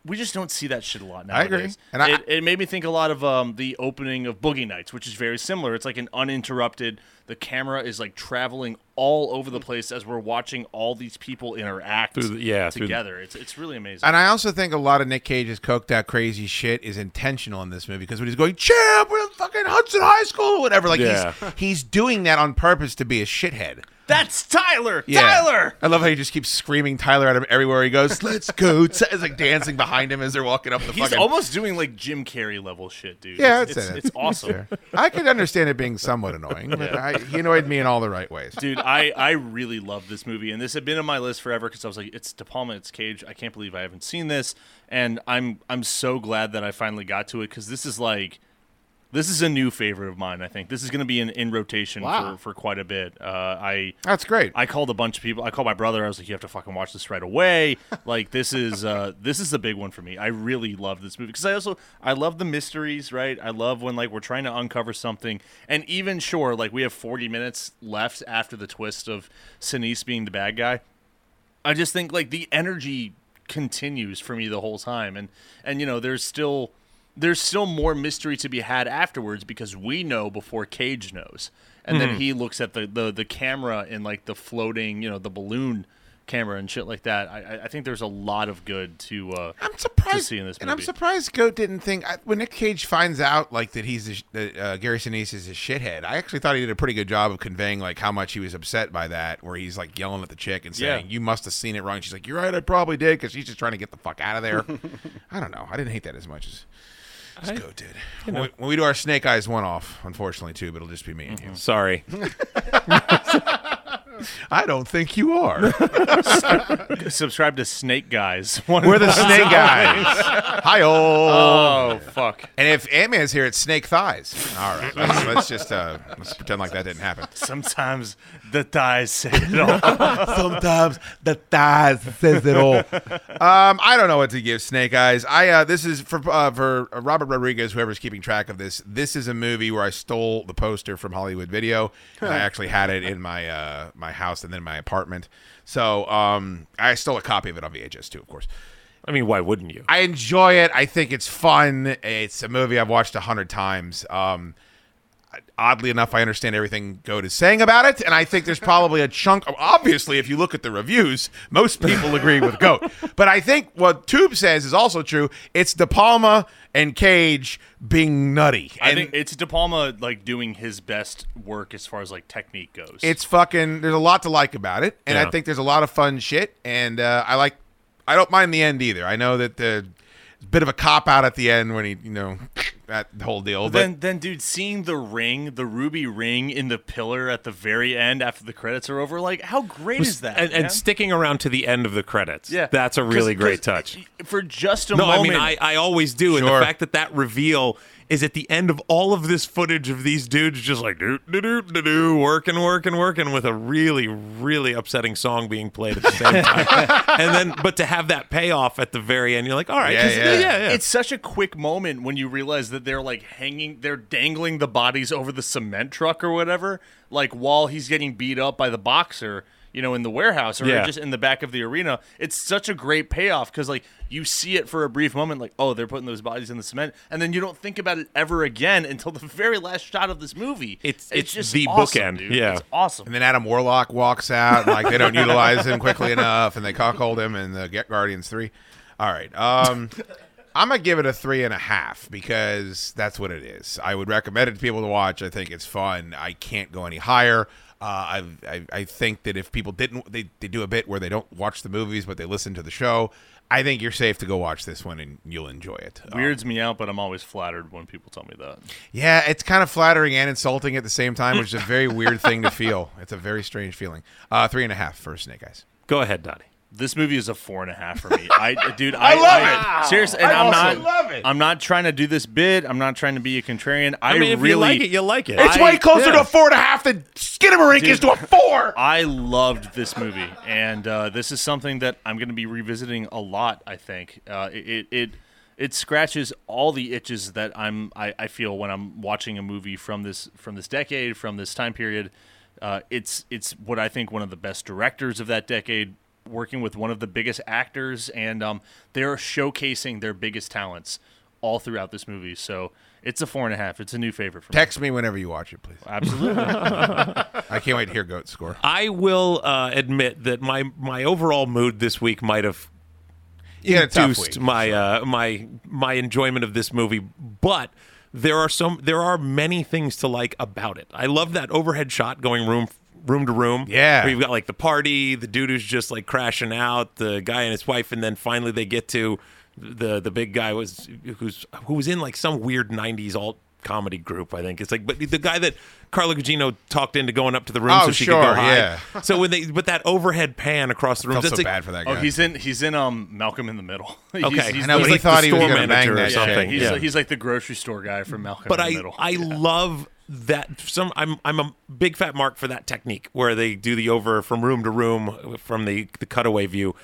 [SPEAKER 7] we just don't see that shit a lot
[SPEAKER 6] I
[SPEAKER 7] nowadays.
[SPEAKER 6] agree. And I-
[SPEAKER 7] it, it made me think a lot of um, the opening of Boogie Nights, which is very similar. It's like an uninterrupted. The camera is like traveling all over the place as we're watching all these people interact
[SPEAKER 2] Through the- yeah, through the-
[SPEAKER 7] together. It's it's really amazing.
[SPEAKER 6] And I also think a lot of Nick Cage's coked out crazy shit is intentional in this movie because when he's going, champ, we're in fucking Hudson High School, or whatever, like
[SPEAKER 2] Yeah.
[SPEAKER 6] he's, he's doing that on purpose to be a shithead.
[SPEAKER 7] That's Tyler.
[SPEAKER 6] Yeah.
[SPEAKER 7] Tyler.
[SPEAKER 6] I love how he just keeps screaming Tyler at him everywhere he goes. Let's go! Ty-" It's like dancing behind him as they're walking up the
[SPEAKER 7] He's
[SPEAKER 6] fucking.
[SPEAKER 7] almost doing like Jim Carrey level shit, dude.
[SPEAKER 6] Yeah,
[SPEAKER 7] it's
[SPEAKER 6] I'd say
[SPEAKER 7] it's,
[SPEAKER 6] that.
[SPEAKER 7] it's awesome.
[SPEAKER 6] I could understand it being somewhat annoying, but I, he annoyed me in all the right ways.
[SPEAKER 7] Dude, I, I really love this movie, and this had been on my list forever because I was like, it's De Palma, it's Cage. I can't believe I haven't seen this, and I'm I'm so glad that I finally got to it because this is like, this is a new favorite of mine. I think this is going to be in, in rotation
[SPEAKER 1] Wow.
[SPEAKER 7] for, for quite a bit. Uh, I
[SPEAKER 6] That's great.
[SPEAKER 7] I called a bunch of people. I called my brother. I was like, "You have to fucking watch this right away." like this is uh, this is the big one for me. I really love this movie because I also I love the mysteries. Right, I love when like we're trying to uncover something, and even sure, like we have forty minutes left after the twist of Sinise being the bad guy. I just think like the energy continues for me the whole time, and and you know there's still there's still more mystery to be had afterwards because we know before Cage knows, and then he looks at the the the camera and like the floating you know the balloon camera and shit like that. I I- I think there's a lot of good to. Uh,
[SPEAKER 6] I'm surprised.
[SPEAKER 7] see in this
[SPEAKER 6] And I'm
[SPEAKER 7] movie.
[SPEAKER 6] surprised Goat didn't think I, when Nick Cage finds out like that he's a, sh- that uh, Gary Sinise is a shithead. I actually thought he did a pretty good job of conveying like how much he was upset by that, where he's like yelling at the chick and saying,
[SPEAKER 7] Yeah.
[SPEAKER 6] "You must have seen it wrong." She's like, "You're right, I probably did," because she's just trying to get the fuck out of there. I don't know. I didn't hate that as much as. as Goat did. When, we, when we do our Snake Eyes one off, unfortunately, too, but it'll just be me and you.
[SPEAKER 7] Mm-hmm.
[SPEAKER 2] Sorry.
[SPEAKER 6] I don't think you are.
[SPEAKER 7] subscribe to Snake Guys. One
[SPEAKER 6] We're the Snake Eyes. Hi,
[SPEAKER 7] Oh fuck!
[SPEAKER 6] And if Ant Man's here, it's snake thighs. All right, let's, let's just uh, let's pretend like that didn't happen.
[SPEAKER 7] Sometimes the thighs say it all.
[SPEAKER 6] Sometimes the thighs says it all. Um, I don't know what to give Snake Eyes. I uh, this is for uh, for Robert Rodriguez, whoever's keeping track of this. This is a movie where I stole the poster from Hollywood Video. And I actually had it in my uh, my house and then my apartment. So um, I stole a copy of it on VHS too, of course.
[SPEAKER 2] I mean, why wouldn't you?
[SPEAKER 6] I enjoy it. I think it's fun. It's a movie I've watched a hundred times. Um, oddly enough, I understand everything Goat is saying about it, and I think there's probably a chunk. Obviously, if you look at the reviews, most people agree with Goat. But I think what Tube says is also true. It's De Palma and Cage being nutty,
[SPEAKER 7] I
[SPEAKER 6] and
[SPEAKER 7] think it's De Palma like doing his best work as far as like technique goes.
[SPEAKER 6] it's fucking. There's a lot to like about it, and I
[SPEAKER 2] Yeah.
[SPEAKER 6] think there's a lot of fun shit, and uh, I like. I don't mind the end either. I know that the it's a bit of a cop out at the end when he, you know, that whole deal. But
[SPEAKER 7] then then dude seeing the ring, the ruby ring in the pillar at the very end after the credits are over, like how great is that?
[SPEAKER 2] and, and
[SPEAKER 7] man?
[SPEAKER 2] sticking around to the end of the credits.
[SPEAKER 7] Yeah.
[SPEAKER 2] That's a
[SPEAKER 7] 'Cause-
[SPEAKER 2] really great
[SPEAKER 7] 'cause
[SPEAKER 2] touch.
[SPEAKER 7] For just a
[SPEAKER 2] No, I
[SPEAKER 7] moment.
[SPEAKER 2] mean, I, I always do. And
[SPEAKER 6] Sure.
[SPEAKER 2] the fact that that reveal is at the end of all of this footage of these dudes just like doo doo doo doo doo working, working, working with a really, really upsetting song being played at the same time. and then, but to have that payoff at the very end, you're like, all right,
[SPEAKER 6] Yeah,
[SPEAKER 2] 'cause-
[SPEAKER 6] yeah.
[SPEAKER 2] yeah, yeah.
[SPEAKER 7] it's such a quick moment when you realize that they're like hanging, they're dangling the bodies over the cement truck or whatever, like while he's getting beat up by the boxer, you know, in the warehouse or
[SPEAKER 2] Yeah.
[SPEAKER 7] just in the back of the arena. It's such a great payoff because like you see it for a brief moment, like oh, they're putting those bodies in the cement, and then you don't think about it ever again until the very last shot of this movie.
[SPEAKER 2] It's- it's the
[SPEAKER 7] awesome,
[SPEAKER 2] bookend,
[SPEAKER 7] dude.
[SPEAKER 2] yeah.
[SPEAKER 7] it's awesome.
[SPEAKER 6] And then Adam Warlock walks out, and, like they don't utilize him quickly enough, and they cockhold him in the Get Guardians three. All right, um, I'm gonna give it a three and a half because that's what it is. I would recommend it to people to watch. I think it's fun. I can't go any higher. Uh, I, I I think that if people didn't, they, they do a bit where they don't watch the movies but they listen to the show. I think you're safe to go watch this one and you'll enjoy it. Um,
[SPEAKER 7] Weirds me out, but I'm always flattered when people tell me that.
[SPEAKER 6] yeah, it's kind of flattering and insulting at the same time, which is a very weird thing to feel. It's a very strange feeling. Uh, three and a half for Snake Eyes.
[SPEAKER 2] Go ahead, Donnie.
[SPEAKER 7] This movie is a four and a half for me. I, dude, I, love it. Seriously, and I am not. Love it. I'm not trying to do this bid. I'm not trying to be a contrarian. I,
[SPEAKER 2] I mean, if
[SPEAKER 7] really
[SPEAKER 2] you like it, you like it.
[SPEAKER 6] It's
[SPEAKER 7] I-
[SPEAKER 6] way closer
[SPEAKER 2] yeah.
[SPEAKER 6] to a four and a half than Skidmarink is to a four.
[SPEAKER 7] I loved this movie, and uh, this is something that I'm going to be revisiting a lot. I think uh, it, it it it scratches all the itches that I'm I, I feel when I'm watching a movie from this from this decade from this time period. Uh, it's it's what I think one of the best directors of that decade working with one of the biggest actors, and um, they're showcasing their biggest talents all throughout this movie. So it's a four and a half. It's a new favorite for me.
[SPEAKER 6] Text me whenever you watch it, please.
[SPEAKER 7] Absolutely.
[SPEAKER 6] I can't wait to hear Goat score.
[SPEAKER 2] I will uh, admit that my my overall mood this week might have
[SPEAKER 6] You had a tough
[SPEAKER 2] induced
[SPEAKER 6] week.
[SPEAKER 2] my uh, my my enjoyment of this movie, but there are some there are many things to like about it. I love that overhead shot going room room to room.
[SPEAKER 6] Yeah.
[SPEAKER 2] where you've got like the party, the dude who's just like crashing out, the guy and his wife, and then finally they get to the the big guy was who's who was in like some weird '90s alt comedy group. I think it's like, but the guy that Carla Gugino talked into going up to the room
[SPEAKER 6] Oh,
[SPEAKER 2] so she could
[SPEAKER 6] sure,
[SPEAKER 2] go high.
[SPEAKER 6] yeah.
[SPEAKER 2] So when they but that overhead pan across the room,
[SPEAKER 6] Felt
[SPEAKER 2] that's
[SPEAKER 6] so
[SPEAKER 2] like,
[SPEAKER 6] bad for that guy.
[SPEAKER 7] oh, he's in. He's in. Um, Malcolm in the Middle. He's-
[SPEAKER 2] Okay,
[SPEAKER 7] he's
[SPEAKER 6] I know,
[SPEAKER 7] the-
[SPEAKER 6] but he
[SPEAKER 2] like the
[SPEAKER 6] thought he was
[SPEAKER 2] store
[SPEAKER 6] gonna bang
[SPEAKER 2] manager or
[SPEAKER 6] that
[SPEAKER 7] yeah,
[SPEAKER 6] shit.
[SPEAKER 2] something.
[SPEAKER 7] he's,
[SPEAKER 2] Yeah.
[SPEAKER 7] Like, he's like the grocery store guy from Malcolm
[SPEAKER 2] but
[SPEAKER 7] in the
[SPEAKER 2] I
[SPEAKER 7] Middle.
[SPEAKER 2] I love that some I'm I'm a big fat mark for that technique where they do the over from room to room from the the cutaway view.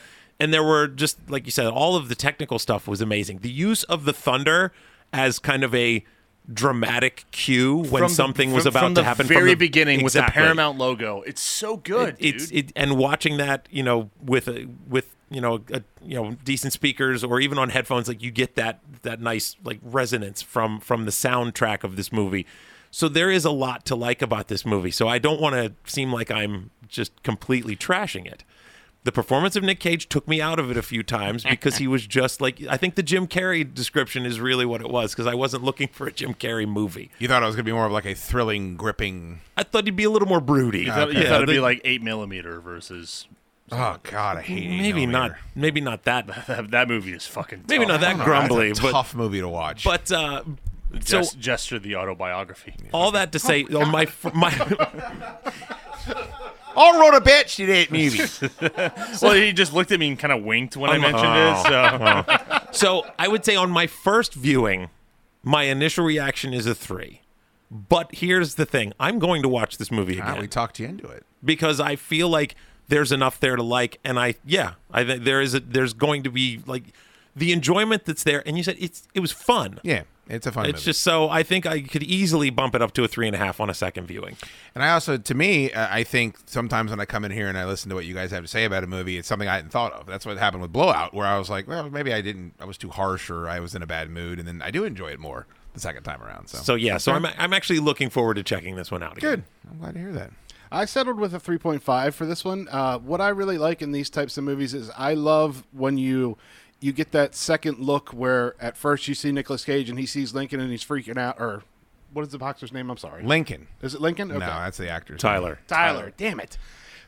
[SPEAKER 2] And there were just like you said all of the technical stuff was amazing. The use of the thunder as kind of a dramatic cue when
[SPEAKER 7] From the-
[SPEAKER 2] something was
[SPEAKER 7] from-
[SPEAKER 2] about
[SPEAKER 7] from
[SPEAKER 2] to
[SPEAKER 7] the
[SPEAKER 2] happen
[SPEAKER 7] Very
[SPEAKER 2] from the
[SPEAKER 7] beginning with the
[SPEAKER 2] Exactly.
[SPEAKER 7] Paramount logo. It's so good,
[SPEAKER 2] It- it's
[SPEAKER 7] dude.
[SPEAKER 2] it and watching that you know with a with you know a, you know decent speakers or even on headphones like you get that that nice like resonance from from the soundtrack of this movie so there is a lot to like about this movie so i don't want to seem like i'm just completely trashing it the performance of Nick Cage took me out of it a few times because he was just like I think the Jim Carrey description is really what it was because I wasn't looking for a Jim Carrey movie.
[SPEAKER 6] You thought it was gonna be more of like a thrilling, gripping.
[SPEAKER 2] I thought he'd be a little more broody.
[SPEAKER 7] I thought, you thought it'd be like eight millimeter versus
[SPEAKER 6] Oh God, I hate. eight
[SPEAKER 2] maybe not
[SPEAKER 6] millimeter.
[SPEAKER 2] maybe not that
[SPEAKER 7] that, that movie is fucking.
[SPEAKER 2] maybe
[SPEAKER 7] tough.
[SPEAKER 2] not that
[SPEAKER 6] No,
[SPEAKER 2] grumbly,
[SPEAKER 6] that's a
[SPEAKER 2] but
[SPEAKER 6] tough movie to watch.
[SPEAKER 2] but uh, so
[SPEAKER 7] Ges- gesture the autobiography.
[SPEAKER 2] all that to say, on my fr- my
[SPEAKER 6] I wrote a bitch to that movie.
[SPEAKER 7] well, he just looked at me and kind of winked when I
[SPEAKER 2] I'm-
[SPEAKER 7] mentioned it. So
[SPEAKER 2] so I would say on my first viewing, my initial reaction is a three. But here's the thing: I'm going to watch this movie
[SPEAKER 6] Ah,
[SPEAKER 2] again
[SPEAKER 6] we talked you into it.
[SPEAKER 2] because I feel like there's enough there to like, and I yeah, I think there is a, there's going to be like the enjoyment that's there. And you said it's it was fun.
[SPEAKER 6] Yeah, it's a fun
[SPEAKER 2] It's
[SPEAKER 6] movie.
[SPEAKER 2] just so I think I could easily bump it up to a three and a half on a second viewing.
[SPEAKER 6] And I also, to me, uh, I think sometimes when I come in here and I listen to what you guys have to say about a movie, it's something I hadn't thought of. That's what happened with Blowout, where I was like, well, maybe I didn't, I was too harsh or I was in a bad mood. And then I do enjoy it more the second time around. So,
[SPEAKER 2] So yeah, so I'm I'm actually looking forward to checking this one out. Again.
[SPEAKER 6] good. I'm glad to hear that.
[SPEAKER 1] I settled with a 3.5 for this one. Uh, what I really like in these types of movies is I love when you you get that second look where at first you see Nicolas Cage and he sees Lincoln and he's freaking out. Or what is the boxer's name? I'm sorry.
[SPEAKER 6] Lincoln.
[SPEAKER 1] Is it Lincoln?
[SPEAKER 6] No, that's the actor's
[SPEAKER 2] Tyler.
[SPEAKER 1] Tyler, Damn it.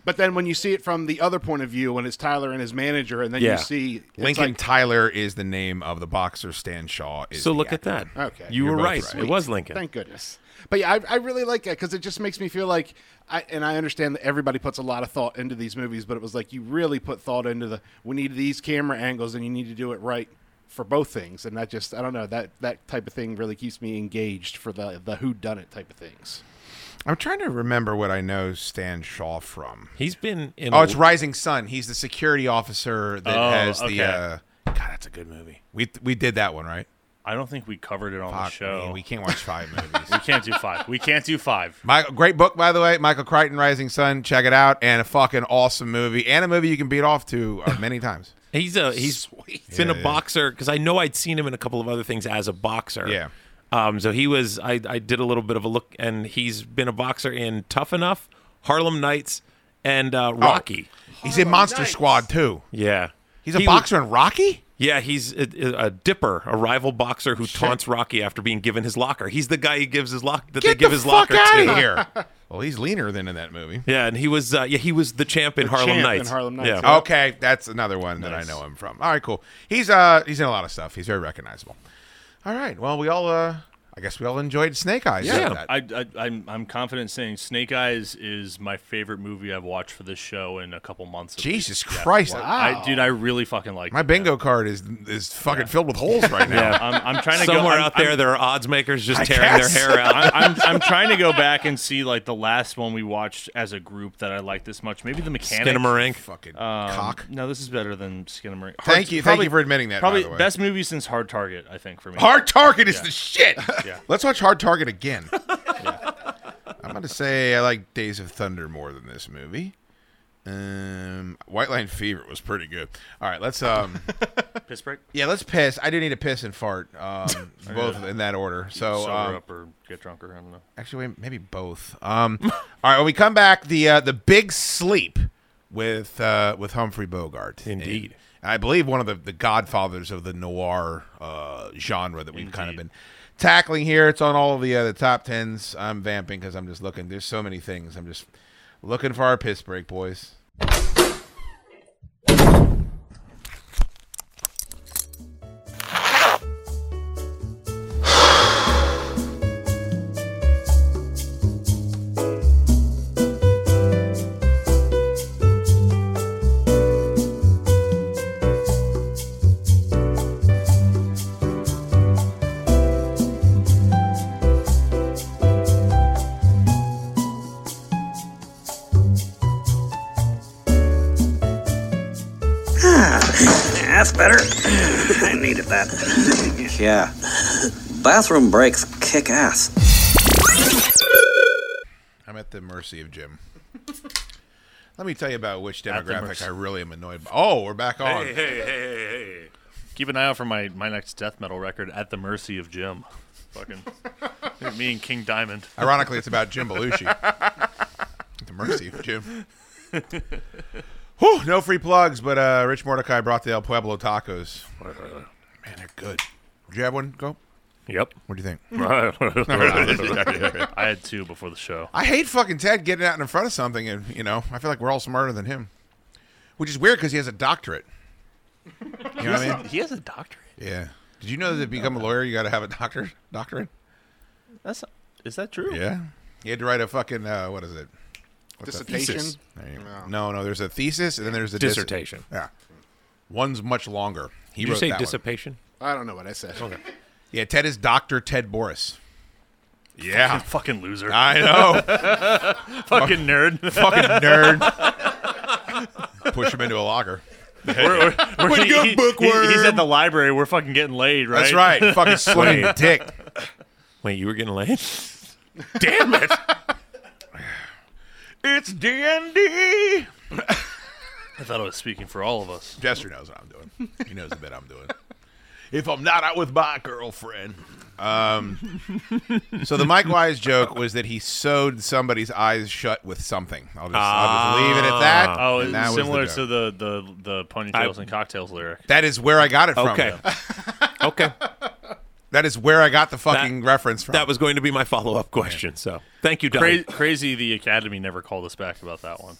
[SPEAKER 1] But then when you see it from the other point of view, when it's Tyler and his manager, and then you
[SPEAKER 2] Yeah.
[SPEAKER 1] see it's
[SPEAKER 6] name. Lincoln
[SPEAKER 1] like-
[SPEAKER 6] Tyler is the name of the boxer. Stan Shaw is.
[SPEAKER 2] So
[SPEAKER 6] the
[SPEAKER 2] look at
[SPEAKER 6] actor.
[SPEAKER 2] that.
[SPEAKER 1] Okay.
[SPEAKER 2] you
[SPEAKER 1] You're
[SPEAKER 2] were
[SPEAKER 6] both
[SPEAKER 2] right.
[SPEAKER 6] right.
[SPEAKER 2] It was Lincoln.
[SPEAKER 1] Thank goodness. But yeah, I, I really like that because it just makes me feel like, I, and I understand that everybody puts a lot of thought into these movies, but it was like you really put thought into the we need these camera angles and you need to do it right for both things, and that just I don't know that that type of thing really keeps me engaged for the the who done it type of things.
[SPEAKER 6] I'm trying to remember what I know Stan Shaw from.
[SPEAKER 2] He's been in.
[SPEAKER 6] Oh, it's Rising Sun. He's the security officer that
[SPEAKER 7] Oh,
[SPEAKER 6] has the.
[SPEAKER 7] okay.
[SPEAKER 6] Uh, God, that's a good movie. We we did that one right.
[SPEAKER 7] I don't think we covered it on the
[SPEAKER 6] Fuck
[SPEAKER 7] show.
[SPEAKER 6] me,
[SPEAKER 7] we,
[SPEAKER 6] we can't watch five movies.
[SPEAKER 7] can't do five. We can't do five.
[SPEAKER 6] My, great book, by the way, Michael Crichton, Rising Sun. Check it out, and a fucking awesome movie, and a movie you can beat off to uh, many times.
[SPEAKER 2] He's a he's been
[SPEAKER 6] Yeah,
[SPEAKER 2] a
[SPEAKER 6] yeah.
[SPEAKER 2] boxer because I know I'd seen him in a couple of other things as a boxer.
[SPEAKER 6] Yeah.
[SPEAKER 2] Um. So he was. I I did a little bit of a look, and he's been a boxer in Tough Enough, Harlem Nights, and
[SPEAKER 6] Oh.
[SPEAKER 2] uh, Rocky.
[SPEAKER 6] He's in Monster Squad too.
[SPEAKER 2] Yeah.
[SPEAKER 6] He's a
[SPEAKER 2] He was-
[SPEAKER 6] boxer in Rocky.
[SPEAKER 2] yeah, he's a, a dipper, a rival boxer who taunts Rocky after being given his locker. He's the guy he gives his lock that
[SPEAKER 6] Get
[SPEAKER 2] they give
[SPEAKER 6] the
[SPEAKER 2] his
[SPEAKER 6] fuck
[SPEAKER 2] locker
[SPEAKER 6] out
[SPEAKER 2] to.
[SPEAKER 6] of here. well, he's leaner than in that movie.
[SPEAKER 2] Yeah, and he was uh, yeah he was the champ in Harlem
[SPEAKER 1] champ in
[SPEAKER 2] Nights.
[SPEAKER 1] Harlem Nights,
[SPEAKER 2] Yeah.
[SPEAKER 1] yeah.
[SPEAKER 6] Okay, that's another one that I know him from. All right, cool. He's uh he's in a lot of stuff. He's very recognizable. All right. Well, we all uh I guess we all enjoyed Snake Eyes.
[SPEAKER 2] Yeah.
[SPEAKER 6] That-
[SPEAKER 7] I, I, I'm, I'm confident saying Snake Eyes is my favorite movie I've watched for this show in a couple months. at
[SPEAKER 6] Jesus
[SPEAKER 7] least. Yeah.
[SPEAKER 6] Christ.
[SPEAKER 7] I, dude, I really fucking like
[SPEAKER 6] Oh. My bingo card is is fucking filled with holes right now.
[SPEAKER 7] I'm, I'm trying to go
[SPEAKER 2] Somewhere
[SPEAKER 7] I'm-
[SPEAKER 2] out there,
[SPEAKER 7] I'm-
[SPEAKER 2] there are odds makers just tearing their
[SPEAKER 6] guess.
[SPEAKER 2] hair out.
[SPEAKER 7] I'm, I'm, I'm trying to go back and see like the last one we watched as a group that I liked this much. Maybe the mechanic.
[SPEAKER 2] Skinamarink.
[SPEAKER 6] Fucking
[SPEAKER 7] Um,
[SPEAKER 6] cock.
[SPEAKER 7] No, this is better than Skinamarink. Hard-
[SPEAKER 6] Thank you, thank
[SPEAKER 7] probably-
[SPEAKER 6] you for admitting that. by
[SPEAKER 7] Probably
[SPEAKER 6] the way.
[SPEAKER 7] best movie since Hard Target, I think for me.
[SPEAKER 6] Hard Target is the shit.
[SPEAKER 7] Yeah.
[SPEAKER 6] Let's watch Hard Target again. I'm gonna say I like Days of Thunder more than this movie. Um, White Line Fever was pretty good. All right, let's um,
[SPEAKER 7] Piss break?
[SPEAKER 6] yeah, let's piss. I do need to piss and fart, um, both in that order. So
[SPEAKER 7] Sober
[SPEAKER 6] um,
[SPEAKER 7] up or get drunker. I don't know.
[SPEAKER 6] actually, wait, maybe both. Um, all right, when we come back, the uh, the Big Sleep with uh, with Humphrey Bogart,
[SPEAKER 2] Indeed.
[SPEAKER 6] And I believe one of the, the godfathers of the noir uh, genre that we've kind of been tackling here. It's on all of the uh, the top tens. I'm vamping because I'm just looking. There's so many things. I'm just looking for our piss break, boys.
[SPEAKER 10] That's better. I needed that. yeah. Bathroom breaks kick ass.
[SPEAKER 6] I'm at the mercy of Jim. Let me tell you about which
[SPEAKER 7] At the
[SPEAKER 6] demographic
[SPEAKER 7] mercy.
[SPEAKER 6] I really am annoyed by. Oh, we're back on.
[SPEAKER 7] Hey, hey, hey, hey, hey. Keep an eye out for my, my next death metal record, At the Mercy of Jim. Fucking me and King Diamond.
[SPEAKER 6] Ironically, it's about Jim Belushi. At the mercy of Jim. Whew, no free plugs, but uh, Rich Mordecai brought the El Pueblo tacos. Man, they're good. Did you have one? Go.
[SPEAKER 7] Yep.
[SPEAKER 6] What do you think?
[SPEAKER 7] I had two before the show.
[SPEAKER 6] I hate fucking Ted getting out in front of something, and you know, I feel like we're all smarter than him, which is weird because he has a doctorate. You know what I mean?
[SPEAKER 7] He has a doctorate.
[SPEAKER 6] Yeah. Did you know that to become a lawyer, you got to have a doctor doctorate?
[SPEAKER 7] That's is that true?
[SPEAKER 6] Yeah. You had to write a fucking uh, what is it? What's that?
[SPEAKER 1] Dissertation.
[SPEAKER 6] There you go. No, no. There's a thesis, and then there's a dis-
[SPEAKER 2] Dissertation.
[SPEAKER 6] yeah. One's much longer. He
[SPEAKER 2] Did you
[SPEAKER 6] wrote
[SPEAKER 2] say
[SPEAKER 6] that one.
[SPEAKER 2] dissipation?
[SPEAKER 1] I don't know what I said.
[SPEAKER 6] Yeah, Ted is Doctor Ted Boris. Yeah,
[SPEAKER 7] Fucking loser.
[SPEAKER 6] I know.
[SPEAKER 7] fucking nerd.
[SPEAKER 6] fucking nerd. Push him into a locker.
[SPEAKER 7] we're, we're,
[SPEAKER 6] Way to go, bookworm.
[SPEAKER 7] he's at the library. We're fucking getting laid, right?
[SPEAKER 6] That's right. fucking sling the dick.
[SPEAKER 2] Wait, you were getting laid? Damn it!
[SPEAKER 6] It's D and D.
[SPEAKER 7] I thought I was speaking for all of us.
[SPEAKER 6] Jester knows what I'm doing. He knows the bit I'm doing. If I'm not out with my girlfriend. Um, so the Mike Wise joke was that he sewed somebody's eyes shut with something. I'll just, I'll just leave it at that.
[SPEAKER 7] Oh,
[SPEAKER 2] Ah.
[SPEAKER 6] and that
[SPEAKER 7] it's
[SPEAKER 6] was
[SPEAKER 7] similar
[SPEAKER 6] joke.
[SPEAKER 7] to the the the ponytails and cocktails lyric.
[SPEAKER 6] That is where I got it from.
[SPEAKER 2] Okay. okay.
[SPEAKER 6] That is where I got the fucking
[SPEAKER 2] That-
[SPEAKER 6] reference from.
[SPEAKER 2] That was going to be my follow up question. So thank you, Don.
[SPEAKER 7] Cra- crazy, the Academy never called us back about that one.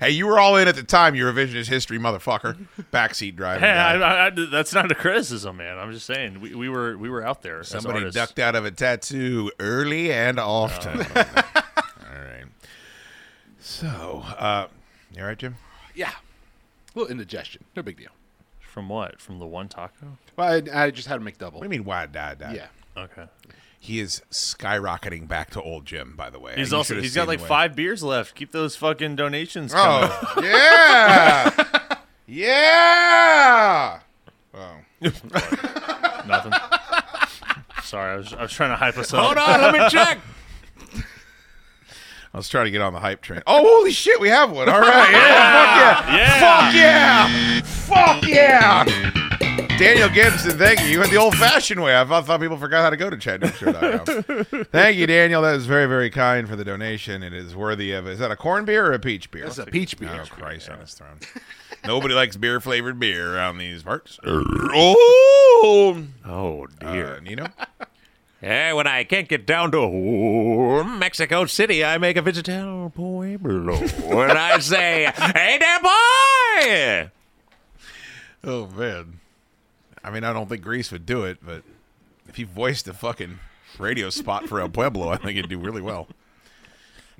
[SPEAKER 6] hey, you were all in at the time, you revisionist history motherfucker. Backseat driver.
[SPEAKER 7] Hey,
[SPEAKER 6] guy.
[SPEAKER 7] I, I, I, that's not a criticism, man. I'm just saying we, we were we were out there. as
[SPEAKER 6] Somebody
[SPEAKER 7] artists.
[SPEAKER 6] ducked out of a tattoo early and often. all right. So, uh, you all right, Jim?
[SPEAKER 1] Yeah. A little indigestion. No big deal.
[SPEAKER 7] from what? From the one taco?
[SPEAKER 1] Well, I, I just had a McDouble.
[SPEAKER 6] What do you mean, why die, die?
[SPEAKER 1] Yeah.
[SPEAKER 7] Okay.
[SPEAKER 6] He is skyrocketing back to old Jim, by the way.
[SPEAKER 7] He's
[SPEAKER 6] You
[SPEAKER 7] also
[SPEAKER 6] should've
[SPEAKER 7] he's got
[SPEAKER 6] seen
[SPEAKER 7] like
[SPEAKER 6] the way-
[SPEAKER 7] five beers left. Keep those fucking donations. coming.
[SPEAKER 6] Oh, yeah. yeah.
[SPEAKER 7] nothing. Sorry, I was, I was trying to hype us up.
[SPEAKER 2] Hold on, let me check.
[SPEAKER 6] I was trying to get on the hype train. Oh, holy shit, we have one. All right. Yeah.
[SPEAKER 7] Yeah.
[SPEAKER 6] Fuck yeah. Fuck yeah. Fuck yeah. Daniel Gibson, thank you. You went the old fashioned way. I thought, thought people forgot how to go to ChatNewsShow.com. thank you, Daniel. That was very, very kind for the donation. It is worthy of. Is that a corn beer or a peach beer?
[SPEAKER 1] That's a peach beer.
[SPEAKER 6] Oh, Christ on his throne. Nobody likes beer flavored beer around these parts. oh,
[SPEAKER 2] Oh dear.
[SPEAKER 6] uh, Nino.
[SPEAKER 2] Hey, when I can't get down to Mexico City, I make a visit to Pueblo, and I say, "Hey there, boy!"
[SPEAKER 6] Oh man. I mean, I don't think Greece would do it, but if he voiced a fucking radio spot for El Pueblo, I think he'd do really well.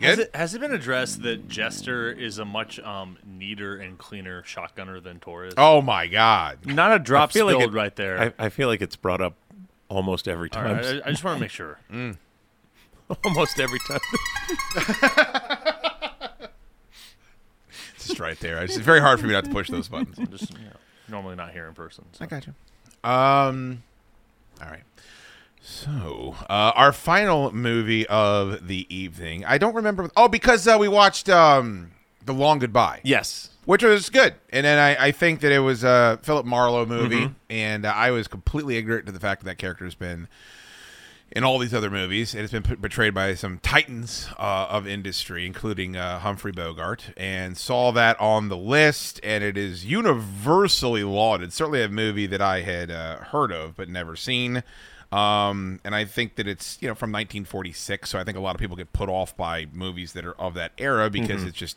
[SPEAKER 7] Has
[SPEAKER 6] Good.
[SPEAKER 7] it, has it been addressed that Jester is a much um, neater and cleaner shotgunner than Torres?
[SPEAKER 6] Oh my God.
[SPEAKER 7] Not a drop
[SPEAKER 2] feel like
[SPEAKER 7] spilled
[SPEAKER 2] it-
[SPEAKER 7] right there.
[SPEAKER 2] I, I feel like it's brought up almost every
[SPEAKER 7] All
[SPEAKER 2] time.
[SPEAKER 7] right, I, I just want to make sure.
[SPEAKER 2] almost every time.
[SPEAKER 6] It's just right there. I just- It's very hard for me not to push those buttons.
[SPEAKER 7] Just you know, normally not here in person. so.
[SPEAKER 6] got you. Um, all right. So uh, our final movie of the evening. I don't remember. Oh, because uh, we watched um, The Long Goodbye.
[SPEAKER 2] Yes.
[SPEAKER 6] Which was good. And then I, I think that it was a Philip Marlowe movie,
[SPEAKER 7] Mm-hmm.
[SPEAKER 6] and uh, I was completely ignorant to the fact that that character has been in all these other movies, and it's been p- portrayed by some titans uh, of industry, including uh, Humphrey Bogart, and saw that on the list, and it is universally lauded. Certainly a movie that I had uh, heard of but never seen. Um, and I think that it's you know from 1946, so I think a lot of people get put off by movies that are of that era because
[SPEAKER 2] Mhm.
[SPEAKER 6] it's just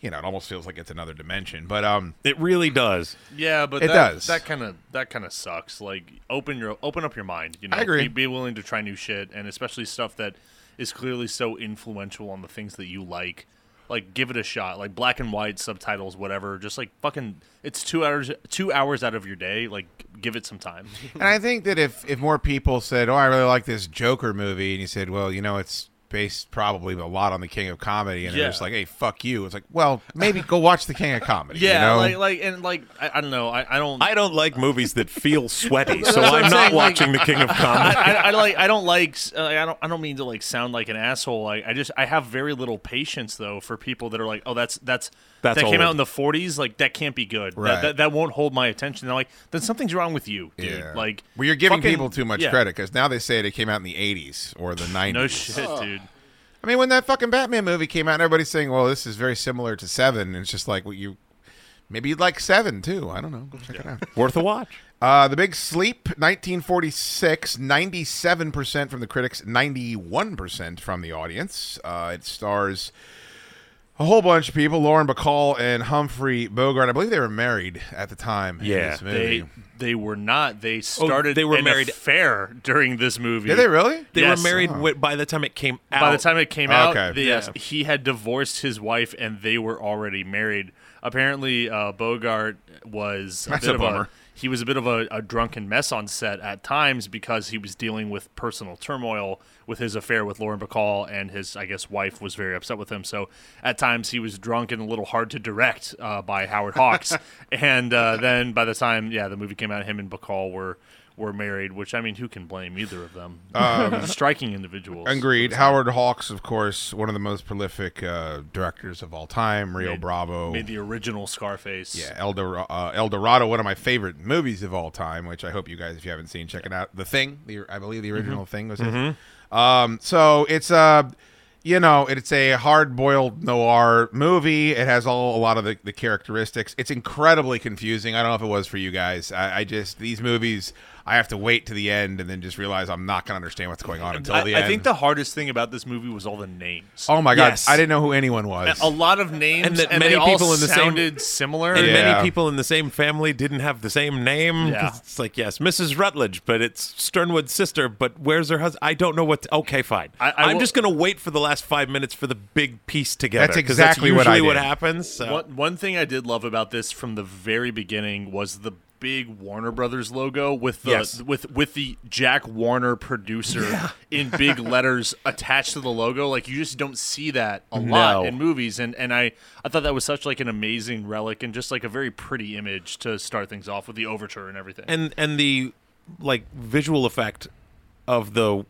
[SPEAKER 6] you know it almost feels like it's another dimension. But um,
[SPEAKER 2] it really does.
[SPEAKER 7] Yeah, but
[SPEAKER 6] it
[SPEAKER 7] that,
[SPEAKER 6] does.
[SPEAKER 7] That kind of that kind of sucks. Like open your open up your mind. You know,
[SPEAKER 6] agree.
[SPEAKER 7] Be, be willing to try new shit, and especially stuff that is clearly so influential on the things that you like. Like, give it a shot. Like black and white subtitles, whatever. Just like fucking, it's two hours two hours out of your day. Like, give it some time.
[SPEAKER 6] And I think that if if more people said, "Oh, I really like this Joker movie," and you said, "Well, you know, it's based probably a lot on the King of Comedy," and
[SPEAKER 7] Yeah.
[SPEAKER 6] they're just like, "Hey, fuck you," it's like, "Well, maybe go watch the King of Comedy." you
[SPEAKER 7] Yeah,
[SPEAKER 6] know?
[SPEAKER 7] like like and like I, I don't know. I, I don't.
[SPEAKER 2] I don't like movies that feel sweaty,
[SPEAKER 7] That's
[SPEAKER 2] so
[SPEAKER 7] what
[SPEAKER 2] I'm not
[SPEAKER 7] saying, like-
[SPEAKER 2] watching The King of Comedy.
[SPEAKER 7] I, I, I like. I don't like. s- uh, I don't. I don't mean to like sound like an asshole. I, I just. I have very little patience though for people that are like, oh, that's that's
[SPEAKER 2] That's
[SPEAKER 7] that came
[SPEAKER 2] old.
[SPEAKER 7] out in the '40s. Like that can't be good. That-
[SPEAKER 6] Right.
[SPEAKER 7] That, that, won't hold my attention. They're like, then something's wrong with you, dude. Like,
[SPEAKER 6] well, you're giving
[SPEAKER 7] fucking-
[SPEAKER 6] people too much
[SPEAKER 7] yeah.
[SPEAKER 6] credit because now they say it came out in the '80s or the '90s.
[SPEAKER 7] No shit, dude.
[SPEAKER 6] I mean, when that fucking Batman movie came out, and everybody's saying, "Well, this is very similar to Seven, and it's just like, "Well, you maybe you'd like Seven too." I don't know. Go check it out.
[SPEAKER 2] Worth a watch.
[SPEAKER 6] Uh, the Big Sleep, 1946, 97% from the critics, 91% from the audience. Uh, it stars a whole bunch of people Lauren Bacall and Humphrey Bogart. I believe they were married at the time. in
[SPEAKER 2] Yeah,
[SPEAKER 6] this movie.
[SPEAKER 7] They they were not. They started.
[SPEAKER 2] they were
[SPEAKER 7] an
[SPEAKER 2] married-
[SPEAKER 7] affair during this movie.
[SPEAKER 6] Did they really?
[SPEAKER 2] They
[SPEAKER 7] Yes. Oh.
[SPEAKER 2] were married wi- by the time it came out.
[SPEAKER 7] By the time it came out,
[SPEAKER 6] Okay.
[SPEAKER 7] the- yes, he had divorced his wife and they were already married. Apparently, uh, Bogart was a
[SPEAKER 6] That's
[SPEAKER 7] bit
[SPEAKER 6] a
[SPEAKER 7] of
[SPEAKER 6] bummer.
[SPEAKER 7] a he was a bit of a, a drunken mess on set at times because he was dealing with personal turmoil with his affair with Lauren Bacall and his I guess wife was very upset with him. So at times he was drunk and a little hard to direct uh, by Howard Hawks. and uh, then by the time yeah the movie came out, him and Bacall were. Were married, which I mean, who can blame either of them?
[SPEAKER 6] Um,
[SPEAKER 7] Striking individuals.
[SPEAKER 6] Agreed. Howard Hawks, of course, one of the most prolific uh, directors of all time. Rio
[SPEAKER 7] Made-
[SPEAKER 6] Bravo.
[SPEAKER 7] made the original Scarface.
[SPEAKER 6] Yeah, El, Dor- uh, El Dorado, one of my favorite movies of all time, which I hope you guys, if you haven't seen, check it out. The Thing, the, I believe the
[SPEAKER 7] Mm-hmm.
[SPEAKER 6] original Thing was it. Um, so it's a, you know, it's a hard-boiled noir movie. It has all a lot of the, the characteristics. It's incredibly confusing. I don't know if it was for you guys. I, I just these movies, I have to wait to the end and then just realize I'm not going to understand what's going on until
[SPEAKER 7] I,
[SPEAKER 6] the
[SPEAKER 7] I
[SPEAKER 6] end.
[SPEAKER 7] think the hardest thing about this movie was all the names.
[SPEAKER 6] oh my god,
[SPEAKER 2] Yes.
[SPEAKER 6] I didn't know who anyone was.
[SPEAKER 7] A uh, lot of names,
[SPEAKER 2] And
[SPEAKER 7] and,
[SPEAKER 2] that
[SPEAKER 7] many
[SPEAKER 2] many
[SPEAKER 7] they
[SPEAKER 2] people
[SPEAKER 7] all
[SPEAKER 2] in the same-
[SPEAKER 7] sounded similar.
[SPEAKER 2] and
[SPEAKER 6] Yeah.
[SPEAKER 2] many people in the same family didn't have the same name.
[SPEAKER 7] Yeah.
[SPEAKER 2] 'Cause It's like, yes, Mrs. Rutledge, but it's Sternwood's sister, but where's her husband? I don't know what. To- okay, fine.
[SPEAKER 7] I- I
[SPEAKER 2] am
[SPEAKER 7] will-
[SPEAKER 2] just going to wait for the last five minutes for the big piece together.
[SPEAKER 6] That's
[SPEAKER 2] 'cause
[SPEAKER 6] exactly what
[SPEAKER 2] usually
[SPEAKER 6] I
[SPEAKER 2] what
[SPEAKER 6] did.
[SPEAKER 2] happens. So.
[SPEAKER 7] One, one thing I did love about this from the very beginning was the big Warner Brothers logo with the
[SPEAKER 2] Yes.
[SPEAKER 7] with with the Jack Warner producer in big letters attached to the logo. Like you just don't see that a
[SPEAKER 2] No.
[SPEAKER 7] lot in movies, and and I I thought that was such like an amazing relic and just like a very pretty image to start things off with the overture and everything.
[SPEAKER 2] and and the like visual effect of the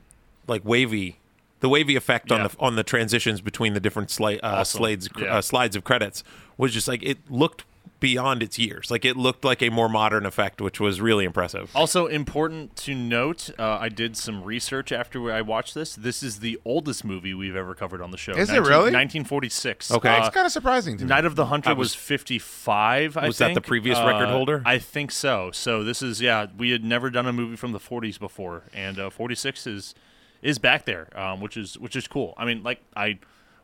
[SPEAKER 2] like wavy the wavy effect on
[SPEAKER 7] Yeah.
[SPEAKER 2] the on the transitions between the different sli- uh, slides
[SPEAKER 7] Yeah.
[SPEAKER 2] uh, slides of credits was just like it looked beyond its years like it looked like a more modern effect which was really impressive
[SPEAKER 7] Also important to note, uh, I did some research after I watched this. This is the oldest movie we've ever covered on the show.
[SPEAKER 6] Is it really?
[SPEAKER 7] 1946.
[SPEAKER 2] Okay.
[SPEAKER 7] Uh,
[SPEAKER 6] it's kind of surprising to me.
[SPEAKER 7] Night of the Hunter
[SPEAKER 2] I
[SPEAKER 7] was,
[SPEAKER 2] was-
[SPEAKER 7] 55. I
[SPEAKER 2] Was that the
[SPEAKER 7] think.
[SPEAKER 2] previous
[SPEAKER 7] Uh,
[SPEAKER 2] record holder?
[SPEAKER 7] I think so. So this is yeah. We had never done a movie from the 40s before, and uh, 46 is is back there, um, which is which is cool. I mean, like I,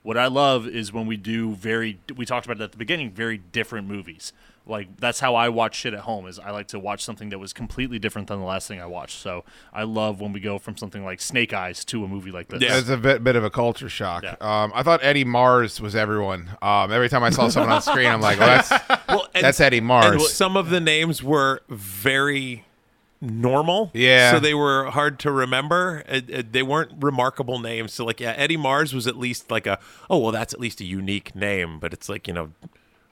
[SPEAKER 7] what I love is when we do very. We talked about it at the beginning. Very different movies. Like that's how I watch shit at home. Is I like to watch something that was completely different than the last thing I watched. So I love when we go from something like Snake Eyes to a movie like this.
[SPEAKER 2] Yeah.
[SPEAKER 6] It's a bit, bit of a culture shock.
[SPEAKER 7] Yeah.
[SPEAKER 6] Um, I thought Eddie Mars was everyone. Um, every time I saw someone on screen, I'm like, well, that's,
[SPEAKER 2] well and-
[SPEAKER 6] that's Eddie Mars.
[SPEAKER 2] and some of the names were very normal
[SPEAKER 6] Yeah.
[SPEAKER 2] so they were hard to remember Uh, uh, they weren't remarkable names so like yeah eddie mars was at least like a oh well that's at least a unique name but it's like you know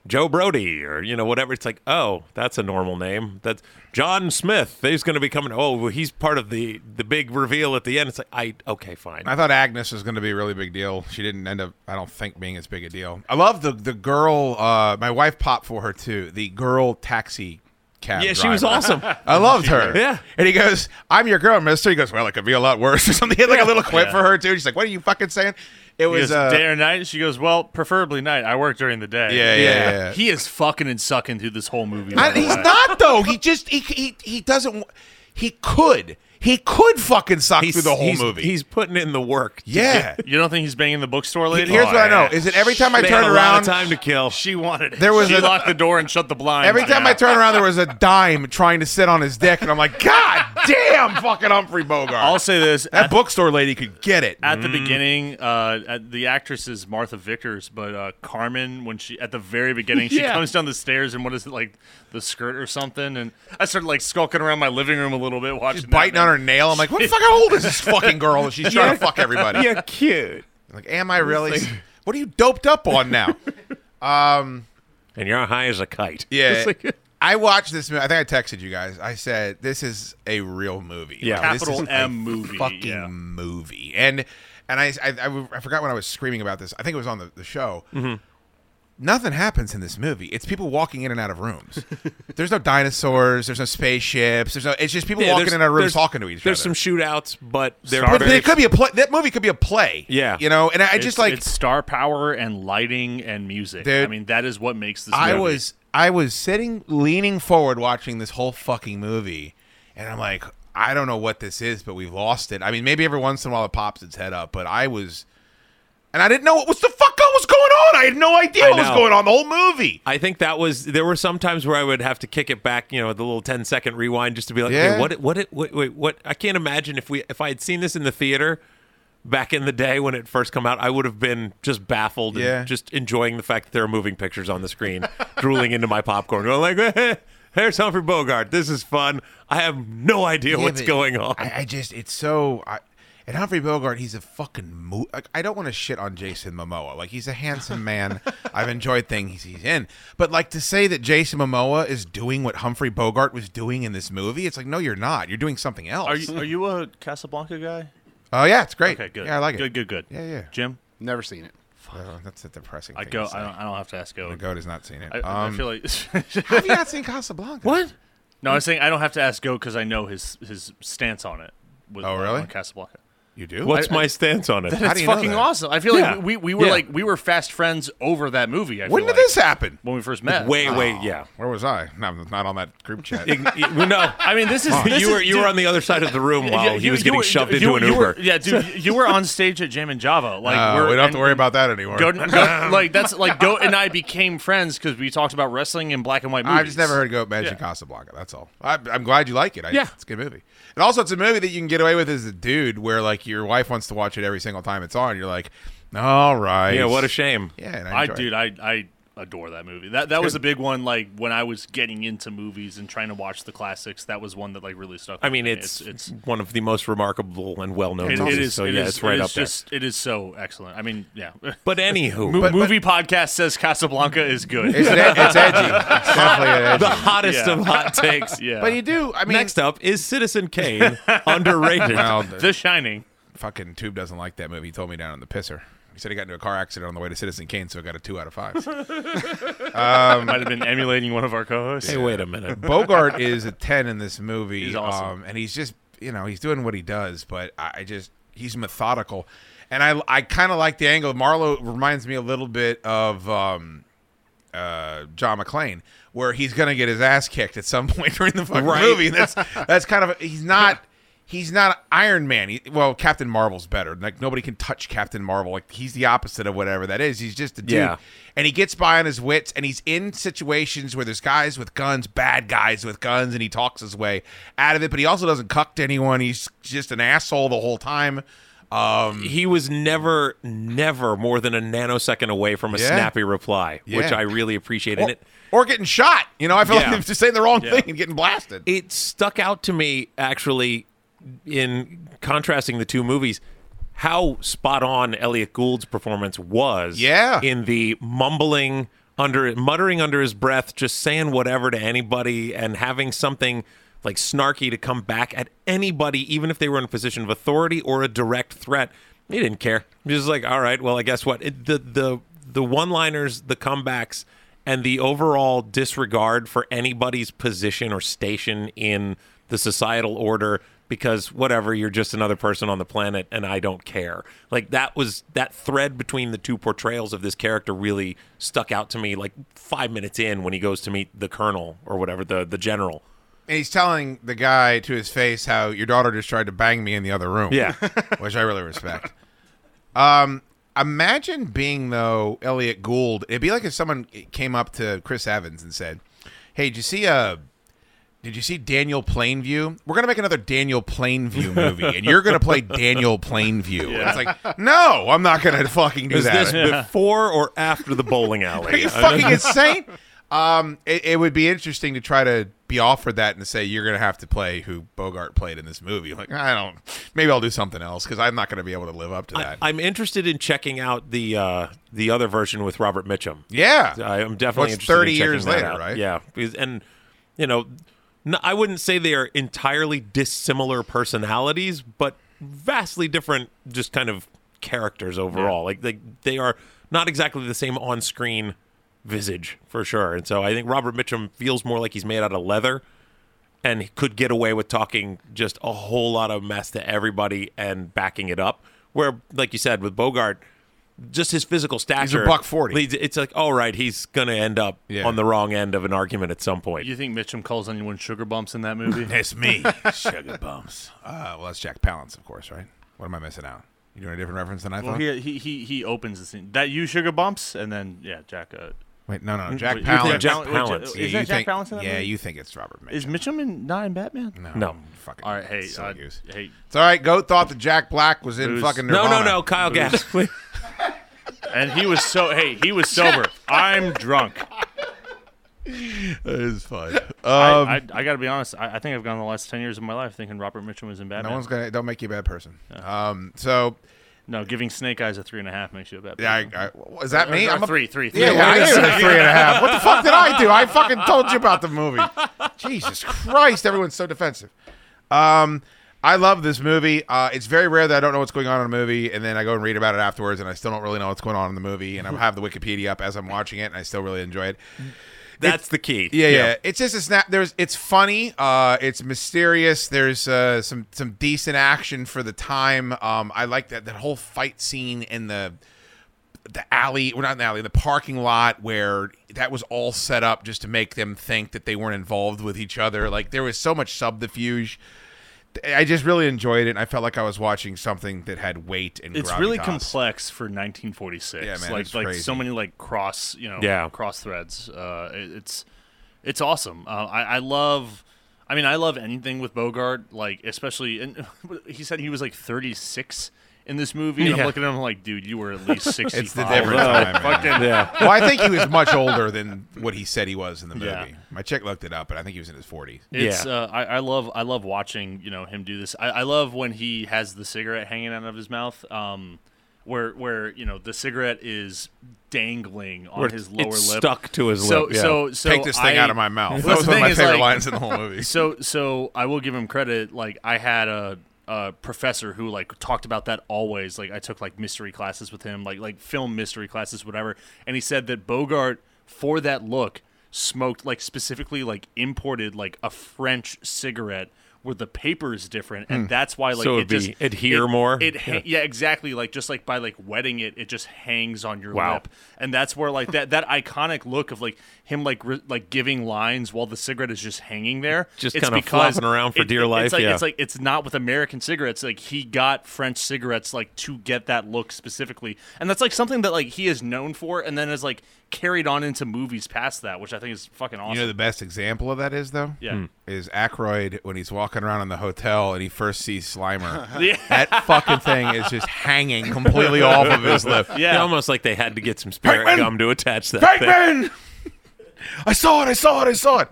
[SPEAKER 2] Joe Brody or you know whatever. It's like, oh, that's a normal name. That's John Smith. He's going to be coming. Oh, well, he's part of the the big reveal at the end. It's like, I okay, fine.
[SPEAKER 6] I thought Agnes was going to be a really big deal. She didn't end up, I don't think, being as big a deal. I love the the girl. Uh, my wife popped for her too. The girl taxi cab.
[SPEAKER 2] Yeah, she was
[SPEAKER 6] driver.
[SPEAKER 2] awesome.
[SPEAKER 6] I loved her.
[SPEAKER 2] Yeah.
[SPEAKER 6] and he goes, "I'm your girl, Mister." He goes, "Well, it could be a lot worse or something." He had like a little quip
[SPEAKER 7] Yeah.
[SPEAKER 6] for her too. She's like, "What are you fucking saying?" It
[SPEAKER 7] He
[SPEAKER 6] was
[SPEAKER 7] goes,
[SPEAKER 6] uh,
[SPEAKER 7] day or night? She goes, well, preferably night. I work during the day.
[SPEAKER 6] Yeah, yeah, Yeah. yeah.
[SPEAKER 7] He is fucking and sucking through this whole movie. by
[SPEAKER 6] I,
[SPEAKER 7] the
[SPEAKER 6] he's
[SPEAKER 7] way.
[SPEAKER 6] not though. He just he he he doesn't. w- He could he could fucking suck
[SPEAKER 2] He's
[SPEAKER 6] through the whole
[SPEAKER 2] he's-
[SPEAKER 6] movie.
[SPEAKER 2] He's putting in the work. to
[SPEAKER 6] yeah.
[SPEAKER 2] get-
[SPEAKER 7] You don't think he's banging the bookstore lady?
[SPEAKER 6] Here's
[SPEAKER 7] Oh,
[SPEAKER 6] what I know:
[SPEAKER 7] yeah.
[SPEAKER 6] is that every time I
[SPEAKER 2] They
[SPEAKER 6] turn
[SPEAKER 2] had a lot of
[SPEAKER 6] around,
[SPEAKER 2] time to kill.
[SPEAKER 7] She wanted it.
[SPEAKER 6] There was
[SPEAKER 7] she
[SPEAKER 6] a-
[SPEAKER 7] locked the door and shut the blinds.
[SPEAKER 6] every time I turn around, there was a dime trying to sit on his dick, and I'm like, God damn, fucking Humphrey Bogart.
[SPEAKER 7] I'll say this
[SPEAKER 6] that bookstore lady could get it.
[SPEAKER 7] at the beginning, uh, at the actress is Martha Vickers, but uh, Carmen, when she at the very beginning, she
[SPEAKER 2] Yeah.
[SPEAKER 7] comes down the stairs and what is it like the skirt or something? And I started like skulking around my living room a little bit, watching,
[SPEAKER 6] She's biting
[SPEAKER 7] that,
[SPEAKER 6] on her nail. I'm like, what the fuck? How old is this fucking girl? And she's trying to fuck everybody.
[SPEAKER 2] You're cute,
[SPEAKER 6] Like, am I really? What are you doped up on now?
[SPEAKER 2] and you're high as a kite.
[SPEAKER 6] Yeah.
[SPEAKER 2] It's like-
[SPEAKER 6] I watched this movie. I think I texted you guys. I said this is a real movie.
[SPEAKER 2] Yeah.
[SPEAKER 6] Like, this
[SPEAKER 7] Capital
[SPEAKER 6] is a
[SPEAKER 7] M movie,
[SPEAKER 6] Fucking
[SPEAKER 7] yeah.
[SPEAKER 6] movie. And and I, I I- I forgot when I was screaming about this. I think it was on the, the show.
[SPEAKER 2] Mm-hmm.
[SPEAKER 6] Nothing happens in this movie. It's people walking in and out of rooms. there's no dinosaurs. There's no spaceships. There's no. It's just people
[SPEAKER 2] Yeah,
[SPEAKER 6] walking
[SPEAKER 2] there's-
[SPEAKER 6] in and out of
[SPEAKER 2] there's-
[SPEAKER 6] rooms talking to each
[SPEAKER 2] There's
[SPEAKER 6] other.
[SPEAKER 2] some shootouts, but they're
[SPEAKER 6] but
[SPEAKER 2] very-
[SPEAKER 6] it could be a play. That movie could be a play.
[SPEAKER 2] Yeah.
[SPEAKER 6] You know. And I
[SPEAKER 7] It's,
[SPEAKER 6] just like
[SPEAKER 7] it's star power and lighting and music. I
[SPEAKER 6] Dude.
[SPEAKER 7] mean, that is what makes this.
[SPEAKER 6] I
[SPEAKER 7] movie.
[SPEAKER 6] was I was sitting leaning forward watching this whole fucking movie, and I'm like, I don't know what this is, but we've lost it. I mean, maybe every once in a while it pops its head up, but I was, and I didn't know what was the fuck was going on. I had no idea
[SPEAKER 2] I
[SPEAKER 6] what was
[SPEAKER 2] know.
[SPEAKER 6] going on the whole movie.
[SPEAKER 2] I think that was there were some times where I would have to kick it back, you know, the little 10 second rewind just to be like,
[SPEAKER 6] Yeah.
[SPEAKER 2] hey, what, what, what, wait, what? I can't imagine if we if I had seen this in the theater back in the day when it first come out, I would have been just baffled
[SPEAKER 6] Yeah.
[SPEAKER 2] and just enjoying the fact that there are moving pictures on the screen, drooling into my popcorn, going like, here's Humphrey Bogart. This is fun. I have no idea what's
[SPEAKER 6] but
[SPEAKER 2] going on.
[SPEAKER 6] I, I just, it's so. I, and Humphrey Bogart, he's a fucking. Mo- like, I don't want to shit on Jason Momoa. Like he's a handsome man. I've enjoyed things he's in, but like to say that Jason Momoa is doing what Humphrey Bogart was doing in this movie, it's like no, you're not. You're doing something else.
[SPEAKER 7] Are you are you a Casablanca guy?
[SPEAKER 6] Oh yeah, it's great.
[SPEAKER 7] Okay, good.
[SPEAKER 6] Yeah, I like it.
[SPEAKER 7] Good, good, good.
[SPEAKER 6] Yeah, yeah.
[SPEAKER 7] Jim,
[SPEAKER 1] Never seen it.
[SPEAKER 6] Oh, that's a depressing.
[SPEAKER 7] I
[SPEAKER 6] thing
[SPEAKER 7] go.
[SPEAKER 6] to say.
[SPEAKER 7] I don't, I don't have to ask Go.
[SPEAKER 6] Goat has not seen it.
[SPEAKER 7] I, I
[SPEAKER 6] um,
[SPEAKER 7] feel like
[SPEAKER 6] have you not seen Casablanca?
[SPEAKER 2] what?
[SPEAKER 7] no. I'm saying I don't have to ask Go because I know his his stance on it. With,
[SPEAKER 6] Oh, really?
[SPEAKER 7] On Casablanca.
[SPEAKER 6] You do?
[SPEAKER 2] What's my stance on it?
[SPEAKER 6] How do
[SPEAKER 7] It's
[SPEAKER 6] you know
[SPEAKER 7] fucking
[SPEAKER 6] that?
[SPEAKER 7] awesome. I feel like
[SPEAKER 2] Yeah.
[SPEAKER 7] we, we were
[SPEAKER 2] Yeah.
[SPEAKER 7] like we were fast friends over that movie. I
[SPEAKER 6] When did
[SPEAKER 7] feel like,
[SPEAKER 6] this happen?
[SPEAKER 7] When we first met.
[SPEAKER 2] Wait, wait, yeah.
[SPEAKER 6] Where was I? No, I'm not on that group chat.
[SPEAKER 2] no,
[SPEAKER 7] I mean, this is this
[SPEAKER 2] you were
[SPEAKER 7] is,
[SPEAKER 2] you were on the other side of the room while he was getting shoved into an Uber.
[SPEAKER 7] yeah, dude, you were on stage at Jam and Java. Like
[SPEAKER 6] Uh,
[SPEAKER 7] we're,
[SPEAKER 6] we don't have
[SPEAKER 7] and-
[SPEAKER 6] to worry about that anymore.
[SPEAKER 7] Goat and- Goat- like that's like Goat and I became friends because we talked about wrestling and black and white movies.
[SPEAKER 6] I've just never heard Goat mention
[SPEAKER 7] Yeah.
[SPEAKER 6] Casablanca. That's all. I, I'm glad you like it. I,
[SPEAKER 2] Yeah.
[SPEAKER 6] it's a good movie. And also, it's a movie that you can get away with as a dude, where like your wife wants to watch it every single time it's on. You're like, all right.
[SPEAKER 2] Yeah, what a shame.
[SPEAKER 6] Yeah, and I,
[SPEAKER 7] I
[SPEAKER 6] enjoy it.
[SPEAKER 7] dude, I I adore that movie. That that was a big one. Like when I was getting into movies and trying to watch the classics, that was one that like really stuck.
[SPEAKER 2] I
[SPEAKER 7] with
[SPEAKER 2] mean,
[SPEAKER 7] me.
[SPEAKER 2] it's it's one of the most remarkable and well-known
[SPEAKER 7] it,
[SPEAKER 2] movies.
[SPEAKER 7] it is
[SPEAKER 2] so
[SPEAKER 7] it
[SPEAKER 2] yeah,
[SPEAKER 7] is-
[SPEAKER 2] it's right
[SPEAKER 7] it is
[SPEAKER 2] up there.
[SPEAKER 7] just it is so excellent. I mean, yeah.
[SPEAKER 2] But anywho,
[SPEAKER 7] Mo- movie podcast says Casablanca is good.
[SPEAKER 6] It's, ed- it's edgy. It's definitely an edgy.
[SPEAKER 2] the hottest
[SPEAKER 7] Yeah.
[SPEAKER 2] of hot takes.
[SPEAKER 7] yeah,
[SPEAKER 6] But you do. I mean,
[SPEAKER 2] Next up is Citizen Kane, underrated.
[SPEAKER 6] Well,
[SPEAKER 7] The Shining.
[SPEAKER 6] fucking tube doesn't like that movie. He told me down in the pisser. He said he got into a car accident on the way to Citizen Kane, so he got a two out of five.
[SPEAKER 7] might have been emulating one of our co-hosts.
[SPEAKER 2] hey, wait a minute.
[SPEAKER 6] Bogart is a ten in this movie.
[SPEAKER 7] He's awesome.
[SPEAKER 6] um, and he's just you know he's doing what he does, but I I just he's methodical, and I I kind of like the angle. Marlowe reminds me a little bit of. Um, uh, John McClane, where he's gonna get his ass kicked at some point during the fucking
[SPEAKER 2] Right.
[SPEAKER 6] movie. And that's that's kind of he's not he's not Iron Man. He, well, Captain Marvel's better. Like nobody can touch Captain Marvel. Like he's the opposite of whatever that is. He's just a dude,
[SPEAKER 2] Yeah.
[SPEAKER 6] and he gets by on his wits, and he's in situations where there's guys with guns, bad guys with guns, and he talks his way out of it. But he also doesn't cuck to anyone. He's just an asshole the whole time. Um,
[SPEAKER 2] He was never, never more than a nanosecond away from a
[SPEAKER 6] Yeah.
[SPEAKER 2] snappy reply, which
[SPEAKER 6] Yeah.
[SPEAKER 2] I really appreciate.
[SPEAKER 6] or,
[SPEAKER 2] And it,
[SPEAKER 6] or getting shot. You know, I feel
[SPEAKER 2] Yeah.
[SPEAKER 6] like I'm just saying the wrong thing and getting blasted.
[SPEAKER 2] it stuck out to me actually in contrasting the two movies how spot on Elliot Gould's performance was
[SPEAKER 6] Yeah.
[SPEAKER 2] in the mumbling under muttering under his breath, just saying whatever to anybody and having something like snarky to come back at anybody, even if they were in a position of authority or a direct threat. He didn't care. He was just like, all right, well, I guess what It- the the the one liners, the comebacks, and the overall disregard for anybody's position or station in the societal order because whatever you're just another person on the planet and I don't care. Like that was that thread between the two portrayals of this character really stuck out to me like 5 minutes in when he goes to meet the colonel or whatever the the general.
[SPEAKER 6] And he's telling the guy to his face how your daughter just tried to bang me in the other room.
[SPEAKER 2] Yeah.
[SPEAKER 6] which I really respect. Um, imagine being though Elliot Gould. It'd be like if someone came up to Chris Evans and said, "Hey, did you see uh Did you see Daniel Plainview? We're gonna make another Daniel Plainview movie, and you're gonna play Daniel Plainview."
[SPEAKER 2] Yeah.
[SPEAKER 6] And it's like, no, I'm not gonna fucking do
[SPEAKER 2] Is
[SPEAKER 6] that.
[SPEAKER 2] this before or after the bowling alley? Uh,
[SPEAKER 6] Are you fucking insane? Um, it, it would be interesting to try to be offered that and say you're going to have to play who Bogart played in this movie. Like I don't, maybe I'll do something else because I'm not going to be able to live up to that.
[SPEAKER 2] I'm interested in checking out the uh, the other version with Robert Mitchum.
[SPEAKER 6] Yeah.
[SPEAKER 2] I- I'm
[SPEAKER 6] Well,
[SPEAKER 2] definitely
[SPEAKER 6] it's
[SPEAKER 2] interested
[SPEAKER 6] 30
[SPEAKER 2] in checking
[SPEAKER 6] years
[SPEAKER 2] that
[SPEAKER 6] later,
[SPEAKER 2] out.
[SPEAKER 6] right?
[SPEAKER 2] Yeah, because- and you know, n I wouldn't say they are entirely dissimilar personalities, but vastly different, just kind of characters overall. Like they they are not exactly the same on screen visage for sure. And so I think Robert Mitchum feels more like he's made out of leather. And he could get away with talking just a whole lot of mess to everybody and backing it up. Where, like you said, with Bogart, just his physical stature.
[SPEAKER 6] buck 40.
[SPEAKER 2] leads- It's like, all right, he's going to end up on the wrong end of an argument at some point.
[SPEAKER 7] You think Mitchum calls anyone sugar bumps in that movie?
[SPEAKER 6] it's me, sugar bumps. Uh, well, that's Jack Palance, of course, right? What am I missing out? You doing a different reference than I
[SPEAKER 7] Well,
[SPEAKER 6] thought?
[SPEAKER 7] he, he he he opens the scene. That you sugar bumps, and then yeah, Jack. Uh,
[SPEAKER 6] Wait, no, no, Jack
[SPEAKER 7] you
[SPEAKER 6] Palance.
[SPEAKER 7] think
[SPEAKER 6] Jack
[SPEAKER 7] Pal- wait,
[SPEAKER 6] Palance.
[SPEAKER 7] Is
[SPEAKER 6] Yeah, you
[SPEAKER 7] that Jack
[SPEAKER 6] think-
[SPEAKER 7] Palance? In that
[SPEAKER 6] yeah,
[SPEAKER 7] movie?
[SPEAKER 6] you think it's Robert Mitchum.
[SPEAKER 7] Is Mitchum in not in Batman?
[SPEAKER 2] No.
[SPEAKER 6] Fucking
[SPEAKER 7] All right, hey,
[SPEAKER 6] silly
[SPEAKER 7] uh,
[SPEAKER 6] goose.
[SPEAKER 7] hey,
[SPEAKER 6] It's all right. Go thought that Jack Black was in
[SPEAKER 7] Booze.
[SPEAKER 6] fucking
[SPEAKER 2] No,
[SPEAKER 6] Nirvana.
[SPEAKER 2] no, no, Kyle Gass. please.
[SPEAKER 7] and he was so hey, he was sober. I'm drunk.
[SPEAKER 6] That is fine. Um,
[SPEAKER 7] I, I, I got to be honest. I, I think I've gone the last ten years of my life thinking Robert Mitchum was in Batman.
[SPEAKER 6] no one's gonna. Don't make you a bad person. Um, so
[SPEAKER 7] No, giving Snake Eyes a three and a half makes you a bad.
[SPEAKER 6] Yeah,
[SPEAKER 7] person.
[SPEAKER 6] I, I, is that
[SPEAKER 7] Or-
[SPEAKER 6] me?
[SPEAKER 7] or
[SPEAKER 6] I'm a-
[SPEAKER 7] three, three, three.
[SPEAKER 6] Yeah,
[SPEAKER 7] What
[SPEAKER 6] I
[SPEAKER 7] is
[SPEAKER 6] gave it a
[SPEAKER 7] it?
[SPEAKER 6] three and a half. What the fuck did I do? I fucking told you about the movie. Jesus Christ, everyone's so defensive. Um, I love this movie. Uh, it's very rare that I don't know what's going on in a movie, and then I go and read about it afterwards, and I still don't really know what's going on in the movie, and I have the Wikipedia up as I'm watching it, and I still really enjoy it.
[SPEAKER 2] That's the key.
[SPEAKER 6] Yeah, yeah, It's just a snap. There's, it's funny. Uh, it's mysterious. There's uh, some some decent action for the time. Um, I like that that whole fight scene in the the alley. Well, not in the alley, in the parking lot where that was all set up just to make them think that they weren't involved with each other. Like there was so much subterfuge. I just really enjoyed it. And I felt like I was watching something that had weight and
[SPEAKER 7] It's really
[SPEAKER 6] gravitas.
[SPEAKER 7] complex for 1946.
[SPEAKER 6] Yeah, man,
[SPEAKER 7] like
[SPEAKER 6] it's
[SPEAKER 7] like
[SPEAKER 6] crazy.
[SPEAKER 7] so many like cross you know
[SPEAKER 2] Yeah.
[SPEAKER 7] cross threads. Uh, it- it's it's awesome. Uh, I, I love. I mean, I love anything with Bogart. Like especially, and he said he was like 36 in this movie, and
[SPEAKER 2] Yeah.
[SPEAKER 7] I'm looking at him like, dude, you were at least 65.
[SPEAKER 6] It's the different
[SPEAKER 7] Like,
[SPEAKER 6] time. man.
[SPEAKER 7] fucking-
[SPEAKER 2] Yeah.
[SPEAKER 6] well, I think he was much older than what he said he was in the movie.
[SPEAKER 7] Yeah.
[SPEAKER 6] My chick looked it up, but I think he was in his 40s.
[SPEAKER 7] It's
[SPEAKER 2] Yeah.
[SPEAKER 7] uh, I, I love I love watching you know him do this. I, I love when he has the cigarette hanging out of his mouth, um, where where you know the cigarette is dangling on
[SPEAKER 2] Where
[SPEAKER 7] his
[SPEAKER 2] it's
[SPEAKER 7] lower lip,
[SPEAKER 2] stuck to his
[SPEAKER 7] so,
[SPEAKER 2] lip, yeah.
[SPEAKER 7] So so
[SPEAKER 6] Take this thing
[SPEAKER 7] I-
[SPEAKER 6] out of my mouth.
[SPEAKER 7] Well,
[SPEAKER 6] That
[SPEAKER 7] the
[SPEAKER 6] was one of
[SPEAKER 7] thing
[SPEAKER 6] my
[SPEAKER 7] is,
[SPEAKER 6] favorite
[SPEAKER 7] like,
[SPEAKER 6] lines in the whole movie.
[SPEAKER 7] So so I will give him credit. Like I had a. A professor who like talked about that always. Like I took like mystery classes with him, like like film mystery classes, whatever. And he said that Bogart for that look smoked like specifically like imported like a French cigarette where the paper is different,
[SPEAKER 6] Hmm.
[SPEAKER 7] and that's why like
[SPEAKER 2] So
[SPEAKER 7] it
[SPEAKER 2] it'd be
[SPEAKER 7] just
[SPEAKER 2] adhere
[SPEAKER 7] it-
[SPEAKER 2] more?
[SPEAKER 7] It ha- yeah, exactly. Like just like by like wetting it, it just hangs on your
[SPEAKER 2] Wow.
[SPEAKER 7] lip, and that's where like that that iconic look of like him like re- like giving lines while the cigarette is just hanging there,
[SPEAKER 2] Just
[SPEAKER 7] it's
[SPEAKER 2] kinda
[SPEAKER 7] because
[SPEAKER 2] flopping around for
[SPEAKER 7] it-
[SPEAKER 2] dear
[SPEAKER 7] it-
[SPEAKER 2] life,
[SPEAKER 7] It's like,
[SPEAKER 2] yeah.
[SPEAKER 7] it's like it's not with American cigarettes. Like he got French cigarettes like to get that look specifically, and that's like something that like he is known for, and then is like carried on into movies past that, which I think is fucking awesome.
[SPEAKER 6] You know the best example of that is though?
[SPEAKER 7] Yeah. Hmm.
[SPEAKER 6] Is Aykroyd when he's walking around in the hotel and he first sees Slimer.
[SPEAKER 7] Yeah.
[SPEAKER 6] That fucking thing is just hanging completely off of his lip.
[SPEAKER 2] Yeah,
[SPEAKER 7] yeah,
[SPEAKER 2] almost like they had to get some spirit
[SPEAKER 6] Pinkman!
[SPEAKER 2] gum to attach that. thing.
[SPEAKER 6] Pinkman! I saw it, I saw it, I saw it.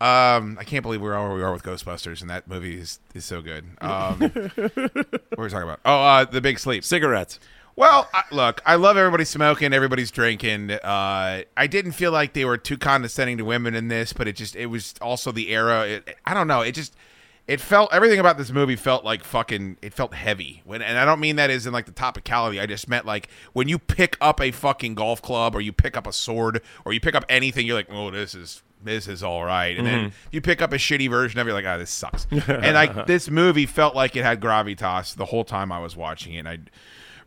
[SPEAKER 6] Um, I can't believe we're all where we are with Ghostbusters and that movie is, is so good. Um, what were we talking about? Oh, uh, The Big Sleep.
[SPEAKER 2] Cigarettes.
[SPEAKER 6] Well, I, look, I love everybody smoking, everybody's drinking. Uh, I didn't feel like they were too condescending to women in this, but it just it was also the era. It, I don't know. It just it felt everything about this movie felt like fucking it felt heavy. When and I don't mean that as in like the topicality. I just meant like when you pick up a fucking golf club or you pick up a sword or you pick up anything, you're like, oh, this is this is all right. And then
[SPEAKER 11] Mhm.
[SPEAKER 6] you pick up a shitty version of it, you're like, oh, this sucks. and like this movie felt like it had gravitas the whole time I was watching it. And I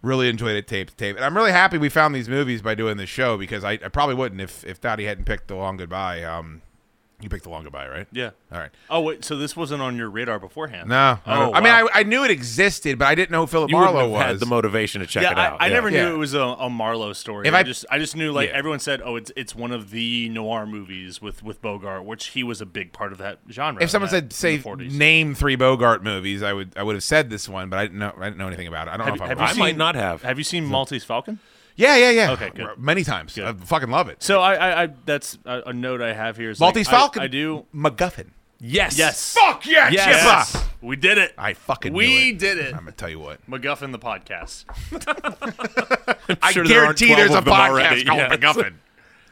[SPEAKER 6] really enjoyed it tape to tape. And I'm really happy we found these movies by doing this show because I, I probably wouldn't if if Dottie hadn't picked the long goodbye. Um, you picked the long goodbye, right?
[SPEAKER 7] Yeah.
[SPEAKER 6] All right.
[SPEAKER 7] Oh wait, so this wasn't on your radar beforehand?
[SPEAKER 6] No, I
[SPEAKER 7] Oh,
[SPEAKER 6] don't- I mean,
[SPEAKER 7] wow.
[SPEAKER 6] I, I knew it existed, but I didn't know who Philip
[SPEAKER 7] You wouldn't
[SPEAKER 6] Marlowe was.
[SPEAKER 7] have had the
[SPEAKER 2] motivation to
[SPEAKER 7] yeah, I, I never knew it was a, a Marlowe story.
[SPEAKER 6] If
[SPEAKER 7] I,
[SPEAKER 6] I-
[SPEAKER 7] just I just knew like
[SPEAKER 6] Yeah.
[SPEAKER 7] everyone said, oh, it's it's one of the noir movies with with Bogart, which he was a big part of that genre.
[SPEAKER 6] If someone
[SPEAKER 7] in
[SPEAKER 6] said
[SPEAKER 7] that-
[SPEAKER 6] say
[SPEAKER 7] in the 40s.
[SPEAKER 6] name three Bogart movies, I would I would have said this one, but I didn't know I didn't know anything about it. I don't
[SPEAKER 7] Have
[SPEAKER 6] know if
[SPEAKER 7] you-
[SPEAKER 6] I,
[SPEAKER 7] have you I might seen- not
[SPEAKER 6] have.
[SPEAKER 7] Have you seen Maltese Falcon?
[SPEAKER 6] Yeah, yeah, yeah.
[SPEAKER 7] Okay, good.
[SPEAKER 6] Many times. I fucking love it.
[SPEAKER 7] So I, I, I that's a, a note I have here. Is
[SPEAKER 6] Maltese
[SPEAKER 7] like, I-
[SPEAKER 6] Falcon.
[SPEAKER 7] I, do.
[SPEAKER 6] MacGuffin.
[SPEAKER 7] Yes. Yes.
[SPEAKER 6] Fuck yeah,
[SPEAKER 7] Yes.
[SPEAKER 6] Chippa.
[SPEAKER 7] We did it.
[SPEAKER 6] I fucking
[SPEAKER 7] We
[SPEAKER 6] knew it.
[SPEAKER 7] did it. I'm
[SPEAKER 6] gonna tell you what.
[SPEAKER 7] MacGuffin the podcast.
[SPEAKER 6] I sure there aren't guarantee 12 there's a of them podcast already. called Yes. MacGuffin.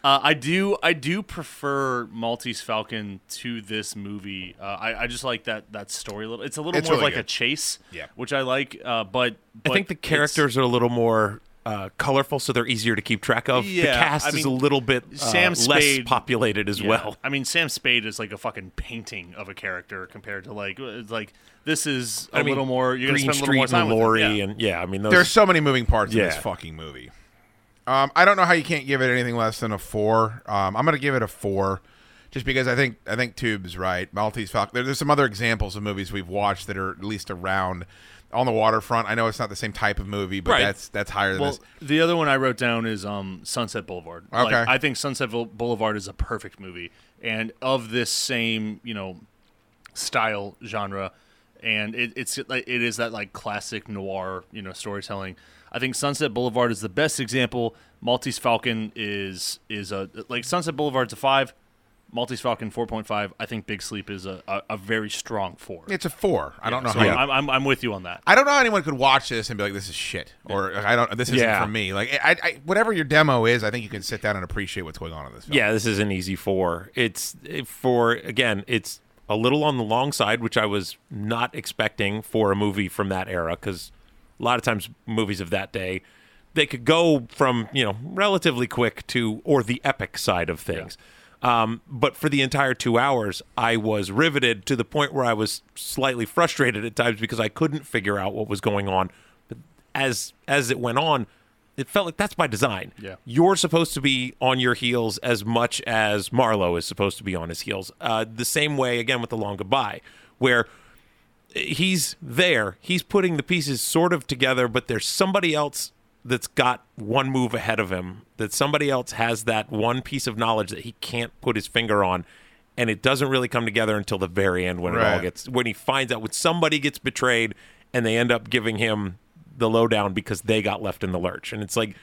[SPEAKER 7] Uh, I do, I do prefer Maltese Falcon to this movie. Uh, I, I just like that that story a little. It's a little
[SPEAKER 2] It's
[SPEAKER 7] more of
[SPEAKER 2] really
[SPEAKER 7] like a
[SPEAKER 2] good.
[SPEAKER 7] chase,
[SPEAKER 2] Yeah.
[SPEAKER 7] which I like. Uh, but,
[SPEAKER 2] I think the characters are a little more uh, colorful, so they're easier to keep track of. the cast is a little bit uh, less populated as well.
[SPEAKER 7] I mean, Sam Spade is like a fucking painting of a character compared to like it's like this is a
[SPEAKER 2] I mean,
[SPEAKER 7] little more. You're
[SPEAKER 2] Green
[SPEAKER 7] gonna spend
[SPEAKER 2] Street
[SPEAKER 7] a little more time
[SPEAKER 2] and
[SPEAKER 7] with
[SPEAKER 2] Lori
[SPEAKER 7] him. Yeah.
[SPEAKER 2] and yeah, I mean those,
[SPEAKER 6] There's so many moving parts in this
[SPEAKER 2] Yeah.
[SPEAKER 6] fucking movie. Um, I don't know how you can't give it anything less than a four. Um, I'm gonna give it a four, just because I think I think Tube's right. Maltese Falcon. There, there's some other examples of movies we've watched that are at least around on the waterfront. I know it's not the same type of movie, but
[SPEAKER 7] Right.
[SPEAKER 6] that's that's higher than
[SPEAKER 7] Well,
[SPEAKER 6] this.
[SPEAKER 7] the other one I wrote down is um, Sunset Boulevard. Like,
[SPEAKER 6] Okay.
[SPEAKER 7] I think Sunset Bou- Boulevard is a perfect movie, and of this same you know style genre, and it, it's like it is that like classic noir you know storytelling. I think Sunset Boulevard is the best example. Maltese Falcon is is a like Sunset Boulevard's a five. Maltese Falcon four point five. I think Big Sleep is a, a, a very strong four.
[SPEAKER 6] It's a four. I don't know
[SPEAKER 7] so
[SPEAKER 6] how you-
[SPEAKER 7] I'm, I'm I'm with you on that.
[SPEAKER 6] I don't know how anyone could watch this and be like, "This is shit," or "I don't. This isn't
[SPEAKER 2] Yeah.
[SPEAKER 6] for me." Like, I, I, whatever your demo is, I think you can sit down and appreciate what's going on in this. Film.
[SPEAKER 2] Yeah, this is an easy four. It's it- for again, it's a little on the long side, which I was not expecting for a movie from that era, because a lot of times movies of that day they could go from you know relatively quick to or the epic side of things. Um, but for the entire two hours, I was riveted to the point where I was slightly frustrated at times because I couldn't figure out what was going on. But as as it went on, it felt like that's by design.
[SPEAKER 7] Yeah.
[SPEAKER 2] You're supposed to be on your heels as much as Marlowe is supposed to be on his heels. Uh, the same way, again, with The Long Goodbye, where he's there, he's putting the pieces sort of together, but there's somebody else that's got one move ahead of him, that somebody else has that one piece of knowledge that he can't put his finger on. And it doesn't really come together until the very end when it all
[SPEAKER 6] Right.
[SPEAKER 2] gets when he finds out when somebody gets betrayed and they end up giving him the lowdown because they got left in the lurch. And it's like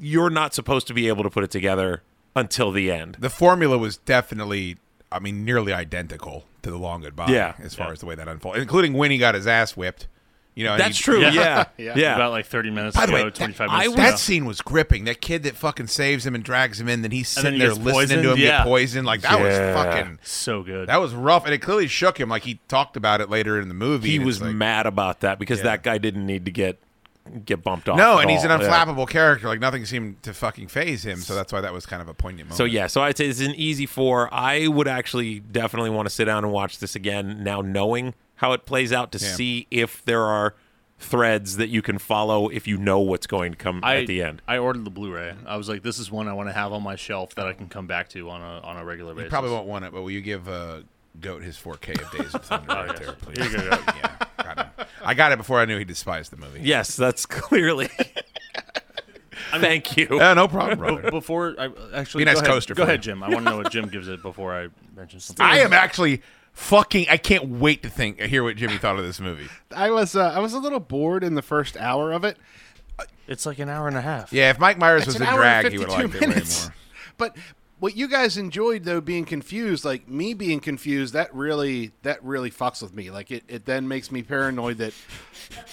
[SPEAKER 2] you're not supposed to be able to put it together until the end.
[SPEAKER 6] The formula was definitely, I mean, nearly identical to the Long Goodbye.
[SPEAKER 2] Yeah.
[SPEAKER 6] as far as the way that unfolded, including when he got his ass whipped. You know, and
[SPEAKER 2] That's
[SPEAKER 6] he-
[SPEAKER 2] true, Yeah. yeah, yeah.
[SPEAKER 7] About like thirty minutes
[SPEAKER 6] By the
[SPEAKER 7] ago,
[SPEAKER 6] way, that,
[SPEAKER 7] twenty five
[SPEAKER 6] I
[SPEAKER 7] minutes
[SPEAKER 6] was-
[SPEAKER 7] ago.
[SPEAKER 6] that scene was gripping. That kid that fucking saves him and drags him in, then he's
[SPEAKER 7] And then
[SPEAKER 6] sitting
[SPEAKER 7] he
[SPEAKER 6] there
[SPEAKER 7] gets
[SPEAKER 6] listening
[SPEAKER 7] poisoned?
[SPEAKER 6] to him
[SPEAKER 7] Yeah.
[SPEAKER 6] get poisoned. Like that
[SPEAKER 2] Yeah.
[SPEAKER 6] was fucking
[SPEAKER 7] so good.
[SPEAKER 6] That was rough, and it clearly shook him. Like he talked about it later in the movie.
[SPEAKER 2] He
[SPEAKER 6] and it's
[SPEAKER 2] was
[SPEAKER 6] like-
[SPEAKER 2] mad about that because
[SPEAKER 6] Yeah.
[SPEAKER 2] that guy didn't need to get get bumped off.
[SPEAKER 6] No,
[SPEAKER 2] at
[SPEAKER 6] and he's an
[SPEAKER 2] all. Yeah.
[SPEAKER 6] unflappable character. Like nothing seemed to fucking phase him, so that's why that was kind of a poignant moment.
[SPEAKER 2] So yeah, so I'd say this is an easy four. I would actually definitely want to sit down and watch this again now, knowing how it plays out to
[SPEAKER 7] Yeah.
[SPEAKER 2] see if there are threads that you can follow if you know what's going to come
[SPEAKER 7] I,
[SPEAKER 2] at the end.
[SPEAKER 7] I ordered the Blu-ray. I was like, this is one I want to have on my shelf that I can come back to on a on a regular
[SPEAKER 6] you
[SPEAKER 7] basis.
[SPEAKER 6] probably won't want it, but will you give uh, Goat his 4K of Days of Thunder
[SPEAKER 7] Oh,
[SPEAKER 6] right
[SPEAKER 7] yes.
[SPEAKER 6] there, please?
[SPEAKER 7] Here you go, Goat.
[SPEAKER 6] yeah, got him. I got it before I knew he despised the movie.
[SPEAKER 2] Yes, that's clearly. Thank you.
[SPEAKER 6] Yeah, no problem, brother.
[SPEAKER 7] Be- Before I actually
[SPEAKER 6] Be a nice
[SPEAKER 7] go ahead,
[SPEAKER 6] coaster
[SPEAKER 7] Go
[SPEAKER 6] for
[SPEAKER 7] ahead,
[SPEAKER 6] you.
[SPEAKER 7] Jim. I want to know what Jim gives it before I mention something.
[SPEAKER 6] I am actually fucking. I can't wait to think uh, hear what Jimmy thought of this movie.
[SPEAKER 1] I was uh, I was a little bored in the first hour of it.
[SPEAKER 7] It's like an hour and a half.
[SPEAKER 6] Yeah, if Mike Myers
[SPEAKER 1] It's
[SPEAKER 6] was
[SPEAKER 1] an
[SPEAKER 6] in
[SPEAKER 1] hour and
[SPEAKER 6] drag, he would
[SPEAKER 1] 52
[SPEAKER 6] like it way
[SPEAKER 1] minutes.
[SPEAKER 6] more.
[SPEAKER 1] But what you guys enjoyed though being confused, like me being confused, that really that really fucks with me. Like it, it then makes me paranoid that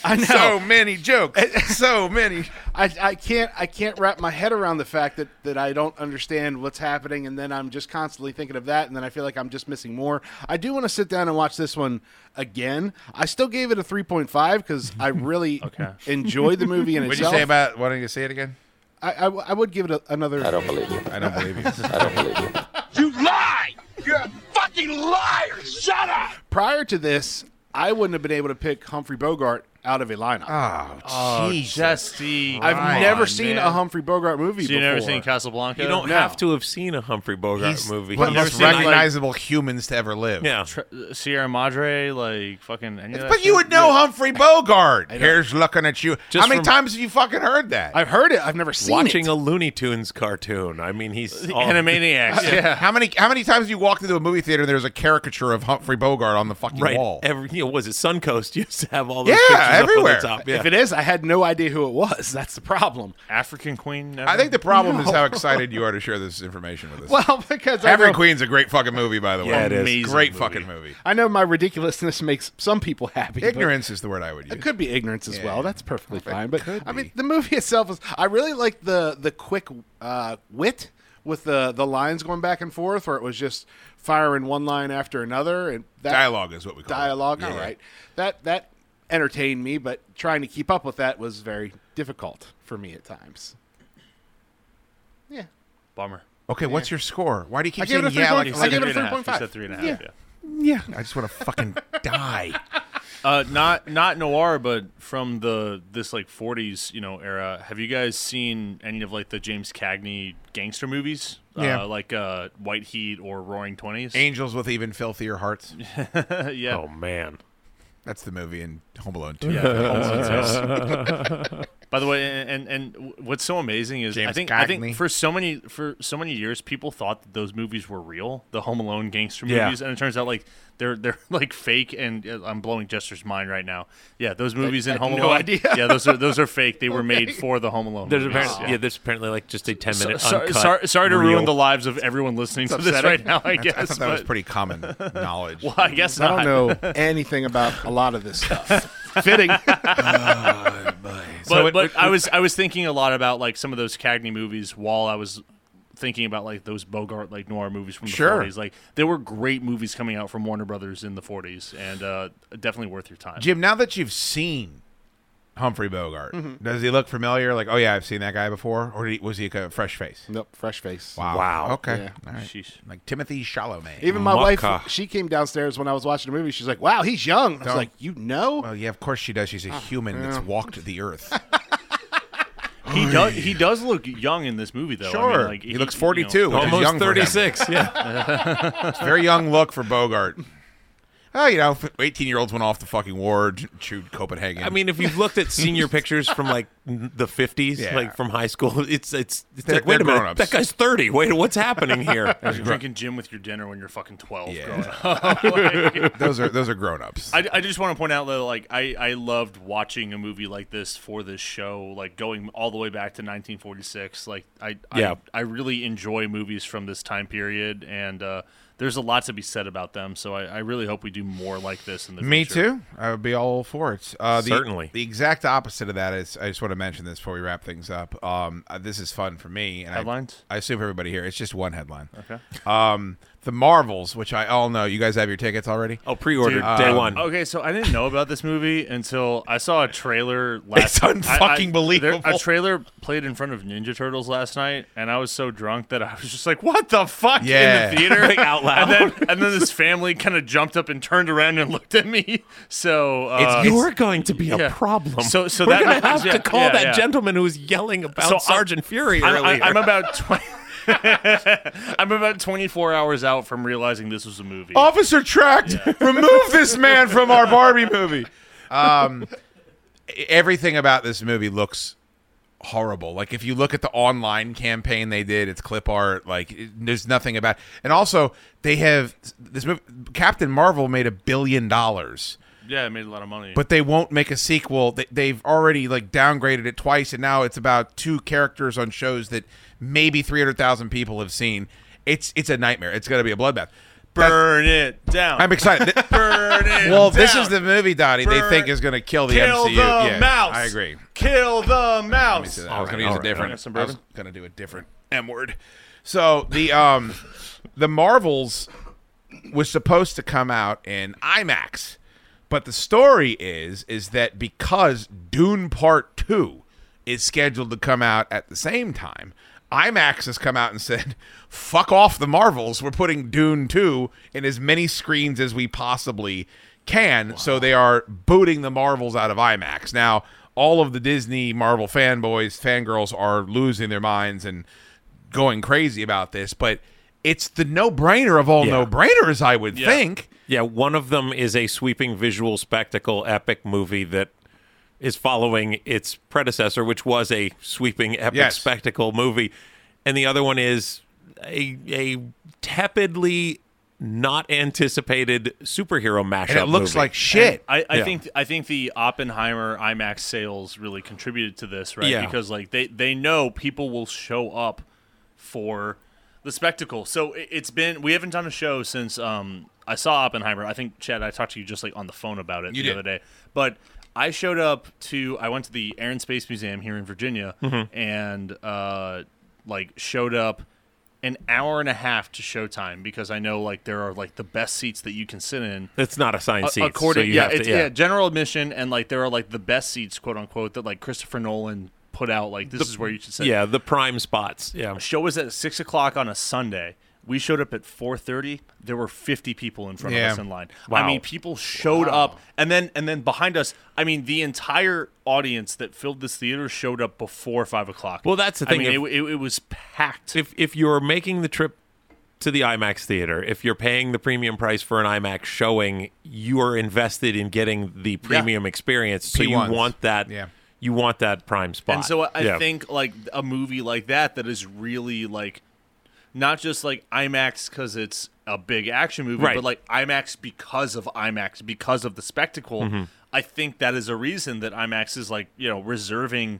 [SPEAKER 1] I know
[SPEAKER 6] So many jokes. so many.
[SPEAKER 1] I, I can't I can't wrap my head around the fact that, that I don't understand what's happening and then I'm just constantly thinking of that and then I feel like I'm just missing more. I do want to sit down and watch this one again. I still gave it a 3.5 because I really enjoyed the movie in
[SPEAKER 6] What'd
[SPEAKER 1] itself.
[SPEAKER 6] you say about wanting to say it again?
[SPEAKER 1] I, I w- I would give it a, another. I don't believe you.
[SPEAKER 6] I don't believe you.
[SPEAKER 1] I don't believe you.
[SPEAKER 3] You lie! You're a fucking liar! Shut up!
[SPEAKER 1] Prior to this, I wouldn't have been able to pick Humphrey Bogart out of a lineup.
[SPEAKER 6] Oh,
[SPEAKER 7] Justy.
[SPEAKER 1] I've never seen a Humphrey Bogart movie
[SPEAKER 7] So
[SPEAKER 1] before.
[SPEAKER 7] you never seen Casablanca?
[SPEAKER 2] You don't
[SPEAKER 1] No.
[SPEAKER 2] have to have seen a Humphrey Bogart
[SPEAKER 7] He's
[SPEAKER 2] movie. You've
[SPEAKER 6] One of the
[SPEAKER 2] never
[SPEAKER 6] most
[SPEAKER 2] seen, like-
[SPEAKER 6] recognizable humans to ever live.
[SPEAKER 2] yeah.
[SPEAKER 7] Tr- Sierra Madre, like fucking. Any of that
[SPEAKER 6] But you
[SPEAKER 7] shit?
[SPEAKER 6] would know Humphrey Bogart.
[SPEAKER 7] I know.
[SPEAKER 6] Here's looking at you.
[SPEAKER 2] Just
[SPEAKER 6] How many
[SPEAKER 2] from-
[SPEAKER 6] times have you fucking heard that?
[SPEAKER 1] I've heard it. I've never seen
[SPEAKER 2] Watching
[SPEAKER 1] it.
[SPEAKER 2] a Looney Tunes cartoon. I mean, he's all-
[SPEAKER 7] Animaniacs.
[SPEAKER 6] Yeah. How many how many times have you walked into a movie theater and there's a caricature of Humphrey Bogart on the fucking
[SPEAKER 2] right.
[SPEAKER 6] wall?
[SPEAKER 2] Every you know, was it Suncoast used to have all
[SPEAKER 6] Yeah,
[SPEAKER 2] those pictures
[SPEAKER 6] everywhere.
[SPEAKER 2] up on the top. Yeah.
[SPEAKER 1] If it is, I had no idea who it was. That's the problem.
[SPEAKER 7] African Queen. Never?
[SPEAKER 6] I think the problem is
[SPEAKER 1] No.
[SPEAKER 6] how excited you are to share this information with us.
[SPEAKER 1] Well, because I
[SPEAKER 6] Every
[SPEAKER 1] know,
[SPEAKER 6] Queen's a great fucking movie, by the way.
[SPEAKER 2] Yeah, it is.
[SPEAKER 7] Amazing
[SPEAKER 6] Great
[SPEAKER 7] movie.
[SPEAKER 6] fucking movie.
[SPEAKER 1] I know my ridiculousness makes some people happy. but
[SPEAKER 6] Ignorance is the word I would use.
[SPEAKER 1] It could be ignorance as
[SPEAKER 6] Yeah.
[SPEAKER 1] well. That's perfectly fine. But
[SPEAKER 6] could
[SPEAKER 1] I mean,
[SPEAKER 6] be.
[SPEAKER 1] the movie itself is. I really like the the quick uh, wit with the the lines going back and forth, where it was just firing one line after another, and that
[SPEAKER 6] Dialogue is what we call
[SPEAKER 1] dialogue.
[SPEAKER 6] It.
[SPEAKER 1] All
[SPEAKER 6] Yeah.
[SPEAKER 1] right, that that entertained me, but trying to keep up with that was very difficult for me at times. Yeah,
[SPEAKER 7] Bummer.
[SPEAKER 6] Okay, what's your score? Why do you keep
[SPEAKER 1] I gave
[SPEAKER 6] saying
[SPEAKER 1] it a
[SPEAKER 6] yeah?
[SPEAKER 1] 3.5.
[SPEAKER 6] Like,
[SPEAKER 7] He
[SPEAKER 1] I
[SPEAKER 7] said
[SPEAKER 1] give it a
[SPEAKER 7] three and half. He
[SPEAKER 1] 3.5.
[SPEAKER 7] said three and a half. Yeah.
[SPEAKER 1] Yeah.
[SPEAKER 6] yeah, I just want to fucking die.
[SPEAKER 7] Uh, not not noir, but from the this like '40s you know era. Have you guys seen any of like the James Cagney gangster movies?
[SPEAKER 6] Yeah.
[SPEAKER 7] Uh, like uh, White Heat or Roaring Twenties.
[SPEAKER 6] Angels with even filthier hearts.
[SPEAKER 7] yeah.
[SPEAKER 2] Oh man.
[SPEAKER 6] That's the movie in Home Alone 2.
[SPEAKER 7] By the way, and and and what's so amazing is I
[SPEAKER 6] James
[SPEAKER 7] think I
[SPEAKER 6] Cagney.
[SPEAKER 7] think for so many for so many years people thought that those movies were real, the Home Alone gangster
[SPEAKER 2] Yeah.
[SPEAKER 7] movies, and it turns out like they're they're like fake. And uh, I'm blowing Jester's mind right now. Yeah, those movies in Home
[SPEAKER 1] no
[SPEAKER 7] Alone.
[SPEAKER 1] idea.
[SPEAKER 7] Yeah, those are those are fake. They were made for the Home Alone.
[SPEAKER 2] There's
[SPEAKER 7] movies.
[SPEAKER 2] apparently yeah. there's apparently like just a ten
[SPEAKER 7] So-
[SPEAKER 2] minute
[SPEAKER 7] sorry,
[SPEAKER 2] uncut
[SPEAKER 7] sorry, sorry to
[SPEAKER 2] reel.
[SPEAKER 7] ruin the lives of everyone listening to this right now. I guess.
[SPEAKER 6] I thought that was
[SPEAKER 7] but-
[SPEAKER 6] pretty common knowledge.
[SPEAKER 7] Well, I guess
[SPEAKER 1] I
[SPEAKER 7] not.
[SPEAKER 1] don't know anything about a lot of this stuff. Fitting.
[SPEAKER 6] Oh,
[SPEAKER 7] But, but I was I was thinking a lot about like some of those Cagney movies while I was thinking about like those Bogart like noir movies from the
[SPEAKER 6] Sure.
[SPEAKER 7] 40s. Like there were great movies coming out from Warner Brothers in the 40s, and uh, definitely worth your time.
[SPEAKER 6] Jim, now that you've seen Humphrey Bogart,
[SPEAKER 7] Mm-hmm.
[SPEAKER 6] does he look familiar? Like, oh yeah, I've seen that guy before, or did he, was he a fresh face?
[SPEAKER 1] nope, fresh face.
[SPEAKER 6] Wow.
[SPEAKER 2] Wow.
[SPEAKER 6] Okay.
[SPEAKER 1] Yeah.
[SPEAKER 6] All right.
[SPEAKER 7] Sheesh.
[SPEAKER 6] Like Timothy Chalamet.
[SPEAKER 1] Even my
[SPEAKER 2] Mucka.
[SPEAKER 1] wife, she came downstairs when I was watching the movie. She's like, "Wow, he's young." I was
[SPEAKER 6] Don't-
[SPEAKER 1] like, "You know?"
[SPEAKER 6] well, yeah, of course she does. She's
[SPEAKER 7] Ah.
[SPEAKER 6] a human that's walked the earth.
[SPEAKER 7] He does he does look young in this movie though. I mean,
[SPEAKER 6] Sure.
[SPEAKER 7] like,
[SPEAKER 6] He looks Oh,
[SPEAKER 7] you
[SPEAKER 6] 42.
[SPEAKER 7] know,
[SPEAKER 6] Which is young
[SPEAKER 2] almost
[SPEAKER 6] for him.
[SPEAKER 2] thirty six. Yeah.
[SPEAKER 6] It's a very young look for Bogart. Oh, you know, 18 year olds went off the fucking war, j- chewed Copenhagen.
[SPEAKER 2] I mean, if you've looked at senior pictures from like n- the fifties,
[SPEAKER 6] Yeah.
[SPEAKER 2] like from high school, it's it's, it's
[SPEAKER 6] They're-
[SPEAKER 2] like wait
[SPEAKER 6] they're
[SPEAKER 2] a minute,
[SPEAKER 6] grown-ups.
[SPEAKER 2] that guy's thirty. Wait, what's happening here?
[SPEAKER 7] you're drinking gin with your dinner when you're fucking 12.
[SPEAKER 6] Yeah.
[SPEAKER 7] growing up. Like-
[SPEAKER 6] those are those are grown ups.
[SPEAKER 7] I, I just want to point out though, like I, I loved watching a movie like this for this show, like going all the way back to 1946. Like I
[SPEAKER 2] Yeah.
[SPEAKER 7] I, I really enjoy movies from this time period, and uh, there's a lot to be said about them. So I, I really hope we do more like this in the
[SPEAKER 6] Me
[SPEAKER 7] future.
[SPEAKER 6] too. I would be all for it. Uh, the,
[SPEAKER 2] Certainly.
[SPEAKER 6] The exact opposite of that is, I just want to mention this before we wrap things up. Um, uh, this is fun for me. And I-
[SPEAKER 7] Headlines?
[SPEAKER 6] I, assume for everybody here, it's just one headline.
[SPEAKER 7] Okay.
[SPEAKER 6] Um, the Marvels, which I all know. You guys have your tickets already?
[SPEAKER 2] Oh, pre-ordered day
[SPEAKER 6] um,
[SPEAKER 2] one.
[SPEAKER 7] Okay, so I didn't know about this movie until I saw a trailer last.
[SPEAKER 6] It's unfucking
[SPEAKER 7] I- I- there-
[SPEAKER 6] believable.
[SPEAKER 7] A trailer played in front of Ninja Turtles last night, and I was so drunk that I was just like, "What the fuck?"
[SPEAKER 6] Yeah.
[SPEAKER 7] in the theater
[SPEAKER 2] Like, out loud.
[SPEAKER 7] And then, and then this family kind of jumped up and turned around and looked at me. So uh,
[SPEAKER 2] You're going to be
[SPEAKER 7] yeah.
[SPEAKER 2] a problem.
[SPEAKER 7] So- so
[SPEAKER 2] we're
[SPEAKER 7] that
[SPEAKER 2] gonna
[SPEAKER 7] means-
[SPEAKER 2] have
[SPEAKER 7] yeah,
[SPEAKER 2] to call
[SPEAKER 7] yeah,
[SPEAKER 2] that
[SPEAKER 7] yeah.
[SPEAKER 2] gentleman who was yelling about
[SPEAKER 7] So I'm-
[SPEAKER 2] Sergeant Fury
[SPEAKER 7] I'm,
[SPEAKER 2] earlier.
[SPEAKER 7] I, am about twenty. I'm about 24 hours out from realizing this was a movie.
[SPEAKER 6] Officer tracked. Remove this man from our Barbie movie. Um, e- everything about this movie looks horrible. Like if you look at the online campaign they did, it's clip art. Like it- there's nothing about. And also they have this movie. Captain Marvel made a billion dollars.
[SPEAKER 7] Yeah, it made a lot of money.
[SPEAKER 6] But they won't make a sequel. They- They've already like downgraded it twice, and now it's about two characters on shows that maybe three hundred thousand people have seen. It's it's a nightmare. It's gonna be a bloodbath.
[SPEAKER 11] Burn it down.
[SPEAKER 6] I'm excited.
[SPEAKER 11] Burn it
[SPEAKER 6] well, this
[SPEAKER 11] down.
[SPEAKER 6] is the movie, Donnie. They
[SPEAKER 11] Burn-
[SPEAKER 6] think is gonna kill the MCU.
[SPEAKER 11] Kill the
[SPEAKER 6] yeah,
[SPEAKER 11] mouse.
[SPEAKER 6] I agree.
[SPEAKER 11] Kill the
[SPEAKER 6] Let me
[SPEAKER 11] mouse.
[SPEAKER 6] see that. I was Oh, gonna use a different.
[SPEAKER 11] Some
[SPEAKER 6] I was
[SPEAKER 11] bourbon?
[SPEAKER 6] gonna do a different M word. So the um, the Marvels was supposed to come out in IMAX, but the story is is that because Dune Part Two is scheduled to come out at the same time, IMAX has come out and said, "Fuck off the Marvels. We're putting Dune Two in as many screens as we possibly." Can so they are booting the Marvels out of IMAX now all of the Disney Marvel fanboys, fangirls are losing their minds and going crazy about this, but it's the no brainer of all
[SPEAKER 2] Yeah.
[SPEAKER 6] no brainers, I would think.
[SPEAKER 2] Yeah, one of them is a sweeping visual spectacle epic movie that is following its predecessor, which was a sweeping epic
[SPEAKER 6] Yes.
[SPEAKER 2] spectacle movie. And the other one is a, a tepidly not anticipated superhero mashup. movie.
[SPEAKER 7] I, I
[SPEAKER 2] Yeah.
[SPEAKER 7] think I think the Oppenheimer IMAX sales really contributed to this, right?
[SPEAKER 2] Yeah.
[SPEAKER 7] Because like they they know people will show up for the spectacle. So it, it's been we haven't done a show since um I saw Oppenheimer. I think Chad, I talked to you just like on the phone about it
[SPEAKER 6] You
[SPEAKER 7] the
[SPEAKER 6] did.
[SPEAKER 7] other day, but. I showed up to I went to the Air and Space Museum here in Virginia
[SPEAKER 2] Mhm.
[SPEAKER 7] and uh, like showed up an hour and a half to showtime because I know like there are like the best seats that you can sit in.
[SPEAKER 2] It's not assigned
[SPEAKER 7] A-
[SPEAKER 2] seats, so
[SPEAKER 7] According,
[SPEAKER 2] you
[SPEAKER 7] yeah,
[SPEAKER 2] have to-
[SPEAKER 7] it's,
[SPEAKER 2] yeah.
[SPEAKER 7] general admission, and like there are like the best seats, quote unquote, that like Christopher Nolan put out. Like this
[SPEAKER 2] The-
[SPEAKER 7] is where you should sit.
[SPEAKER 2] Yeah, the prime spots. Yeah.
[SPEAKER 7] A show was at six o'clock on a Sunday. We showed up at four thirty. There were fifty people in front
[SPEAKER 2] Yeah.
[SPEAKER 7] of us in line. I
[SPEAKER 2] Wow.
[SPEAKER 7] mean, people showed up, and then and then behind us. I mean, the entire audience that filled this theater showed up before five o'clock.
[SPEAKER 2] Well, that's the thing.
[SPEAKER 7] I mean,
[SPEAKER 2] If-
[SPEAKER 7] it, w- it, it was packed.
[SPEAKER 2] If if you're making the trip to the IMAX theater, if you're paying the premium price for an IMAX showing, you are invested in getting the premium experience. So you
[SPEAKER 7] P1s.
[SPEAKER 2] want that.
[SPEAKER 7] Yeah.
[SPEAKER 2] You want that prime spot.
[SPEAKER 7] And so I I
[SPEAKER 2] Yeah.
[SPEAKER 7] think like a movie like that that is really like not just like IMAX because it's a big action movie,
[SPEAKER 2] Right.
[SPEAKER 7] but like IMAX because of IMAX because of the spectacle.
[SPEAKER 2] Mhm.
[SPEAKER 7] I think that is a reason that IMAX is like you know reserving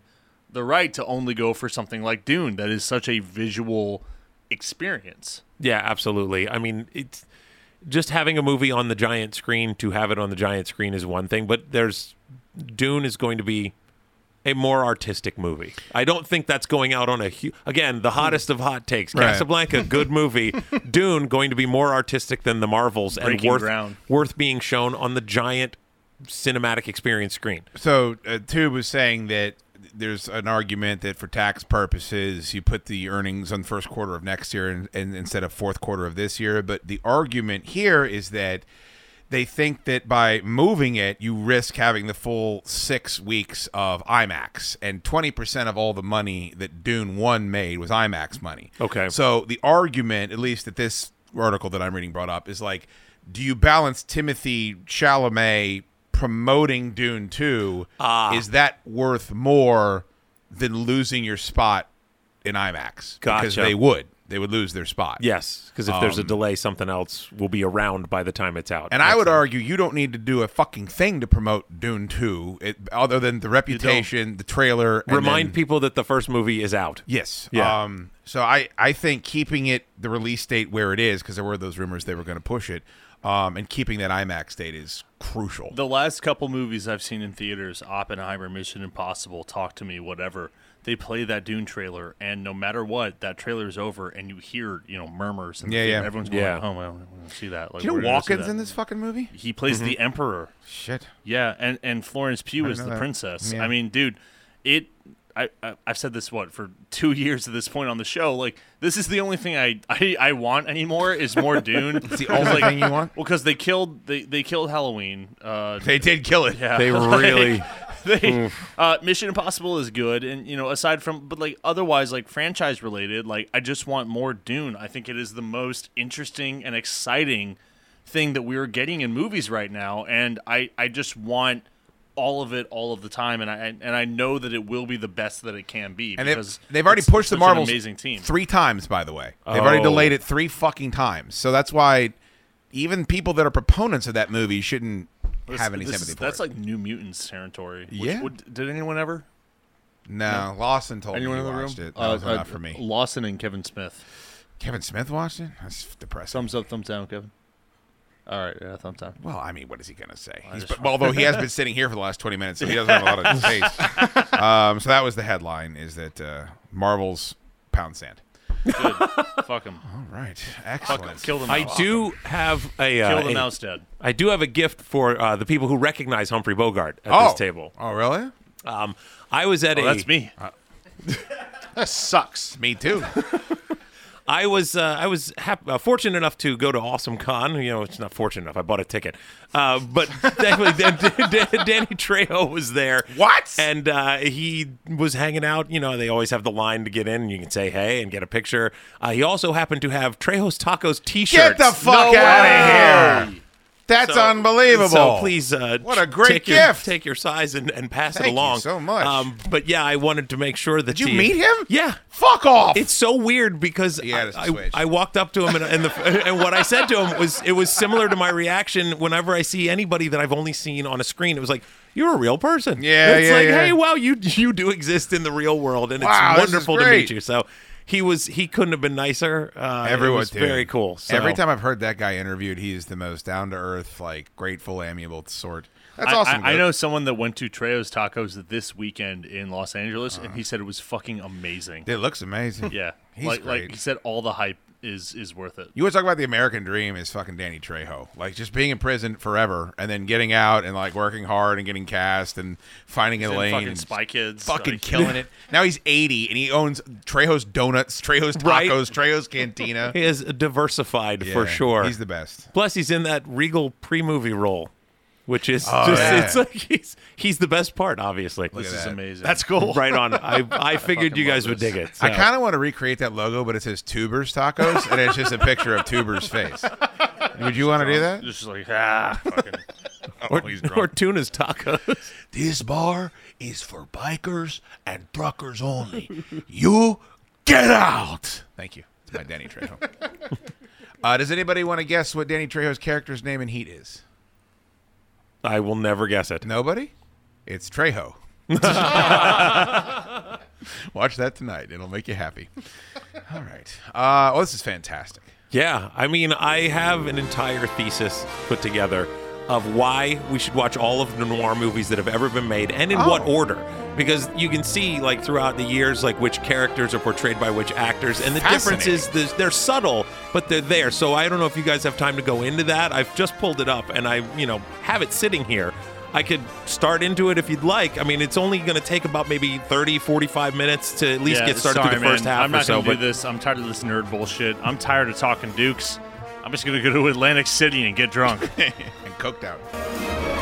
[SPEAKER 7] the right to only go for something like Dune that is such a visual experience.
[SPEAKER 2] Yeah, absolutely. I mean, it's just having a movie on the giant screen to have it on the giant screen is one thing, but there's Dune is going to be a more artistic movie. I don't think that's going out on a hu- again the hottest of hot takes.
[SPEAKER 6] Right.
[SPEAKER 2] Casablanca, good movie. Dune going to be more artistic than the Marvels and
[SPEAKER 7] Breaking
[SPEAKER 2] worth
[SPEAKER 7] ground.
[SPEAKER 2] worth being shown on the giant cinematic experience screen.
[SPEAKER 6] So uh, Tube was saying that there's an argument that for tax purposes you put the earnings on first quarter of next year and, and instead of fourth quarter of this year. But the argument here is that they think that by moving it, you risk having the full six weeks of IMAX, and twenty percent of all the money that Dune One made was IMAX money.
[SPEAKER 2] Okay.
[SPEAKER 6] So the argument, at least that this article that I'm reading brought up, is like, do you balance Timothy Chalamet promoting Dune Two?
[SPEAKER 2] Ah.
[SPEAKER 6] Is that worth more than losing your spot in IMAX? Because
[SPEAKER 2] Gotcha.
[SPEAKER 6] they would, they would lose their spot.
[SPEAKER 2] Yes, because if there's a
[SPEAKER 6] Um,
[SPEAKER 2] delay, something else will be around by the time it's out.
[SPEAKER 6] And I would argue you don't need to do a fucking thing to promote Dune 2, it, other than the reputation, the trailer. and
[SPEAKER 2] remind
[SPEAKER 6] then-
[SPEAKER 2] people that the first movie is out.
[SPEAKER 6] Yes.
[SPEAKER 2] Yeah.
[SPEAKER 6] Um, so I, I think keeping it the release date where it is, because there were those rumors they were going to push it, um, and keeping that IMAX date is crucial.
[SPEAKER 7] The last couple movies I've seen in theaters, Oppenheimer, Mission Impossible, Talk to Me, whatever, they play that Dune trailer, and no matter what, that trailer is over, and you hear you know murmurs. And
[SPEAKER 6] Yeah, yeah.
[SPEAKER 7] Everyone's going,
[SPEAKER 6] Yeah.
[SPEAKER 7] "Oh, well, I want to see that." Like,
[SPEAKER 6] Do you know
[SPEAKER 7] we're gonna see
[SPEAKER 6] Walken's
[SPEAKER 7] that.
[SPEAKER 6] in this fucking movie?
[SPEAKER 7] He plays
[SPEAKER 6] Mhm.
[SPEAKER 7] the Emperor.
[SPEAKER 6] Shit.
[SPEAKER 7] Yeah, and and Florence Pugh
[SPEAKER 6] I
[SPEAKER 7] is the
[SPEAKER 6] didn't know that.
[SPEAKER 7] princess.
[SPEAKER 6] Yeah.
[SPEAKER 7] I mean, dude, it. I, I I've said this what for two years at this point on the show. Like this is the only thing I I, I want anymore is more Dune.
[SPEAKER 6] It's the
[SPEAKER 7] 'Cause,
[SPEAKER 6] only
[SPEAKER 7] like,
[SPEAKER 6] thing you want?
[SPEAKER 7] Well, because they killed they they killed Halloween. Uh,
[SPEAKER 6] They did kill it.
[SPEAKER 7] Yeah,
[SPEAKER 6] They
[SPEAKER 7] like,
[SPEAKER 6] really-
[SPEAKER 7] they,
[SPEAKER 6] Oof.
[SPEAKER 7] uh, Mission Impossible is good, and you know aside from but like otherwise like franchise related, like I just want more Dune. I think it is the most interesting and exciting thing that we're getting in movies right now and I, I just want all of it all of the time and I and I know that it will be the best that it can be
[SPEAKER 6] And
[SPEAKER 7] because
[SPEAKER 6] they've, they've already
[SPEAKER 7] it's
[SPEAKER 6] pushed the
[SPEAKER 7] such an
[SPEAKER 6] Marvels
[SPEAKER 7] amazing team.
[SPEAKER 6] three times, by the way. They've already
[SPEAKER 2] Oh.
[SPEAKER 6] delayed it three fucking times. So that's why even people that are proponents of that movie shouldn't
[SPEAKER 7] This-
[SPEAKER 6] have any
[SPEAKER 7] this is-
[SPEAKER 6] sympathy for
[SPEAKER 7] That's like New Mutants territory. Which
[SPEAKER 6] Yeah.
[SPEAKER 7] would- did anyone ever?
[SPEAKER 6] No, Lawson told me
[SPEAKER 7] anyone
[SPEAKER 6] he
[SPEAKER 7] in the
[SPEAKER 6] watched
[SPEAKER 7] room? Uh,
[SPEAKER 6] it. That was enough for me.
[SPEAKER 7] Lawson and Kevin Smith.
[SPEAKER 6] Kevin Smith watched it. That's depressing.
[SPEAKER 7] Thumbs up, thumbs down, Kevin. All right, yeah, thumbs down.
[SPEAKER 6] Well, I mean, what is he gonna say?
[SPEAKER 7] I
[SPEAKER 6] He's,
[SPEAKER 7] just-
[SPEAKER 6] but, although he has been sitting here for the last 20 minutes, so he doesn't have a lot of space. Um, so that was the headline: is that uh, Marvel's pound sand?
[SPEAKER 7] Fuck him.
[SPEAKER 6] All right,
[SPEAKER 7] Fuck 'em.
[SPEAKER 6] excellent.
[SPEAKER 7] Kill the mouse.
[SPEAKER 2] Oh, I do have a uh,
[SPEAKER 7] Oh, Kill the
[SPEAKER 2] a-
[SPEAKER 7] mouse dead.
[SPEAKER 2] I do have a gift for uh, the people who recognize Humphrey Bogart at
[SPEAKER 6] Oh.
[SPEAKER 2] this table.
[SPEAKER 6] Oh, really?
[SPEAKER 2] Um, I was at
[SPEAKER 7] Oh,
[SPEAKER 2] a.
[SPEAKER 7] that's me.
[SPEAKER 1] That sucks.
[SPEAKER 6] Me too.
[SPEAKER 2] I was uh, I was hap- uh, fortunate enough to go to Awesome Con. You know, it's not fortunate enough. I bought a ticket, uh, but thankfully, Dan- Dan- Danny Trejo was there.
[SPEAKER 6] What?
[SPEAKER 2] And uh, he was hanging out. You know, they always have the line to get in. and You can say hey and get a picture. Uh, he also happened to have Trejo's Tacos T-shirts.
[SPEAKER 6] Get the fuck out of here! That's
[SPEAKER 2] So-
[SPEAKER 6] unbelievable.
[SPEAKER 2] So please, uh,
[SPEAKER 6] What a great
[SPEAKER 2] take your-
[SPEAKER 6] gift.
[SPEAKER 2] take your size and, and pass
[SPEAKER 6] Thank
[SPEAKER 2] it
[SPEAKER 6] you
[SPEAKER 2] along
[SPEAKER 6] so much.
[SPEAKER 2] Um, but yeah, I wanted to make sure that
[SPEAKER 6] Did you meet him?
[SPEAKER 2] Yeah,
[SPEAKER 6] Fuck off.
[SPEAKER 2] it's so weird because
[SPEAKER 6] He had
[SPEAKER 2] I,
[SPEAKER 6] a
[SPEAKER 2] I-
[SPEAKER 6] switch.
[SPEAKER 2] I walked up to him and, and, the, and what I said to him was it was similar to my reaction whenever I see anybody that I've only seen on a screen. It was like you're a real person.
[SPEAKER 6] Yeah,
[SPEAKER 2] it's
[SPEAKER 6] yeah,
[SPEAKER 2] like
[SPEAKER 6] yeah.
[SPEAKER 2] hey, wow, you you do exist in the real world, and
[SPEAKER 6] Wow,
[SPEAKER 2] it's
[SPEAKER 6] this is
[SPEAKER 2] wonderful to meet
[SPEAKER 6] great.
[SPEAKER 2] you. So he was he couldn't have been nicer. Uh, it
[SPEAKER 6] Everyone,
[SPEAKER 2] was
[SPEAKER 6] dude.
[SPEAKER 2] very cool. So.
[SPEAKER 6] Every time I've heard that guy interviewed, he is the most down to earth, like grateful, amiable sort. That's
[SPEAKER 7] I,
[SPEAKER 6] awesome.
[SPEAKER 7] I, I
[SPEAKER 6] dude.
[SPEAKER 7] know someone that went to Trejo's Tacos this weekend in Los Angeles, and
[SPEAKER 2] Uh-huh.
[SPEAKER 7] he said it was fucking amazing.
[SPEAKER 6] It looks amazing.
[SPEAKER 7] Yeah,
[SPEAKER 6] he's
[SPEAKER 7] like
[SPEAKER 6] great.
[SPEAKER 7] like he said, all the hype is is worth it.
[SPEAKER 6] You want to talk about the American dream is fucking Danny Trejo. Like just being in prison forever and then getting out and like working hard and getting cast and finding a
[SPEAKER 7] And
[SPEAKER 6] lane.
[SPEAKER 7] fucking
[SPEAKER 6] and
[SPEAKER 7] Spy Kids,
[SPEAKER 6] fucking
[SPEAKER 7] like-
[SPEAKER 6] killing it. Now he's 80 and he owns Trejo's Donuts, Trejo's Tacos,
[SPEAKER 2] Right.
[SPEAKER 6] Trejo's Cantina.
[SPEAKER 2] he is diversified
[SPEAKER 6] Yeah,
[SPEAKER 2] for sure.
[SPEAKER 6] He's the best.
[SPEAKER 2] Plus, he's in that Regal pre-movie role, which is
[SPEAKER 6] Oh,
[SPEAKER 2] just,
[SPEAKER 6] yeah.
[SPEAKER 2] it's like he's he's the best part, obviously.
[SPEAKER 7] This is amazing.
[SPEAKER 1] That's cool.
[SPEAKER 2] right on. I I figured you
[SPEAKER 7] love
[SPEAKER 2] guys would
[SPEAKER 7] this.
[SPEAKER 2] dig it.
[SPEAKER 6] I
[SPEAKER 2] so.
[SPEAKER 6] kind of want to recreate that logo, but it says Tubers Tacos and it's just a picture of Tubers' face. Would you want to do that?
[SPEAKER 7] Just like ah, fucking.
[SPEAKER 2] or, or tuna's tacos.
[SPEAKER 12] This bar is for bikers and truckers only. you get out.
[SPEAKER 6] Thank you. It's my Danny Trejo. uh, does anybody want to guess what Danny Trejo's character's name in Heat is?
[SPEAKER 2] I will never guess it.
[SPEAKER 6] Nobody? It's Trejo. Watch that tonight. It'll make you happy. All right. Uh, oh, this is fantastic.
[SPEAKER 2] Yeah, I mean, I have an entire thesis put together of why we should watch all of the noir movies that have ever been made and in what
[SPEAKER 6] Oh.
[SPEAKER 2] order. Because you can see, like, throughout the years, like, which characters are portrayed by which actors. And the difference is there's- they're subtle, but they're there. So I don't know if you guys have time to go into that. I've just pulled it up and I, you know, have it sitting here. I could start into it if you'd like. I mean, it's only going to take about maybe 30, 45 minutes to at least
[SPEAKER 7] Yeah,
[SPEAKER 2] get started
[SPEAKER 7] sorry,
[SPEAKER 2] through the first
[SPEAKER 7] man.
[SPEAKER 2] half
[SPEAKER 7] I'm
[SPEAKER 2] or
[SPEAKER 7] not
[SPEAKER 2] so.
[SPEAKER 7] gonna do
[SPEAKER 2] but-
[SPEAKER 7] this. I'm tired of this nerd bullshit. I'm tired of talking Dukes. I'm just gonna go to Atlantic City and get drunk.
[SPEAKER 6] And coked out.